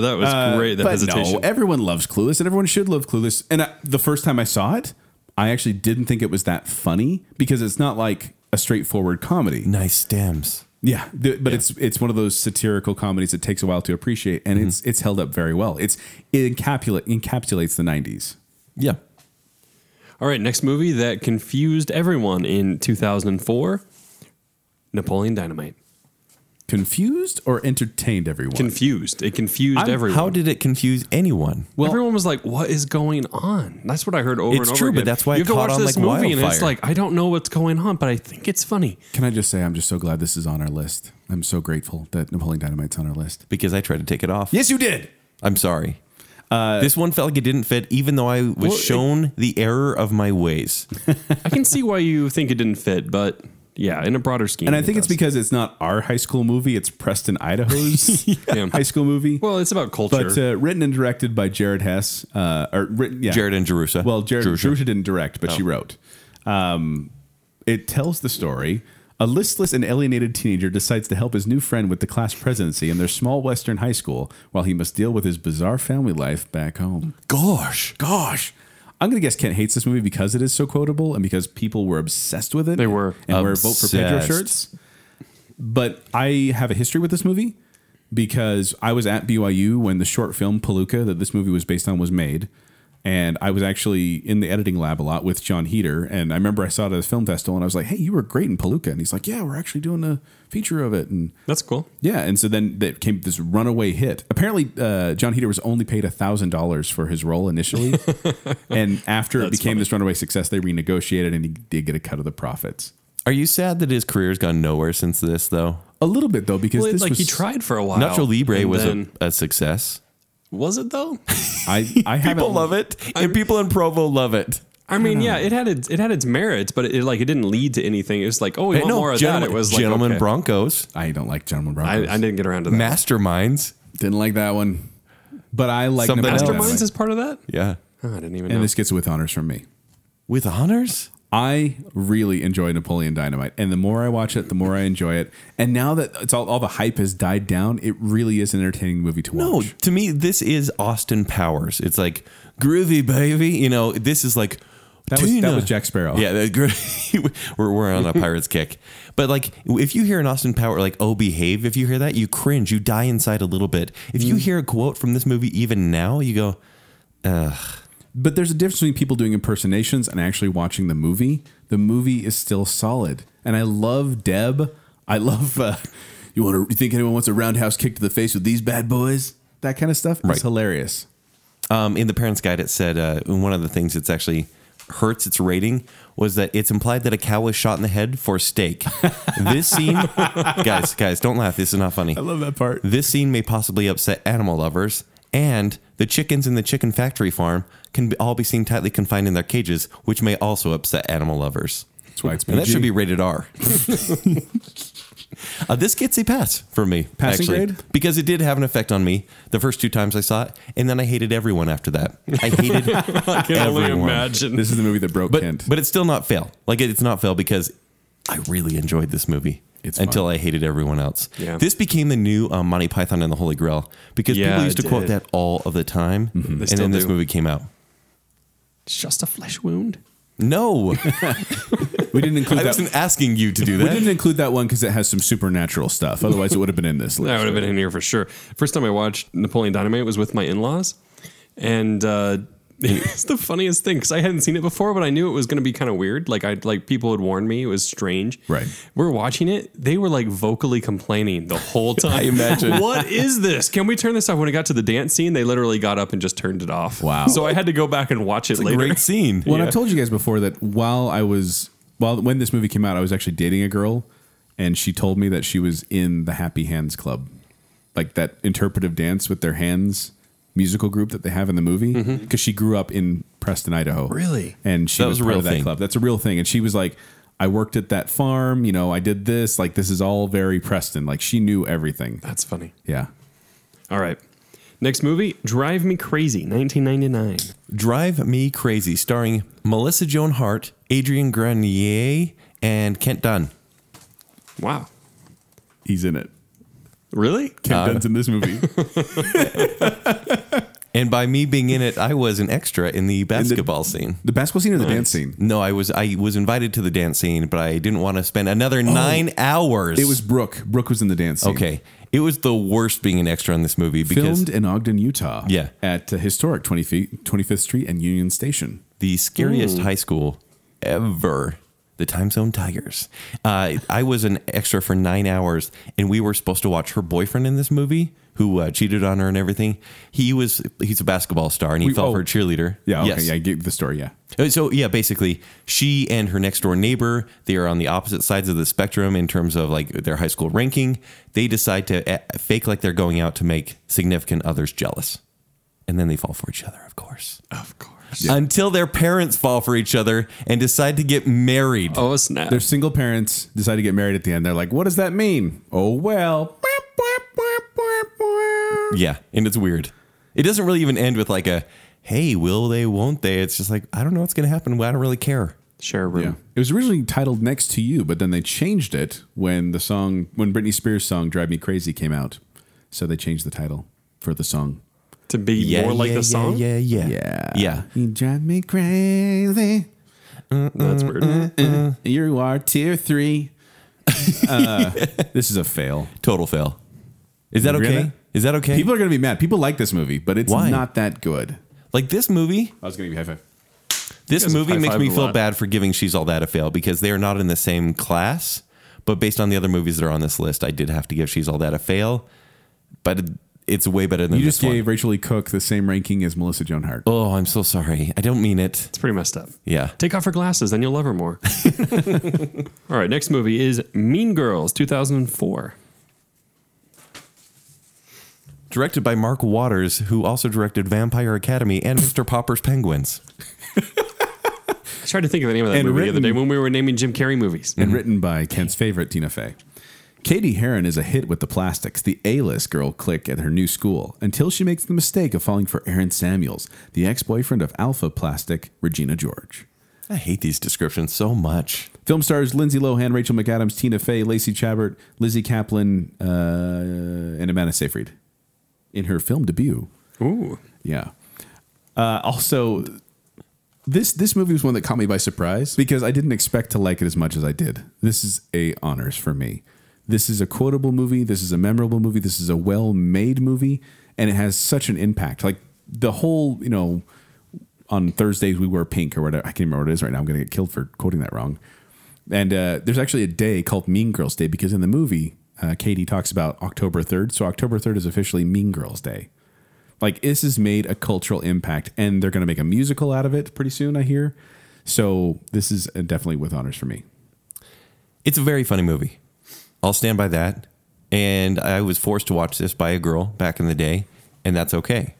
[SPEAKER 2] that was great. That
[SPEAKER 3] but
[SPEAKER 2] hesitation.
[SPEAKER 3] no, eh. everyone loves Clueless, and everyone should love Clueless. And I, the first time I saw it, I actually didn't think it was that funny because it's not like a straightforward comedy.
[SPEAKER 4] Nice stems.
[SPEAKER 3] Yeah, th- but it's it's one of those satirical comedies that takes a while to appreciate, and it's
[SPEAKER 2] Mm-hmm.
[SPEAKER 3] it's held up very well. It's it encapsulate, encapsulates the '90s.
[SPEAKER 4] Yeah.
[SPEAKER 2] All right, next movie that confused everyone in 2004 Napoleon Dynamite.
[SPEAKER 3] Confused or entertained everyone?
[SPEAKER 2] Confused. It confused everyone.
[SPEAKER 4] How did it confuse anyone?
[SPEAKER 2] everyone was like, "What is going on?" That's what I heard over and
[SPEAKER 4] It's
[SPEAKER 2] over
[SPEAKER 4] true, but
[SPEAKER 2] again.
[SPEAKER 4] that's why it
[SPEAKER 2] you have to
[SPEAKER 4] caught
[SPEAKER 2] watch
[SPEAKER 4] on
[SPEAKER 2] this
[SPEAKER 4] like
[SPEAKER 2] movie and it's
[SPEAKER 4] wildfire.
[SPEAKER 2] like, I don't know what's going on, but I think it's funny.
[SPEAKER 3] Can I just say I'm just so glad this is on our list. I'm so grateful that Napoleon Dynamite's on our list.
[SPEAKER 4] Because I tried to take it off.
[SPEAKER 3] Yes, you did.
[SPEAKER 4] I'm sorry. this one felt like it didn't fit, even though I was
[SPEAKER 2] Well, it-
[SPEAKER 4] shown the error of my ways.
[SPEAKER 2] I can see why you think it didn't fit, but yeah, in a broader scheme.
[SPEAKER 3] And I think it's
[SPEAKER 2] does.
[SPEAKER 3] because it's not our high school movie. It's Preston, Idaho's
[SPEAKER 2] <laughs> Yeah.
[SPEAKER 3] high school movie.
[SPEAKER 2] well, it's about culture.
[SPEAKER 3] but uh, written and directed by Jared Hess. Uh, or written, yeah.
[SPEAKER 4] Jared and Jerusha.
[SPEAKER 3] Well, Jared
[SPEAKER 4] Jerusha. Oh.
[SPEAKER 3] Jerusha, didn't direct, but she wrote. Um, it tells the story. A listless and alienated teenager decides to help his new friend with the class presidency in their small Western high school while he must deal with his bizarre family life back home.
[SPEAKER 4] gosh.
[SPEAKER 3] Gosh. I'm going to guess Kent hates this movie because it is so quotable and because people were obsessed with it.
[SPEAKER 2] They were.
[SPEAKER 3] And wear vote for Pedro
[SPEAKER 4] Obsessed.
[SPEAKER 3] shirts. But I have a history with this movie because I was at BYU when the short film Palooka that this movie was based on was made. And I was actually in the editing lab a lot with John Heater. And I remember I saw it at a film festival and I was like, hey, you were great in Palooka. And he's like, yeah, we're actually doing a feature of it. And
[SPEAKER 2] That's cool.
[SPEAKER 3] yeah, and so then that came this runaway hit. Apparently, uh, John Heater was only paid thousand dollars for his
[SPEAKER 2] <laughs>
[SPEAKER 3] role initially, and after it
[SPEAKER 2] That's
[SPEAKER 3] became
[SPEAKER 2] funny.
[SPEAKER 3] this runaway success, they renegotiated, and he did get a cut of the profits.
[SPEAKER 4] Are you sad that his career's gone nowhere since this, though?
[SPEAKER 3] A little bit though, because
[SPEAKER 2] Well,
[SPEAKER 3] this
[SPEAKER 2] like
[SPEAKER 3] was
[SPEAKER 2] he tried for a while.
[SPEAKER 4] Nacho Libre
[SPEAKER 2] and
[SPEAKER 4] was
[SPEAKER 2] then-
[SPEAKER 4] a, a success.
[SPEAKER 2] was it though? <laughs>
[SPEAKER 3] I, I haven't-
[SPEAKER 4] People love it, and people in Provo love it.
[SPEAKER 2] I mean, yeah, it had its, it had its merits, but it like it didn't lead to anything. It was like, oh, we
[SPEAKER 4] Hey,
[SPEAKER 2] want more of that. It was like,
[SPEAKER 4] Gentlemen
[SPEAKER 2] okay.
[SPEAKER 4] Broncos,
[SPEAKER 3] I don't like Gentleman
[SPEAKER 2] I,
[SPEAKER 3] Broncos.
[SPEAKER 2] I didn't get around to that.
[SPEAKER 4] Masterminds.
[SPEAKER 3] Didn't like that one. But I like
[SPEAKER 4] Something
[SPEAKER 3] Nebraska
[SPEAKER 4] else.
[SPEAKER 2] Masterminds
[SPEAKER 3] Dynamite.
[SPEAKER 2] is part of that.
[SPEAKER 4] Yeah,
[SPEAKER 2] Oh, I didn't even know.
[SPEAKER 3] and this gets with honors from me.
[SPEAKER 4] with honors.
[SPEAKER 3] I really enjoy Napoleon Dynamite, and the more I watch it, the more I enjoy it. And now that it's all, all the hype has died down, it really is an entertaining movie to
[SPEAKER 4] No,
[SPEAKER 3] watch.
[SPEAKER 4] Oh, to me, this is Austin Powers. It's like groovy, baby. You know, this is like
[SPEAKER 3] That was- that
[SPEAKER 4] tuna.
[SPEAKER 3] was Jack Sparrow.
[SPEAKER 4] Yeah, that, gro- <laughs> we're we're on a pirate's kick. But like, if you hear an Austin Power like "Oh, behave," if you hear that, you cringe, you die inside a little bit. If
[SPEAKER 3] Mm.
[SPEAKER 4] you hear a quote from this movie, even now, you go,
[SPEAKER 3] But there's a difference between people doing impersonations and actually watching the movie. The movie is still solid, and I love Deb. I love. Uh, you want to you think anyone wants a roundhouse kick to the face with these bad boys? That kind of stuff
[SPEAKER 4] Right.
[SPEAKER 3] is hilarious.
[SPEAKER 4] um, in the parents' guide, it said uh, one of the things that's actually hurts its rating was that it's implied that a cow was shot in the head
[SPEAKER 3] <laughs>
[SPEAKER 4] for steak. this scene, guys, guys, don't laugh. This is not funny.
[SPEAKER 3] love that part.
[SPEAKER 4] This scene may possibly upset animal lovers, and the chickens in the chicken factory farm can be, all be seen tightly confined in their cages, which may also upset animal lovers.
[SPEAKER 3] That's why it's
[SPEAKER 4] And that
[SPEAKER 3] PG.
[SPEAKER 4] should be rated
[SPEAKER 2] <laughs>
[SPEAKER 4] R. uh, this gets a pass for me,
[SPEAKER 3] Passing
[SPEAKER 4] actually,
[SPEAKER 3] grade?
[SPEAKER 4] because it did have an effect on me the first two times I saw it, and then I hated everyone after that. I hated
[SPEAKER 2] <laughs> I can only
[SPEAKER 4] everyone.
[SPEAKER 2] imagine.
[SPEAKER 3] This is the movie that broke
[SPEAKER 4] but
[SPEAKER 3] Kent.
[SPEAKER 4] but it's still not fail. Like it's not fail because I really enjoyed this movie.
[SPEAKER 3] It's
[SPEAKER 4] until
[SPEAKER 3] fun.
[SPEAKER 4] I hated everyone else.
[SPEAKER 2] Yeah.
[SPEAKER 4] This became the new um, Monty Python and the Holy Grail because
[SPEAKER 2] Yeah,
[SPEAKER 4] people used to
[SPEAKER 2] it
[SPEAKER 4] quote
[SPEAKER 2] did.
[SPEAKER 4] that all of the time, and
[SPEAKER 2] still
[SPEAKER 4] then this
[SPEAKER 2] do.
[SPEAKER 4] movie came out.
[SPEAKER 2] It's just a flesh wound.
[SPEAKER 4] No,
[SPEAKER 3] we <laughs> didn't include
[SPEAKER 4] I
[SPEAKER 3] that.
[SPEAKER 4] wasn't asking you to do
[SPEAKER 3] we didn't
[SPEAKER 4] that.
[SPEAKER 3] include that one because it has some supernatural stuff. Otherwise, it would have been in
[SPEAKER 4] <laughs>
[SPEAKER 3] this list.
[SPEAKER 2] That would have been in here for sure. First time I watched Napoleon Dynamite was with my in laws. And uh, <laughs> it's the funniest thing because I hadn't seen it before, but I knew it was going to be kind of weird. Like, I like people had warned me it was strange.
[SPEAKER 3] Right.
[SPEAKER 2] We're watching it. They were like vocally complaining the whole time. I
[SPEAKER 4] imagine.
[SPEAKER 2] What is this? Can we turn this off? When it got to the dance scene, they literally got up and just turned it off.
[SPEAKER 3] Wow.
[SPEAKER 2] So I had to go back and watch it
[SPEAKER 4] It's a
[SPEAKER 2] later. <laughs>
[SPEAKER 4] great scene.
[SPEAKER 3] Well, and
[SPEAKER 4] Yeah.
[SPEAKER 3] I've told you guys before that while I was, while when this movie came out, I was actually dating a girl, and she told me that she was in the Happy Hands Club, like that interpretive dance with their hands musical group that they have in the movie, because she grew up in Preston, Idaho.
[SPEAKER 2] Really?
[SPEAKER 3] And she
[SPEAKER 4] Mm-hmm. That
[SPEAKER 3] was,
[SPEAKER 4] was a
[SPEAKER 3] part
[SPEAKER 4] real
[SPEAKER 3] of that
[SPEAKER 4] thing.
[SPEAKER 3] club. That's a real thing. And she was like, I worked at that farm. You know, I did this. Like, this is all very Preston. Like, she knew everything.
[SPEAKER 2] That's funny.
[SPEAKER 3] Yeah.
[SPEAKER 2] All right. Next movie Drive Me Crazy, 1999.
[SPEAKER 4] Drive Me Crazy, starring Melissa Joan Hart, Adrian Grenier, and Kent Dunn.
[SPEAKER 2] Wow.
[SPEAKER 3] He's in it.
[SPEAKER 2] Really?
[SPEAKER 3] Kent
[SPEAKER 4] Uh,
[SPEAKER 3] Dunn's in this
[SPEAKER 4] <laughs>
[SPEAKER 3] movie.
[SPEAKER 4] And by me being in it, I was an extra in the basketball scene.
[SPEAKER 3] the basketball scene or the dance scene?
[SPEAKER 4] No, I was I was invited to the dance scene, but I didn't want to spend another nine hours.
[SPEAKER 3] Oh. It was Brooke. Brooke was in the dance scene.
[SPEAKER 4] okay. It was the worst being an extra in this movie because
[SPEAKER 3] filmed in Ogden, Utah.
[SPEAKER 4] Yeah.
[SPEAKER 3] At uh, historic 20 feet, 25th Street and Union Station.
[SPEAKER 4] the scariest high school ever, the Time Zone Tigers. Uh, I was an extra for nine hours, and we were supposed to watch her boyfriend in this movie, who uh, cheated on her and everything. He was he's a basketball star, and he
[SPEAKER 3] We-
[SPEAKER 4] fell
[SPEAKER 3] oh.
[SPEAKER 4] for a cheerleader.
[SPEAKER 3] Yeah. Okay.
[SPEAKER 4] Yes.
[SPEAKER 3] Yeah. I gave the story. Yeah.
[SPEAKER 4] Uh, So yeah, basically, she and her next door neighbor, they are on the opposite sides of the spectrum in terms of like their high school ranking. They decide to uh, fake like they're going out to make significant others jealous, and then they fall for each other, of course.
[SPEAKER 2] Of course.
[SPEAKER 4] Until their parents fall for each other and decide to get married.
[SPEAKER 2] Oh, snap.
[SPEAKER 3] Their single parents decide to get married at the end. They're like, what does that mean? Oh,
[SPEAKER 4] <laughs>
[SPEAKER 3] well.
[SPEAKER 4] Yeah, and it's weird. It doesn't really even end with like a "Hey, will they? Won't they?" It's just like I don't know what's gonna happen. I don't really care.
[SPEAKER 2] Share a room.
[SPEAKER 3] Yeah. It was originally titled Next to You, but then they changed it when the song, when Britney Spears' song Drive Me Crazy came out. So they changed the title for the song.
[SPEAKER 2] To be more like the song?
[SPEAKER 4] Yeah, yeah,
[SPEAKER 3] Yeah.
[SPEAKER 4] yeah.
[SPEAKER 3] You drive me crazy.
[SPEAKER 2] That's
[SPEAKER 4] Mm-hmm.
[SPEAKER 2] weird.
[SPEAKER 3] You are tier three. Uh-huh. <laughs> uh, this is a fail.
[SPEAKER 4] Total fail. Is that
[SPEAKER 3] Agree on
[SPEAKER 4] okay?
[SPEAKER 3] that?
[SPEAKER 4] Is that okay?
[SPEAKER 3] People are going to be mad. People like this movie, but it's
[SPEAKER 4] Why?
[SPEAKER 3] not that good.
[SPEAKER 4] like this movie.
[SPEAKER 3] I was going to be high five.
[SPEAKER 4] This
[SPEAKER 2] guys have
[SPEAKER 4] movie makes
[SPEAKER 2] high-fived
[SPEAKER 4] me
[SPEAKER 2] a
[SPEAKER 4] feel
[SPEAKER 2] lot.
[SPEAKER 4] bad for giving She's All That a fail because they are not in the same class. But based on the other movies that are on this list, I did have to give She's All That a fail. But it's way better than
[SPEAKER 3] You
[SPEAKER 4] this
[SPEAKER 3] just gave
[SPEAKER 4] one.
[SPEAKER 3] Rachel E. Cook the same ranking as Melissa Joan Hart.
[SPEAKER 4] Oh, I'm so sorry. I don't mean it.
[SPEAKER 2] It's pretty messed up.
[SPEAKER 4] Yeah.
[SPEAKER 2] Take off her glasses,
[SPEAKER 4] <laughs>
[SPEAKER 2] then you'll love her more. All right, next movie is Mean Girls 2004.
[SPEAKER 4] directed by Mark Waters, who also directed Vampire Academy and <laughs> Mr. Popper's Penguins.
[SPEAKER 2] I tried to think of the name of that
[SPEAKER 3] And
[SPEAKER 2] movie the other day
[SPEAKER 3] written-
[SPEAKER 2] when we were naming Jim Carrey movies.
[SPEAKER 3] and written by Kent's favorite Tina Fey. Katie Heron is a hit with the plastics, the A list girl clique at her new school, until she makes the mistake of falling for Aaron Samuels, the ex boyfriend of Alpha Plastic, Regina George.
[SPEAKER 4] I hate these descriptions so much.
[SPEAKER 3] Film stars Lindsay Lohan, Rachel McAdams, Tina Fey, Lacey Chabert, Lizzie Kaplan, uh, and Amanda Seyfried in her film debut.
[SPEAKER 2] Ooh.
[SPEAKER 3] Yeah. Uh, also, this this movie was one that caught me by surprise because I didn't expect to like it as much as I did. This is a honors for me. This is a quotable movie. This is a memorable movie. This is a well made movie, and it has such an impact. Like the whole, you know, on Thursdays we wear pink or whatever. I can't remember what it is right now. I'm going to get killed for quoting that wrong. And uh, there's actually a day called Mean Girls Day because in the movie, uh, Katie talks about October 3rd. So October 3rd is officially Mean Girls Day. Like this has made a cultural impact, and they're going to make a musical out of it pretty soon. I hear. So this is uh, definitely with honors for me.
[SPEAKER 4] It's a very funny movie. I'll stand by that. And I was forced to watch this by a girl back in the day, and that's okay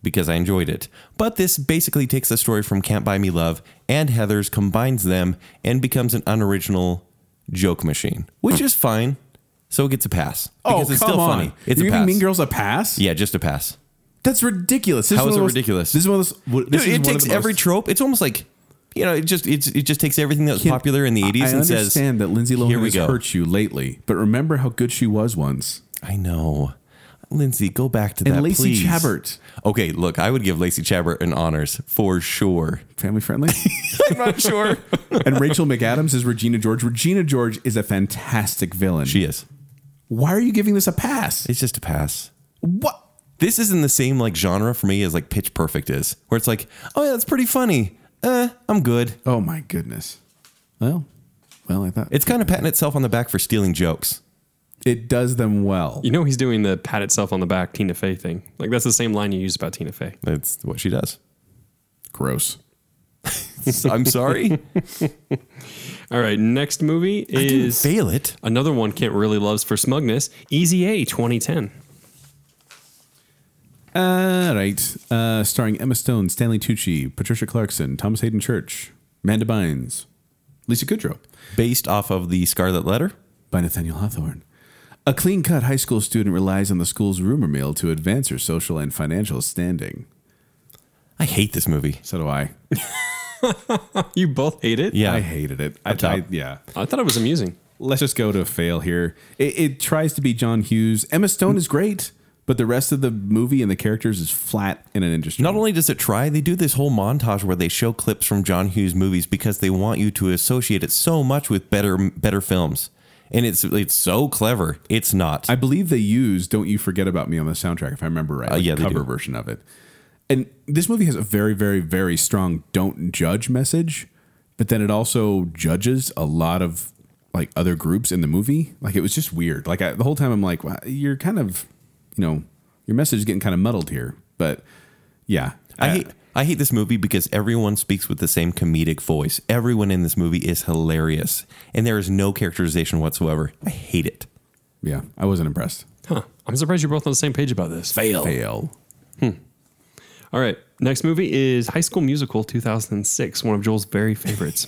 [SPEAKER 4] because I enjoyed it. But this basically takes the story from Can't Buy Me Love and Heather's, combines them, and becomes an unoriginal joke machine, which is fine. So it gets a pass.
[SPEAKER 3] Oh,
[SPEAKER 4] Because it's still funny. Oh, It's
[SPEAKER 3] You're
[SPEAKER 4] a
[SPEAKER 3] giving
[SPEAKER 4] pass.
[SPEAKER 3] Mean Girls a pass?
[SPEAKER 4] Yeah, just a pass.
[SPEAKER 3] that's ridiculous. This
[SPEAKER 4] How
[SPEAKER 3] one
[SPEAKER 4] is it
[SPEAKER 3] of those-
[SPEAKER 4] ridiculous?
[SPEAKER 3] This is one of those. what- This
[SPEAKER 4] Dude,
[SPEAKER 3] is
[SPEAKER 4] it
[SPEAKER 3] one
[SPEAKER 4] takes
[SPEAKER 3] of the most-
[SPEAKER 4] every trope. It's almost like you know, it just it's it just takes everything that was
[SPEAKER 3] Kid,
[SPEAKER 4] popular in the
[SPEAKER 3] I-
[SPEAKER 4] eighties
[SPEAKER 3] I
[SPEAKER 4] and says
[SPEAKER 3] understand that Lindsay Lohan
[SPEAKER 4] "Here we
[SPEAKER 3] has
[SPEAKER 4] go."
[SPEAKER 3] hurt you lately, but remember how good she was once.
[SPEAKER 4] I know. Lindsay, go back to
[SPEAKER 3] And
[SPEAKER 4] that.
[SPEAKER 3] Lacey
[SPEAKER 4] please.
[SPEAKER 3] Chabert.
[SPEAKER 4] Okay, look, I would give Lacey Chabert an honors for sure.
[SPEAKER 3] Family <laughs> friendly.
[SPEAKER 4] I'm not sure.
[SPEAKER 3] <laughs> and Rachel McAdams is Regina George. Regina George is a fantastic villain.
[SPEAKER 4] she is.
[SPEAKER 3] Why are you giving this a pass?
[SPEAKER 4] It's just a pass.
[SPEAKER 3] What?
[SPEAKER 4] This is in the same like genre for me as like Pitch Perfect is, where it's like, oh yeah, that's pretty funny. Uh, I'm good.
[SPEAKER 3] Oh my goodness. Well, well, I thought
[SPEAKER 4] It's kind of patting itself on the back for stealing jokes.
[SPEAKER 3] it does them well.
[SPEAKER 2] You know he's doing the pat itself on the back Tina Fey thing. Like that's the same line you used about Tina Fey.
[SPEAKER 4] That's what she does.
[SPEAKER 3] Gross. <laughs>
[SPEAKER 4] I'm sorry.
[SPEAKER 2] All right, next movie
[SPEAKER 4] I didn't
[SPEAKER 2] is
[SPEAKER 4] fail it.
[SPEAKER 2] another one Kent really loves for smugness, Easy A 2010.
[SPEAKER 3] All right. Uh, starring Emma Stone, Stanley Tucci, Patricia Clarkson, Thomas Hayden Church, Amanda Bynes, Lisa Kudrow,
[SPEAKER 4] Based off of the Scarlet Letter.
[SPEAKER 3] by Nathaniel Hawthorne. A clean cut high school student relies on the school's rumor mill to advance her social and financial standing.
[SPEAKER 4] I hate this movie.
[SPEAKER 3] So do I.
[SPEAKER 2] You both hate it?
[SPEAKER 4] Yeah.
[SPEAKER 3] I hated it. I,
[SPEAKER 4] Up top.
[SPEAKER 3] I yeah.
[SPEAKER 2] I thought it was amusing.
[SPEAKER 3] let's just go to fail here. It, it tries to be John Hughes. Emma Stone is great, but the rest of the movie and the characters is flat in an industry.
[SPEAKER 4] Not only does it try, they do this whole montage where they show clips from John Hughes movies because they want you to associate it so much with better better films. And it's it's so clever. It's not.
[SPEAKER 3] I believe they use "Don't You Forget About Me" on the soundtrack, if I remember right.
[SPEAKER 4] Uh, yeah,
[SPEAKER 3] the
[SPEAKER 4] they
[SPEAKER 3] cover
[SPEAKER 4] do.
[SPEAKER 3] version of it. And this movie has a very, very, very strong "Don't judge" message, but then it also judges a lot of like other groups in the movie. Like it was just weird. Like I, the whole time, I'm like, wow, you're kind of, you know, your message is getting kind of muddled here. But yeah,
[SPEAKER 4] I hate I hate this movie because everyone speaks with the same comedic voice. Everyone in this movie is hilarious. And there is no characterization whatsoever. I hate it.
[SPEAKER 3] yeah, I wasn't impressed.
[SPEAKER 2] Huh. I'm surprised you're both on the same page about this.
[SPEAKER 3] fail.
[SPEAKER 2] All right. Next movie is High School Musical 2006, one of Joel's very
[SPEAKER 3] <laughs>
[SPEAKER 2] favorites.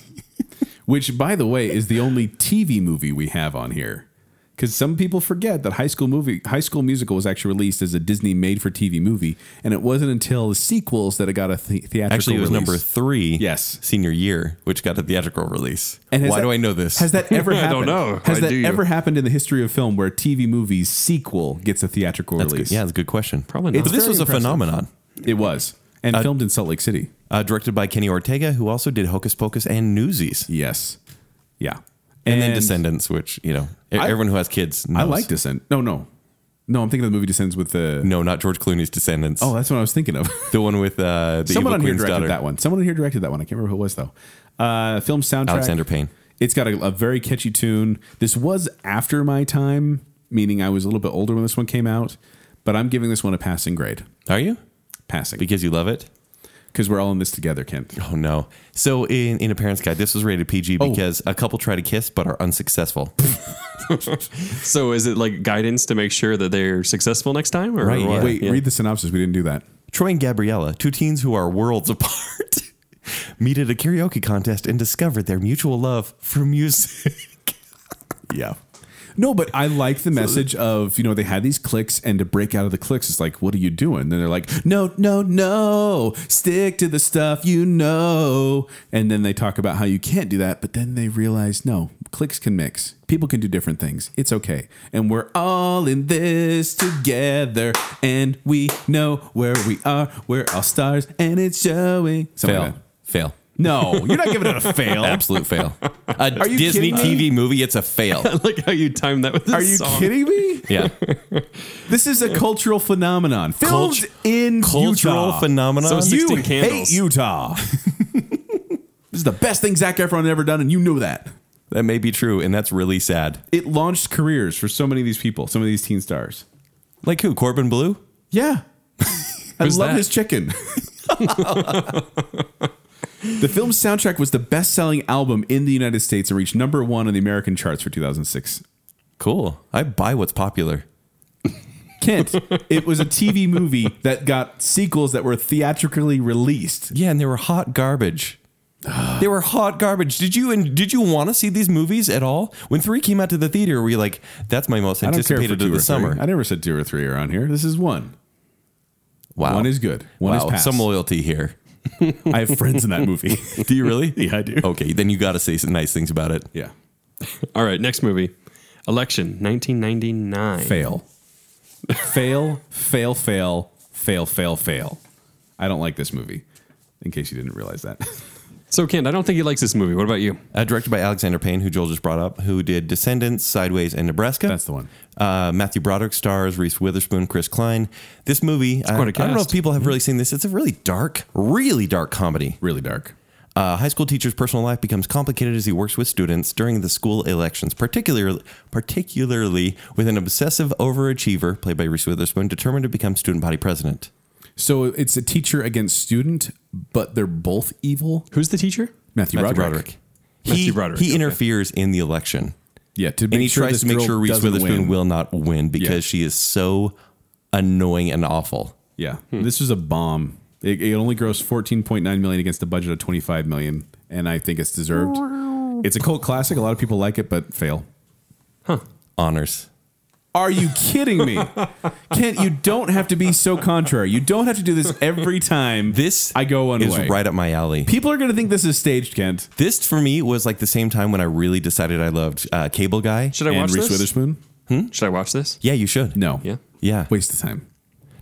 [SPEAKER 3] Which, by the way, is the only TV movie we have on here. Because some people forget that High School Movie, High School Musical was actually released as a Disney made-for-TV movie, and it wasn't until the sequels that it got a the- theatrical.
[SPEAKER 4] Actually, it was
[SPEAKER 3] release.
[SPEAKER 4] number three.
[SPEAKER 3] Yes.
[SPEAKER 4] senior year, which got a theatrical release.
[SPEAKER 3] And has
[SPEAKER 4] Why
[SPEAKER 3] that-
[SPEAKER 4] do <laughs> I know this?
[SPEAKER 3] Has that ever
[SPEAKER 2] I don't
[SPEAKER 3] happened?
[SPEAKER 2] know.
[SPEAKER 3] Has
[SPEAKER 2] I
[SPEAKER 3] that
[SPEAKER 2] do.
[SPEAKER 3] ever happened in the history of film where a TV movie's sequel gets a theatrical
[SPEAKER 4] That's
[SPEAKER 3] release?
[SPEAKER 4] good. Yeah, that's a good question.
[SPEAKER 2] Probably not.
[SPEAKER 4] But this
[SPEAKER 3] very
[SPEAKER 4] was a
[SPEAKER 3] impressive.
[SPEAKER 4] phenomenon.
[SPEAKER 3] it was, and filmed in Salt Lake City.
[SPEAKER 4] uh, directed by Kenny Ortega, who also did Hocus Pocus and Newsies,
[SPEAKER 3] Yes, yeah,
[SPEAKER 4] and, then Descendants, which you know e-
[SPEAKER 3] I-
[SPEAKER 4] everyone who has kids. Knows.
[SPEAKER 3] I like Descend. No, no, no. I'm thinking of the movie Descends with the.
[SPEAKER 4] No, not George Clooney's Descendants.
[SPEAKER 3] Oh, that's what I was thinking of. <laughs>
[SPEAKER 4] the one with uh, the
[SPEAKER 3] Someone
[SPEAKER 4] evil
[SPEAKER 3] on here
[SPEAKER 4] queen's
[SPEAKER 3] directed
[SPEAKER 4] daughter.
[SPEAKER 3] that one. Someone on here directed that one. I can't remember who it was though. Uh, film soundtrack.
[SPEAKER 4] Alexander Payne.
[SPEAKER 3] It's got a, a very catchy tune. This was after my time, meaning I was a little bit older when this one came out. But I'm giving this one a passing grade.
[SPEAKER 4] Are you
[SPEAKER 3] Passing
[SPEAKER 4] because you love it?
[SPEAKER 3] because we're all in this together, Kent.
[SPEAKER 4] Oh no! So in, in a parent's guide, this was rated PG
[SPEAKER 3] Oh.
[SPEAKER 4] because a couple try to kiss but are unsuccessful.
[SPEAKER 2] So is it like guidance to make sure that they're successful next time? Or
[SPEAKER 4] Right,
[SPEAKER 2] what?
[SPEAKER 4] yeah.
[SPEAKER 3] Wait,
[SPEAKER 2] Yeah.
[SPEAKER 3] read the synopsis. We didn't do that.
[SPEAKER 4] Troy and Gabriella, two teens who are worlds <laughs> apart, meet at a karaoke contest and discover their mutual love for music.
[SPEAKER 3] Yeah. No, but I like the message of, you know, they had these clicks and to break out of the clicks, it's like, what are you doing? Then they're like, no, no, no, stick to the stuff you know. And then they talk about how you can't do that. But then they realize, no, clicks can mix. People can do different things. It's okay. And we're all in this together and we know where we are. We're all stars and it's showing. Something like that.
[SPEAKER 4] fail,
[SPEAKER 3] No, you're not giving it
[SPEAKER 4] <laughs>
[SPEAKER 3] a fail.
[SPEAKER 4] absolute fail. A
[SPEAKER 3] you
[SPEAKER 4] Disney
[SPEAKER 3] kidding
[SPEAKER 4] TV movie, it's a fail.
[SPEAKER 2] <laughs>
[SPEAKER 3] <laughs>
[SPEAKER 2] like how you timed that with the
[SPEAKER 3] Are you
[SPEAKER 2] song.
[SPEAKER 3] kidding me?
[SPEAKER 4] Yeah,
[SPEAKER 3] This is a cultural phenomenon. Filmed
[SPEAKER 4] Cult-
[SPEAKER 3] in
[SPEAKER 4] cultural
[SPEAKER 3] Utah.
[SPEAKER 4] phenomenon.
[SPEAKER 2] So
[SPEAKER 3] You
[SPEAKER 2] 16
[SPEAKER 3] hate
[SPEAKER 2] candles. <laughs>
[SPEAKER 3] Utah. this is the best thing Zach Efron had ever done, and you know that.
[SPEAKER 4] that may be true, and that's really sad.
[SPEAKER 3] It launched careers for so many of these people, some of these teen stars.
[SPEAKER 4] Like who? Corbin Blue?
[SPEAKER 2] <laughs>
[SPEAKER 3] Yeah. I
[SPEAKER 2] Who's
[SPEAKER 3] love
[SPEAKER 2] that?
[SPEAKER 3] his chicken. the film's soundtrack was the best selling album in the United States and reached number one on the American charts for 2006.
[SPEAKER 4] Cool. I buy what's popular.
[SPEAKER 3] Kent, it was a TV movie that got sequels that were theatrically released.
[SPEAKER 4] Yeah, and they were
[SPEAKER 3] <sighs>
[SPEAKER 4] hot garbage. they were hot garbage. Did you and did you want to see these movies at all? When three came out to the theater, were you like, "That's my most
[SPEAKER 3] I don't care for
[SPEAKER 4] anticipated
[SPEAKER 3] two
[SPEAKER 4] of
[SPEAKER 3] or
[SPEAKER 4] the
[SPEAKER 3] summer.
[SPEAKER 4] summer"?
[SPEAKER 3] I never said two or three are on here. This is one.
[SPEAKER 4] Wow,
[SPEAKER 3] One is good. One is
[SPEAKER 4] Wow,
[SPEAKER 3] pass.
[SPEAKER 4] some loyalty here.
[SPEAKER 3] <laughs> I have friends in that
[SPEAKER 4] <laughs>
[SPEAKER 3] movie.
[SPEAKER 4] Do you really?
[SPEAKER 3] yeah, I do. Oh.
[SPEAKER 4] Okay, then you got to say some nice things about it.
[SPEAKER 3] Yeah.
[SPEAKER 2] <laughs> All right, next movie. Election 1999.
[SPEAKER 3] Fail. fail, fail, fail, fail, fail, fail. I don't like this movie, in case you didn't realize that. <laughs>
[SPEAKER 2] So, Kent, I don't think he likes this movie. What about you?
[SPEAKER 4] Uh, directed by Alexander Payne, who Joel just brought up, who did Descendants, Sideways, and Nebraska.
[SPEAKER 3] That's the one.
[SPEAKER 4] Uh, Matthew Broderick stars Reese Witherspoon, Chris Klein. This movie, I, I
[SPEAKER 2] quite a
[SPEAKER 4] don't know if
[SPEAKER 2] cast.
[SPEAKER 4] people have
[SPEAKER 3] Mm-hmm.
[SPEAKER 4] really seen this. It's a really dark, really dark comedy.
[SPEAKER 3] Really dark.
[SPEAKER 4] A high school teacher's personal life becomes complicated as he works with students during the school elections, particularly particularly with an obsessive overachiever played by Reese Witherspoon, determined to become student body president.
[SPEAKER 3] So it's a teacher against student, but they're both evil.
[SPEAKER 2] Who's the teacher?
[SPEAKER 3] Matthew,
[SPEAKER 4] Matthew
[SPEAKER 3] Broderick.
[SPEAKER 4] Broderick. He,
[SPEAKER 2] Matthew Broderick,
[SPEAKER 4] he
[SPEAKER 2] okay.
[SPEAKER 4] interferes in the election,
[SPEAKER 3] Yeah, to make
[SPEAKER 4] and he
[SPEAKER 3] sure
[SPEAKER 4] tries
[SPEAKER 3] this
[SPEAKER 4] to make
[SPEAKER 3] girl
[SPEAKER 4] sure Reese
[SPEAKER 3] doesn't
[SPEAKER 4] Witherspoon
[SPEAKER 3] win.
[SPEAKER 4] will not win because
[SPEAKER 3] Yeah.
[SPEAKER 4] she is so annoying and awful.
[SPEAKER 3] Yeah,
[SPEAKER 2] Hmm.
[SPEAKER 3] this was a bomb. It, it only grossed 14.9 million against a budget of 25 million, and I think it's deserved. It's a cult classic. A lot of people like it, but fail.
[SPEAKER 4] Honors.
[SPEAKER 3] Are you kidding
[SPEAKER 2] <laughs>
[SPEAKER 3] me? Kent, you don't have to be so contrary. You don't have to do this every time.
[SPEAKER 4] This
[SPEAKER 3] I go one
[SPEAKER 4] is
[SPEAKER 3] way.
[SPEAKER 4] right up my alley.
[SPEAKER 3] People are going to think this is staged, Kent.
[SPEAKER 4] This for me was like the same time when I really decided I loved uh, Cable Guy.
[SPEAKER 2] Should I
[SPEAKER 3] and
[SPEAKER 2] watch
[SPEAKER 3] Reese
[SPEAKER 2] this?
[SPEAKER 3] Witherspoon?
[SPEAKER 2] Should I watch this?
[SPEAKER 4] Yeah, you should.
[SPEAKER 3] No.
[SPEAKER 2] Yeah.
[SPEAKER 4] Yeah.
[SPEAKER 3] Waste of time.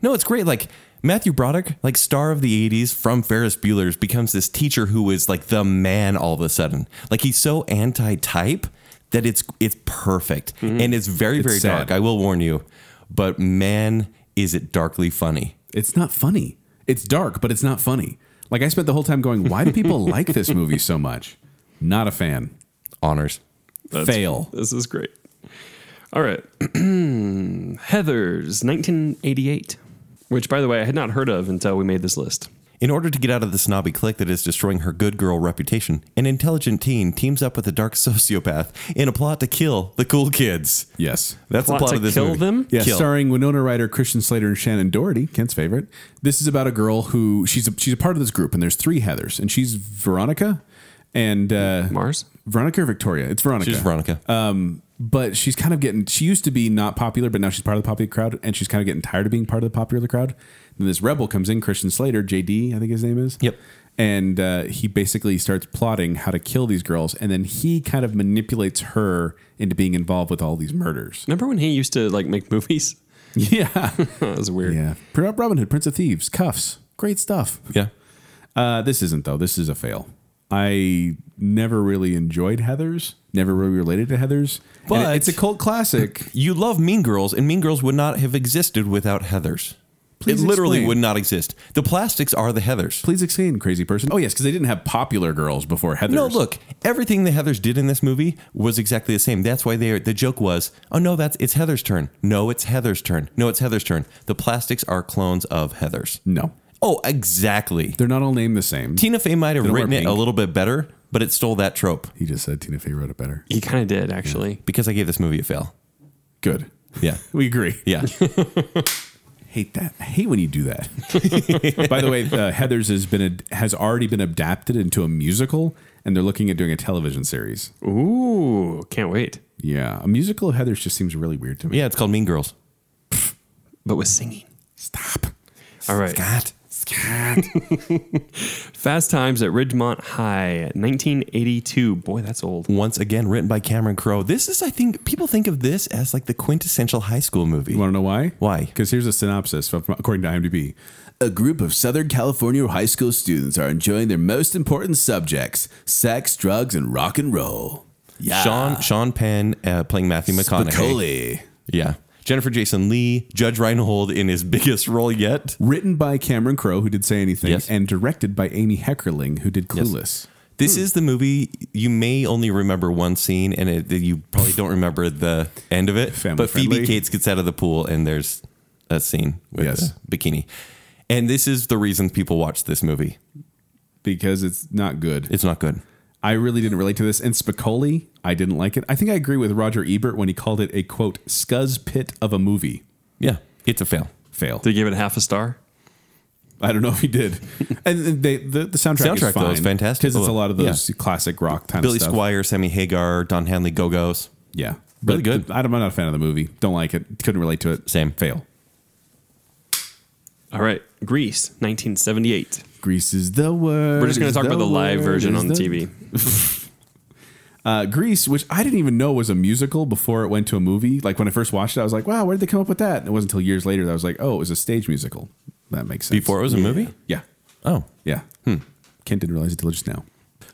[SPEAKER 4] No, it's great. Like Matthew Broderick, like star of the 80s from Ferris Bueller's, becomes this teacher who is like the man all of a sudden. Like he's so anti-type that it's it's perfect. And it's very, very
[SPEAKER 3] Mm-hmm. sad.
[SPEAKER 4] dark. I will warn you. But man, is it darkly funny.
[SPEAKER 3] It's not funny. It's dark, but it's not funny. Like I spent the whole time going, why do people <laughs> like this movie so much? Not a fan.
[SPEAKER 4] Honors.
[SPEAKER 3] fail.
[SPEAKER 2] This is great. All right. <clears throat> Heathers 1988, which, by the way, I had not heard of until we made this list.
[SPEAKER 4] In order to get out of the snobby clique that is destroying her good girl reputation, an intelligent teen teams up with a dark <laughs> sociopath in a plot to kill the cool kids.
[SPEAKER 3] Yes.
[SPEAKER 4] That's
[SPEAKER 2] Plot
[SPEAKER 4] the plot
[SPEAKER 2] to
[SPEAKER 4] of this
[SPEAKER 2] kill
[SPEAKER 4] movie.
[SPEAKER 2] them?
[SPEAKER 3] Yeah,
[SPEAKER 4] Kill.
[SPEAKER 3] starring Winona Ryder, Christian Slater, and Shannon Doherty, Kent's favorite. This is about a girl who she's a, she's a part of this group, and there's three Heather's, and she's Veronica, and uh,
[SPEAKER 2] Mars?
[SPEAKER 3] Veronica or Victoria. It's Veronica.
[SPEAKER 4] She's Veronica.
[SPEAKER 3] Uh, but she's kind of getting. She used to be not popular, but now she's part of the popular crowd, and she's kind of getting tired of being part of the popular crowd. Then this rebel comes in, Christian Slater, JD, I think his name is.
[SPEAKER 4] Yep.
[SPEAKER 3] And uh, he basically starts plotting how to kill these girls, and then he kind of manipulates her into being involved with all these
[SPEAKER 4] <laughs>
[SPEAKER 3] murders.
[SPEAKER 2] Remember when he used to like make movies? <laughs>
[SPEAKER 3] Yeah.
[SPEAKER 2] that was weird.
[SPEAKER 3] Yeah. Pr- Robin Hood, Prince of Thieves, Cuffs. Great stuff.
[SPEAKER 4] yeah.
[SPEAKER 3] Uh, this isn't, though. This is a fail. I never really enjoyed Heather's, never really related to Heather's. And
[SPEAKER 4] But-
[SPEAKER 3] it's a cult
[SPEAKER 4] <laughs>
[SPEAKER 3] classic.
[SPEAKER 4] You love Mean Girls, and Mean Girls would not have existed without Heathers.
[SPEAKER 3] Please
[SPEAKER 4] it literally
[SPEAKER 3] explain.
[SPEAKER 4] would not exist. The plastics are the Heathers.
[SPEAKER 3] Please explain, crazy person. Oh, yes, because they didn't have popular girls before Heather's.
[SPEAKER 4] No, look, everything the Heathers did in this movie was exactly the same. That's why they the joke was, oh no, that's it's Heather's turn. No, it's Heather's turn. No, it's Heather's turn. The plastics are clones of Heathers.
[SPEAKER 3] No.
[SPEAKER 4] Oh, exactly.
[SPEAKER 3] They're not all named the same.
[SPEAKER 4] Tina Fey might have
[SPEAKER 3] They don't wear
[SPEAKER 4] written it a
[SPEAKER 3] pink.
[SPEAKER 4] little bit better, but it stole that trope
[SPEAKER 3] he just said Tina Fey wrote it better.
[SPEAKER 2] He kind of did actually.
[SPEAKER 4] because I gave this movie a fail.
[SPEAKER 3] Good.
[SPEAKER 4] <laughs> Yeah.
[SPEAKER 3] We agree. <laughs>
[SPEAKER 4] Yeah.
[SPEAKER 3] hate that. I hate when you do that. <laughs> By the way, uh, Heather's has been ad- has already been adapted into a musical, and they're looking at doing a television series.
[SPEAKER 2] Ooh, can't wait.
[SPEAKER 3] Yeah, a musical of Heather's just seems really weird to me.
[SPEAKER 4] yeah, it's called Mean Girls.
[SPEAKER 2] But with singing.
[SPEAKER 3] Stop.
[SPEAKER 2] All right.
[SPEAKER 4] God.
[SPEAKER 2] Fast Times at Ridgemont High, 1982. Boy, that's old.
[SPEAKER 4] <laughs> Once again, written by Cameron Crowe. This is, I think, people think of this as like the quintessential high school movie.
[SPEAKER 3] You want to know why?
[SPEAKER 4] Why?
[SPEAKER 3] Because here's a synopsis from, according to IMDb.
[SPEAKER 9] A group of Southern California high school students are enjoying their most important subjects sex, drugs, and rock and roll. Yeah.
[SPEAKER 4] Sean Sean Penn uh, playing Matthew McConaughey.
[SPEAKER 9] Spicoli.
[SPEAKER 4] Yeah. Jennifer Jason Lee, Judge Reinhold in his biggest role yet.
[SPEAKER 3] Written by Cameron Crowe, who did say anything,
[SPEAKER 4] Yes.
[SPEAKER 3] and directed by Amy Heckerling, who did Clueless.
[SPEAKER 4] This is the movie you may only remember one scene, and it, you probably don't remember the end of it.
[SPEAKER 3] Family
[SPEAKER 4] but Phoebe
[SPEAKER 3] friendly.
[SPEAKER 4] Cates gets out of the pool, and there's a scene with
[SPEAKER 3] Yes.
[SPEAKER 4] a bikini. And this is the reason people watch this movie.
[SPEAKER 3] Because it's not good.
[SPEAKER 4] It's not good.
[SPEAKER 3] I really didn't relate to this. And Spicoli, I didn't like it. I think I agree with Roger Ebert when he called it a quote scuzz pit of a movie.
[SPEAKER 4] Yeah, it's a fail.
[SPEAKER 3] Fail.
[SPEAKER 2] They gave it a half a star.
[SPEAKER 3] I don't know if he
[SPEAKER 4] <laughs>
[SPEAKER 3] did. And they, the, the soundtrack,
[SPEAKER 4] Soundtrack,
[SPEAKER 3] is
[SPEAKER 4] though,
[SPEAKER 3] fine
[SPEAKER 4] is fantastic.
[SPEAKER 3] because it's a lot of those classic rock kind
[SPEAKER 4] Billy
[SPEAKER 3] of stuff.
[SPEAKER 4] Squire, Sammy Hagar, Don Hanley, Go Go's.
[SPEAKER 3] Yeah,
[SPEAKER 4] Really
[SPEAKER 3] But
[SPEAKER 4] good.
[SPEAKER 3] I'm not a fan of the movie. Don't like it. Couldn't relate to it.
[SPEAKER 4] Same.
[SPEAKER 3] Fail.
[SPEAKER 2] All right. Greece, 1978.
[SPEAKER 3] Grease is the word.
[SPEAKER 2] We're just going
[SPEAKER 3] is
[SPEAKER 2] to talk about the live
[SPEAKER 3] word,
[SPEAKER 2] version
[SPEAKER 3] is
[SPEAKER 2] on TV.
[SPEAKER 3] Uh, Grease, which I didn't even know was a musical before it went to a movie. Like when I first watched it, I was like, "Wow, where did they come up with that?" And it wasn't until years later that I was like, "Oh, it was a stage musical." That makes sense.
[SPEAKER 4] Before it was a movie?
[SPEAKER 3] yeah,
[SPEAKER 4] Oh.
[SPEAKER 3] yeah. Hmm. Kent didn't realize it till just now.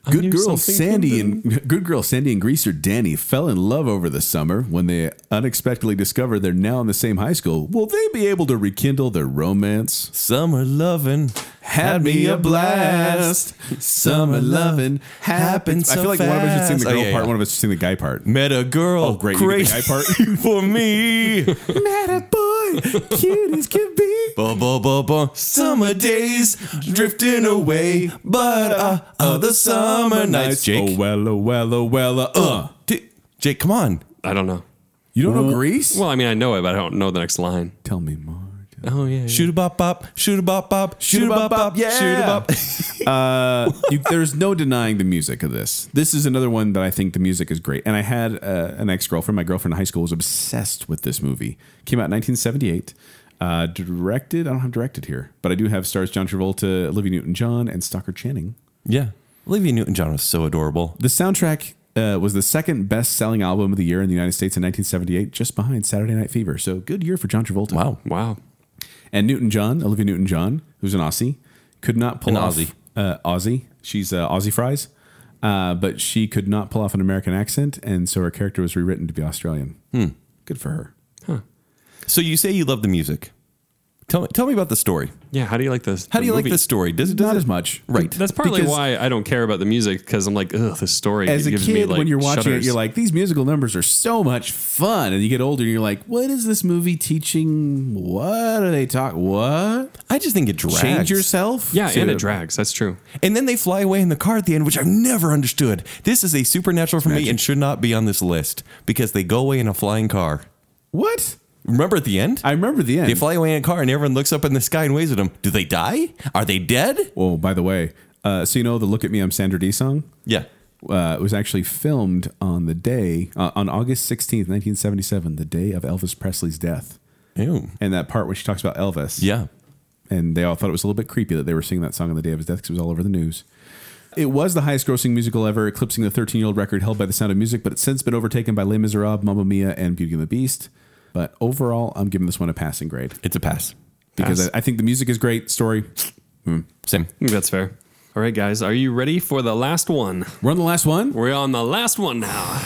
[SPEAKER 2] knew
[SPEAKER 9] Good girl
[SPEAKER 2] something
[SPEAKER 9] Sandy
[SPEAKER 2] from
[SPEAKER 9] and
[SPEAKER 3] Good girl Sandy and <laughs> greaser Danny fell in love over the summer when they unexpectedly discover they're now in the same high school. Will they be able to rekindle their romance?
[SPEAKER 4] Summer loving had me a blast. Summer loving happened so
[SPEAKER 3] I feel like one of us should sing the
[SPEAKER 4] fast.
[SPEAKER 3] girl
[SPEAKER 4] Oh, yeah,
[SPEAKER 3] part,
[SPEAKER 4] yeah.
[SPEAKER 3] one of us should sing the guy part.
[SPEAKER 4] Met a girl.
[SPEAKER 3] Oh, great, <laughs> you did the guy part.
[SPEAKER 4] for me. Met a boy. Cute as can be. Ba, ba, ba, ba. Summer days drifting away. But uh, other summer nights.
[SPEAKER 3] Oh, well, oh, well, oh, well, uh, uh.
[SPEAKER 4] D- Jake, come on.
[SPEAKER 2] I don't know.
[SPEAKER 3] You don't know Grease?
[SPEAKER 2] Well, I mean, I know it, but I don't know the next line.
[SPEAKER 3] Tell me more.
[SPEAKER 2] Oh, yeah.
[SPEAKER 4] Shoot a bop bop. Shoot a bop bop. Shoot a bop bop.
[SPEAKER 3] yeah.
[SPEAKER 4] Shoot a <laughs> bop.
[SPEAKER 3] uh, you, there's no denying the music of this. This is another one that I think the music is great. And I had uh, an ex girlfriend. My girlfriend in high school was obsessed with this movie. Came out in 1978. Uh, directed. I don't have directed here, but I do have stars John Travolta, Olivia Newton John, and Stalker Channing.
[SPEAKER 4] Yeah. Olivia Newton John was so adorable.
[SPEAKER 3] The soundtrack uh, was the second best selling album of the year in the United States in 1978, just behind Saturday Night Fever. So good year for John Travolta.
[SPEAKER 4] Wow.
[SPEAKER 2] Wow.
[SPEAKER 3] And Newton John, Olivia Newton John, who's an Aussie, could not pull
[SPEAKER 4] An
[SPEAKER 3] off
[SPEAKER 4] Aussie.
[SPEAKER 3] Uh, Aussie. She's uh, Aussie fries, uh, but she could not pull off an American accent, and so her character was rewritten to be Australian. Good for her.
[SPEAKER 4] So you say you love the music. Tell me, tell me about the story.
[SPEAKER 2] Yeah. How do you like this?
[SPEAKER 4] How
[SPEAKER 2] the
[SPEAKER 4] do you
[SPEAKER 2] movie?
[SPEAKER 4] like the story? Does it does
[SPEAKER 3] Not
[SPEAKER 4] it-
[SPEAKER 3] as much,
[SPEAKER 4] Right.
[SPEAKER 2] That's partly
[SPEAKER 3] Because
[SPEAKER 2] why I don't care about the music because I'm like, ugh, this story.
[SPEAKER 3] As a
[SPEAKER 2] gives me,
[SPEAKER 3] kid,
[SPEAKER 2] like,
[SPEAKER 3] when you're watching
[SPEAKER 2] shudders.
[SPEAKER 3] it, you're like, these musical numbers are so much fun. And you get older, and you're like, what is this movie teaching? What are they talk? What
[SPEAKER 4] I just think it drags.
[SPEAKER 3] change yourself?
[SPEAKER 2] yeah, and
[SPEAKER 3] To-
[SPEAKER 2] it drags. That's true.
[SPEAKER 4] And then they fly away in the car at the end, which I've never understood. This is a supernatural for me and should not be on this list because they go away in a flying car.
[SPEAKER 3] What?
[SPEAKER 4] Remember at the end?
[SPEAKER 3] I remember the end.
[SPEAKER 4] they fly away in a car and everyone looks up in the sky and waves at them. Do they die? Are they dead?
[SPEAKER 3] oh, by the way, uh, so you know the "Look at Me, I'm Sandra D" song.
[SPEAKER 4] Yeah.
[SPEAKER 3] uh, it was actually filmed on the day uh, on August 16th, 1977, the day of Elvis Presley's death.
[SPEAKER 4] Ew.
[SPEAKER 3] And that part where she talks about Elvis.
[SPEAKER 4] Yeah.
[SPEAKER 3] And they all thought it was a little bit creepy that they were singing that song on the day of his death because it was all over the news. It was the highest grossing musical ever, eclipsing the 13 year old record held by The Sound of Music, but it's since been overtaken by Les Miserables, Mamma Mia, and Beauty and the Beast. But overall, I'm giving this one a passing grade
[SPEAKER 4] It's a pass.
[SPEAKER 3] because
[SPEAKER 2] Pass.
[SPEAKER 3] I, I think the music is great. Story.
[SPEAKER 4] Same.
[SPEAKER 2] I think that's fair. All right, guys, are you ready for the last one?
[SPEAKER 3] We're on the last one.
[SPEAKER 2] We're on the last one now.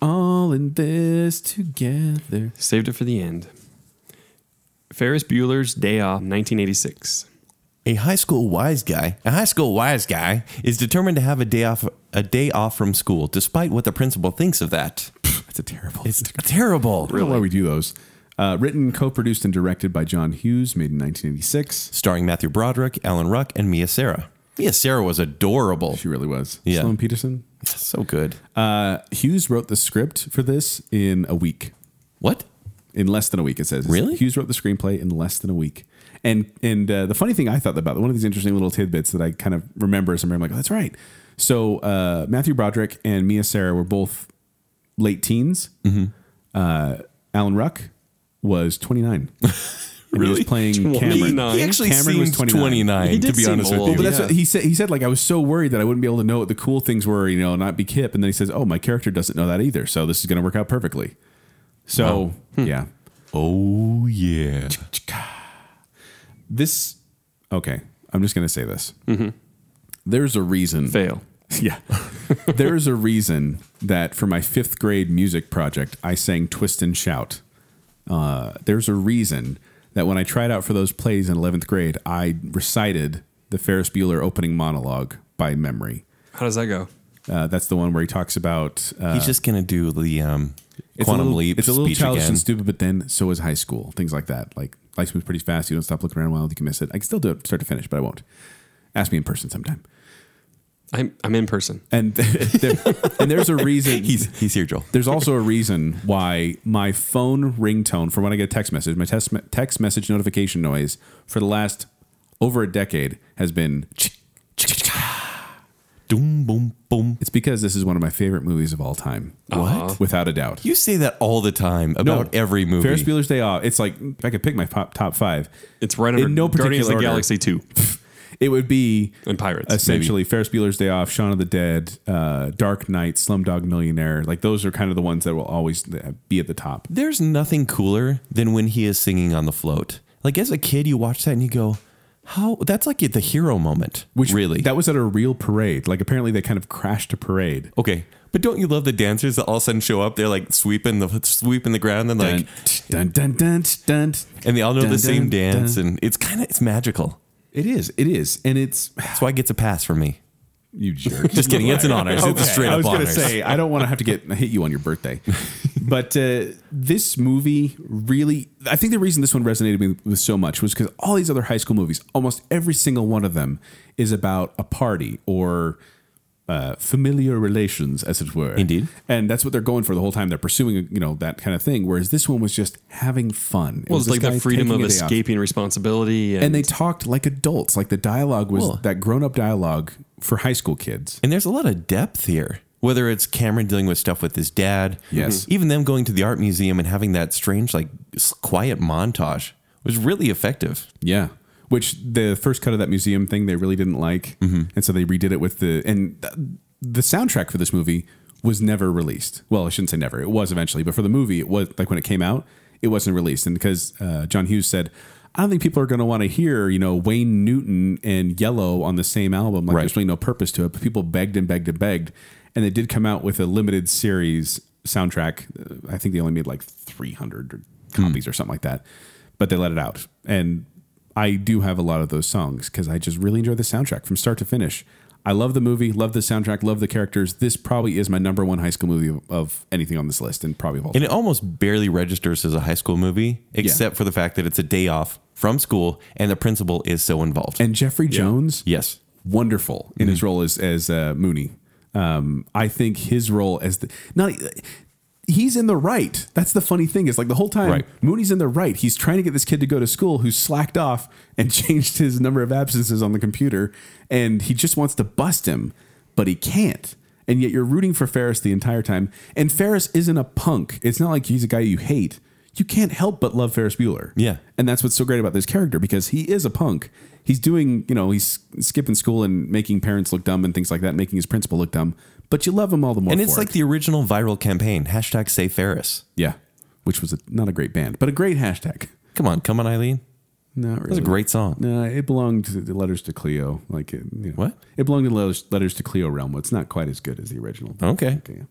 [SPEAKER 3] All in this together.
[SPEAKER 2] Saved it for the end. Ferris Bueller's Day Off, 1986.
[SPEAKER 4] A high school wise guy, a high school wise guy is determined to have a day off a day off from school despite what the principal thinks of that.
[SPEAKER 3] That's a terrible.
[SPEAKER 4] It's terrible.
[SPEAKER 3] I don't know why we do those. Uh, written, co-produced, and directed by John Hughes, made in 1986.
[SPEAKER 4] starring Matthew Broderick, Alan Ruck, and Mia Sarah. Mia Sarah was adorable.
[SPEAKER 3] She really was.
[SPEAKER 4] Yeah.
[SPEAKER 3] Sloan Peterson.
[SPEAKER 4] So good.
[SPEAKER 3] Uh, Hughes wrote the script for this in a week.
[SPEAKER 4] What?
[SPEAKER 3] in less than a week. It says
[SPEAKER 4] Really?
[SPEAKER 3] Hughes wrote the screenplay in less than a week. And and uh, the funny thing I thought about one of these interesting little tidbits that I kind of remember somewhere. I'm like, oh, that's right. So uh, Matthew Broderick and Mia Sarah were both late teens.
[SPEAKER 4] Mm-hmm.
[SPEAKER 3] Uh, Alan Ruck was
[SPEAKER 4] <laughs>
[SPEAKER 3] 29. And He was
[SPEAKER 4] Really? <laughs>
[SPEAKER 3] playing
[SPEAKER 2] 29.
[SPEAKER 3] Cameron.
[SPEAKER 2] He
[SPEAKER 4] actually
[SPEAKER 3] Cameron was
[SPEAKER 4] seemed
[SPEAKER 3] 29.
[SPEAKER 4] 29,
[SPEAKER 2] He did
[SPEAKER 4] to be
[SPEAKER 2] seem
[SPEAKER 4] honest
[SPEAKER 2] old.
[SPEAKER 4] with
[SPEAKER 3] Well, but
[SPEAKER 4] you.
[SPEAKER 3] that's
[SPEAKER 2] Yeah.
[SPEAKER 3] what he said. He said like I was so worried that I wouldn't be able to know what the cool things were, you know, and not be Kip. And then he says, "Oh, my character doesn't know that either, so this is going to work out perfectly." So yeah,
[SPEAKER 4] Hmm. oh, yeah.
[SPEAKER 3] this okay i'm just gonna say this
[SPEAKER 4] Mm-hmm.
[SPEAKER 3] there's a reason
[SPEAKER 2] Fail.
[SPEAKER 3] <laughs> yeah there's a reason that for my fifth grade music project i sang twist and shout uh, there's a reason that when i tried out for those plays in 11th grade i recited the ferris bueller opening monologue by memory
[SPEAKER 2] How does that go?
[SPEAKER 3] uh, that's the one where he talks about uh,
[SPEAKER 4] He's just going to do the um,
[SPEAKER 3] it's a
[SPEAKER 4] quantum
[SPEAKER 3] little,
[SPEAKER 4] leap
[SPEAKER 3] It's a little
[SPEAKER 4] speech
[SPEAKER 3] childish
[SPEAKER 4] again.
[SPEAKER 3] and stupid, but then so is high school. Things like that. Like life moves pretty fast. You don't stop looking around a while. You can miss it. I can still do it start to finish, but I won't. Ask me in person sometime.
[SPEAKER 2] I'm I'm in person.
[SPEAKER 3] And <laughs> there, and there's a reason.
[SPEAKER 4] <laughs> he's, he's here, Joel.
[SPEAKER 3] there's also a reason why my phone ringtone for when I get a text message, my text, me- text message notification noise for the last over a decade has been.
[SPEAKER 4] Doom, boom, boom.
[SPEAKER 3] It's because this is one of my favorite movies of all time. What? Without a doubt.
[SPEAKER 4] You say that all the time about Uh-huh. every movie.
[SPEAKER 3] Ferris Bueller's Day Off. It's like if I could pick my pop, top five.
[SPEAKER 2] It's right
[SPEAKER 3] In
[SPEAKER 2] under
[SPEAKER 3] no
[SPEAKER 2] Guardians of the
[SPEAKER 3] particular order.
[SPEAKER 2] Galaxy 2
[SPEAKER 3] It would be
[SPEAKER 2] and Pirates.
[SPEAKER 3] essentially Ferris Bueller's Day Off, Shaun of the Dead, uh, Dark Knight, Slumdog Millionaire. Like those are kind of the ones that will always uh, be at the top.
[SPEAKER 4] There's nothing cooler than when he is singing on the float. Like as a kid, you watch that and you go, "How?" That's like the hero moment.
[SPEAKER 3] Which
[SPEAKER 4] really?
[SPEAKER 3] that was at a real parade. Like apparently they kind of crashed a parade.
[SPEAKER 4] okay, but don't you love the dancers that all of a sudden show up? They're like sweeping the sweeping the ground and like,
[SPEAKER 3] dun dun dun dun.
[SPEAKER 4] and they all know
[SPEAKER 3] Dun,
[SPEAKER 4] the same
[SPEAKER 3] dun,
[SPEAKER 4] dance,
[SPEAKER 3] dun.
[SPEAKER 4] and it's kind of it's magical.
[SPEAKER 3] It is. It is, and it's <sighs>
[SPEAKER 4] That's why it gets a pass from me.
[SPEAKER 3] you
[SPEAKER 4] <laughs>
[SPEAKER 3] jerk.
[SPEAKER 4] Just kidding. It's an honors. It's a
[SPEAKER 3] Okay,
[SPEAKER 4] straight
[SPEAKER 3] I
[SPEAKER 4] up
[SPEAKER 3] was gonna
[SPEAKER 4] honors.
[SPEAKER 3] say I don't want to have to get hit you on your
[SPEAKER 2] <laughs>
[SPEAKER 3] birthday, but uh, this movie really. I think the reason this one resonated with me with so much was because all these other high school movies, almost every single one of them, is about a party or. Uh, familiar relations, as it were.
[SPEAKER 4] Indeed.
[SPEAKER 3] and that's what they're going for the whole time. They're pursuing, you know, that kind of thing. Whereas this one was just having fun. It
[SPEAKER 2] Well,
[SPEAKER 3] was
[SPEAKER 2] it's
[SPEAKER 3] this
[SPEAKER 2] like
[SPEAKER 3] guy
[SPEAKER 2] the freedom
[SPEAKER 3] taking
[SPEAKER 2] of
[SPEAKER 3] a day off
[SPEAKER 2] escaping responsibility. And,
[SPEAKER 3] and they talked like adults. Like the dialogue was
[SPEAKER 4] Well-
[SPEAKER 3] that grown up dialogue for high school kids.
[SPEAKER 4] And there's a lot of depth here. Whether it's Cameron dealing with stuff with his dad, Mhm.
[SPEAKER 3] Yes.
[SPEAKER 4] even them going to the art museum and having that strange, like, s- quiet montage was really effective.
[SPEAKER 3] Yeah. Which the first cut of that museum thing they really didn't like, and so they redid it with the and th- the soundtrack for this movie was never released. Well, I shouldn't say never. It was eventually, but for the movie, it was like when it came out, it wasn't released, and because uh, John Hughes said. I don't think people are going to want to hear, you know, Wayne Newton and Yellow on the same album. Like,
[SPEAKER 4] Right.
[SPEAKER 3] there's really no purpose to it. But people begged and begged and begged, and they did come out with a limited series soundtrack. Uh, I think they only made like 300 copies or something like that, but they let it out. And I do have a lot of those songs because I just really enjoy the soundtrack from start to finish. I love the movie, love the soundtrack, love the characters. This probably is my number one high school movie of, of anything on this list, and probably of all.
[SPEAKER 4] And it almost barely registers as a high school movie, except for the fact that it's a day off from school and the principal is so involved.
[SPEAKER 3] and Jeffrey Jones,
[SPEAKER 4] yes.
[SPEAKER 3] wonderful in
[SPEAKER 4] Mm-hmm.
[SPEAKER 3] his role as as uh, Mooney. Um, I think his role as the not he's in the right. That's the funny thing is like the whole time
[SPEAKER 4] Right.
[SPEAKER 3] Mooney's in the right. He's trying to get this kid to go to school who slacked off and <laughs> changed his number of absences on the computer, and he just wants to bust him, but he can't. And yet you're rooting for Ferris the entire time. And Ferris isn't a punk. It's not like he's a guy you hate. You can't help but love Ferris Bueller.
[SPEAKER 4] Yeah.
[SPEAKER 3] And that's what's so great about this character because he is a punk. He's doing, you know, he's skipping school and making parents look dumb and things like that, making his principal look dumb. But you love him all the more.
[SPEAKER 4] And it's
[SPEAKER 3] for
[SPEAKER 4] like
[SPEAKER 3] it.
[SPEAKER 4] the original viral campaign hashtag Say Ferris.
[SPEAKER 3] yeah, which was a, not a great band, but a great hashtag.
[SPEAKER 4] Come on, come on, Eileen.
[SPEAKER 3] Not really. It
[SPEAKER 4] was a great song.
[SPEAKER 3] No, it belonged to the Letters to Cleo. Like it, you know,
[SPEAKER 4] What?
[SPEAKER 3] It belonged to Letters, Letters to Cleo realm. It's not quite as good as the original. but-
[SPEAKER 4] Okay.
[SPEAKER 3] yeah.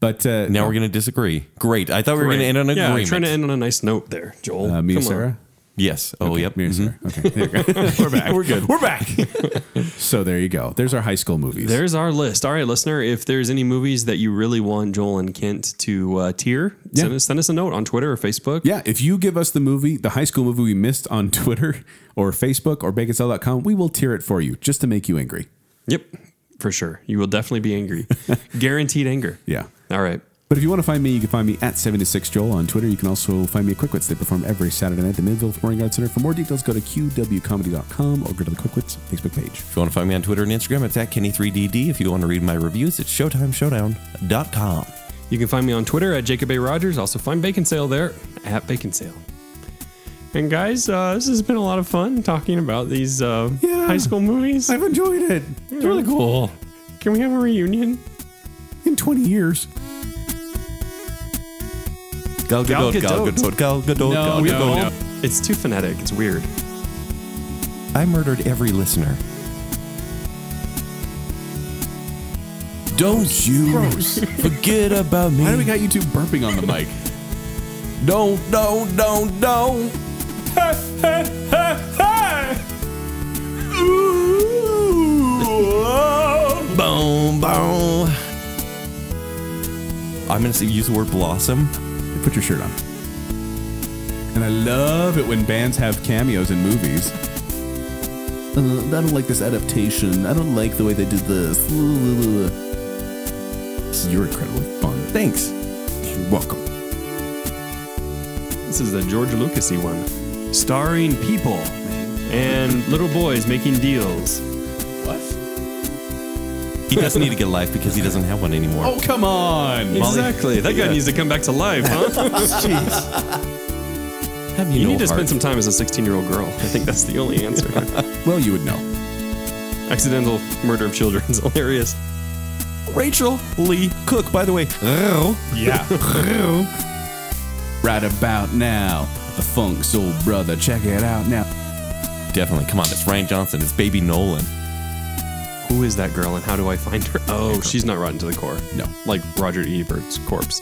[SPEAKER 3] But uh,
[SPEAKER 4] Now we're going to disagree. Great. I thought we were going to end on
[SPEAKER 2] yeah,
[SPEAKER 4] agreement.
[SPEAKER 2] trying to end on a nice note there, Joel.
[SPEAKER 3] uh, Mia
[SPEAKER 2] Come on.
[SPEAKER 3] Sarah.
[SPEAKER 4] Yes. Oh, yep.
[SPEAKER 3] Yes, sir. Okay, there you go. we're back. we're good. Mm-hmm. <laughs> We're back. <laughs> so there you go. There's our high school movies.
[SPEAKER 2] There's our list. All right, listener, if there's any movies that you really want Joel and Kent to uh, tier,
[SPEAKER 3] Yeah.
[SPEAKER 2] send, us, send us a note on Twitter or Facebook.
[SPEAKER 3] yeah, if you give us the movie, the high school movie we missed on <laughs> Twitter or Facebook or baconcell.com, we will tear it for you just to make you angry.
[SPEAKER 2] Yep, for sure. You will definitely be
[SPEAKER 3] <laughs>
[SPEAKER 2] angry. Guaranteed anger.
[SPEAKER 3] Yeah.
[SPEAKER 2] All right.
[SPEAKER 3] But if you want to find me, you can find me at 76Joel on Twitter. You can also find me at Quick Wits. They perform every Saturday night at the Midville Performing Arts Center. For more details, go to qwcomedy.com or go to the Quick Wits Facebook page.
[SPEAKER 4] If you want to find me on Twitter and Instagram, it's at Kenny3DD. If you want to read my reviews, it's ShowtimeShowdown.com.
[SPEAKER 2] You can find me on Twitter at Jacob A. Rogers. Also find Bacon Sale there at Bacon Sale. And guys, uh, this has been a lot of fun talking about these uh,
[SPEAKER 3] Yeah.
[SPEAKER 2] high school movies.
[SPEAKER 3] I've enjoyed it. It's really cool.
[SPEAKER 2] Can we have a reunion?
[SPEAKER 3] In 20 years.
[SPEAKER 4] Gal
[SPEAKER 2] Gal
[SPEAKER 4] Gadot, Gal
[SPEAKER 2] Gadot.
[SPEAKER 4] Gadot, Gal Gadot, Gal
[SPEAKER 2] We
[SPEAKER 4] Gadot.
[SPEAKER 2] all- It's too phonetic. It's weird.
[SPEAKER 4] I murdered every listener.
[SPEAKER 9] Don't you
[SPEAKER 3] <laughs>
[SPEAKER 4] Forget about me.
[SPEAKER 3] How do we got you two burping on the mic? <laughs>
[SPEAKER 4] Don't, don't, don't, don't. Ooh, boom, boom. I'm going to use the word blossom.
[SPEAKER 3] Put your shirt on. And I love it when bands have cameos in movies.
[SPEAKER 9] Uh, I don't like this adaptation. I don't like the way they did this.
[SPEAKER 3] You're incredibly fun.
[SPEAKER 4] Thanks.
[SPEAKER 3] You're welcome.
[SPEAKER 2] This is the George Lucasy one, starring people and little boys making deals.
[SPEAKER 4] He doesn't need to get a life because he doesn't have one anymore.
[SPEAKER 3] Oh, come on.
[SPEAKER 2] Exactly. That guy
[SPEAKER 4] Yeah.
[SPEAKER 2] needs to come back to life,
[SPEAKER 3] <laughs>
[SPEAKER 2] huh?
[SPEAKER 4] have
[SPEAKER 2] you
[SPEAKER 4] no
[SPEAKER 2] need to
[SPEAKER 4] heart.
[SPEAKER 2] spend some time as a 16 year old girl. I think that's the only answer.
[SPEAKER 3] Well, you would know.
[SPEAKER 2] Accidental murder of children is <laughs> hilarious.
[SPEAKER 4] Rachel Lee Cook, by the way.
[SPEAKER 3] <laughs> Yeah. right about now. The Funk Soul Brother. Check it out now.
[SPEAKER 4] Definitely. Come on, it's Ryan Johnson. It's baby Nolan.
[SPEAKER 2] Who is that girl and how do I find her? Oh, she's not rotten to the core.
[SPEAKER 3] No.
[SPEAKER 2] Like Roger Ebert's corpse.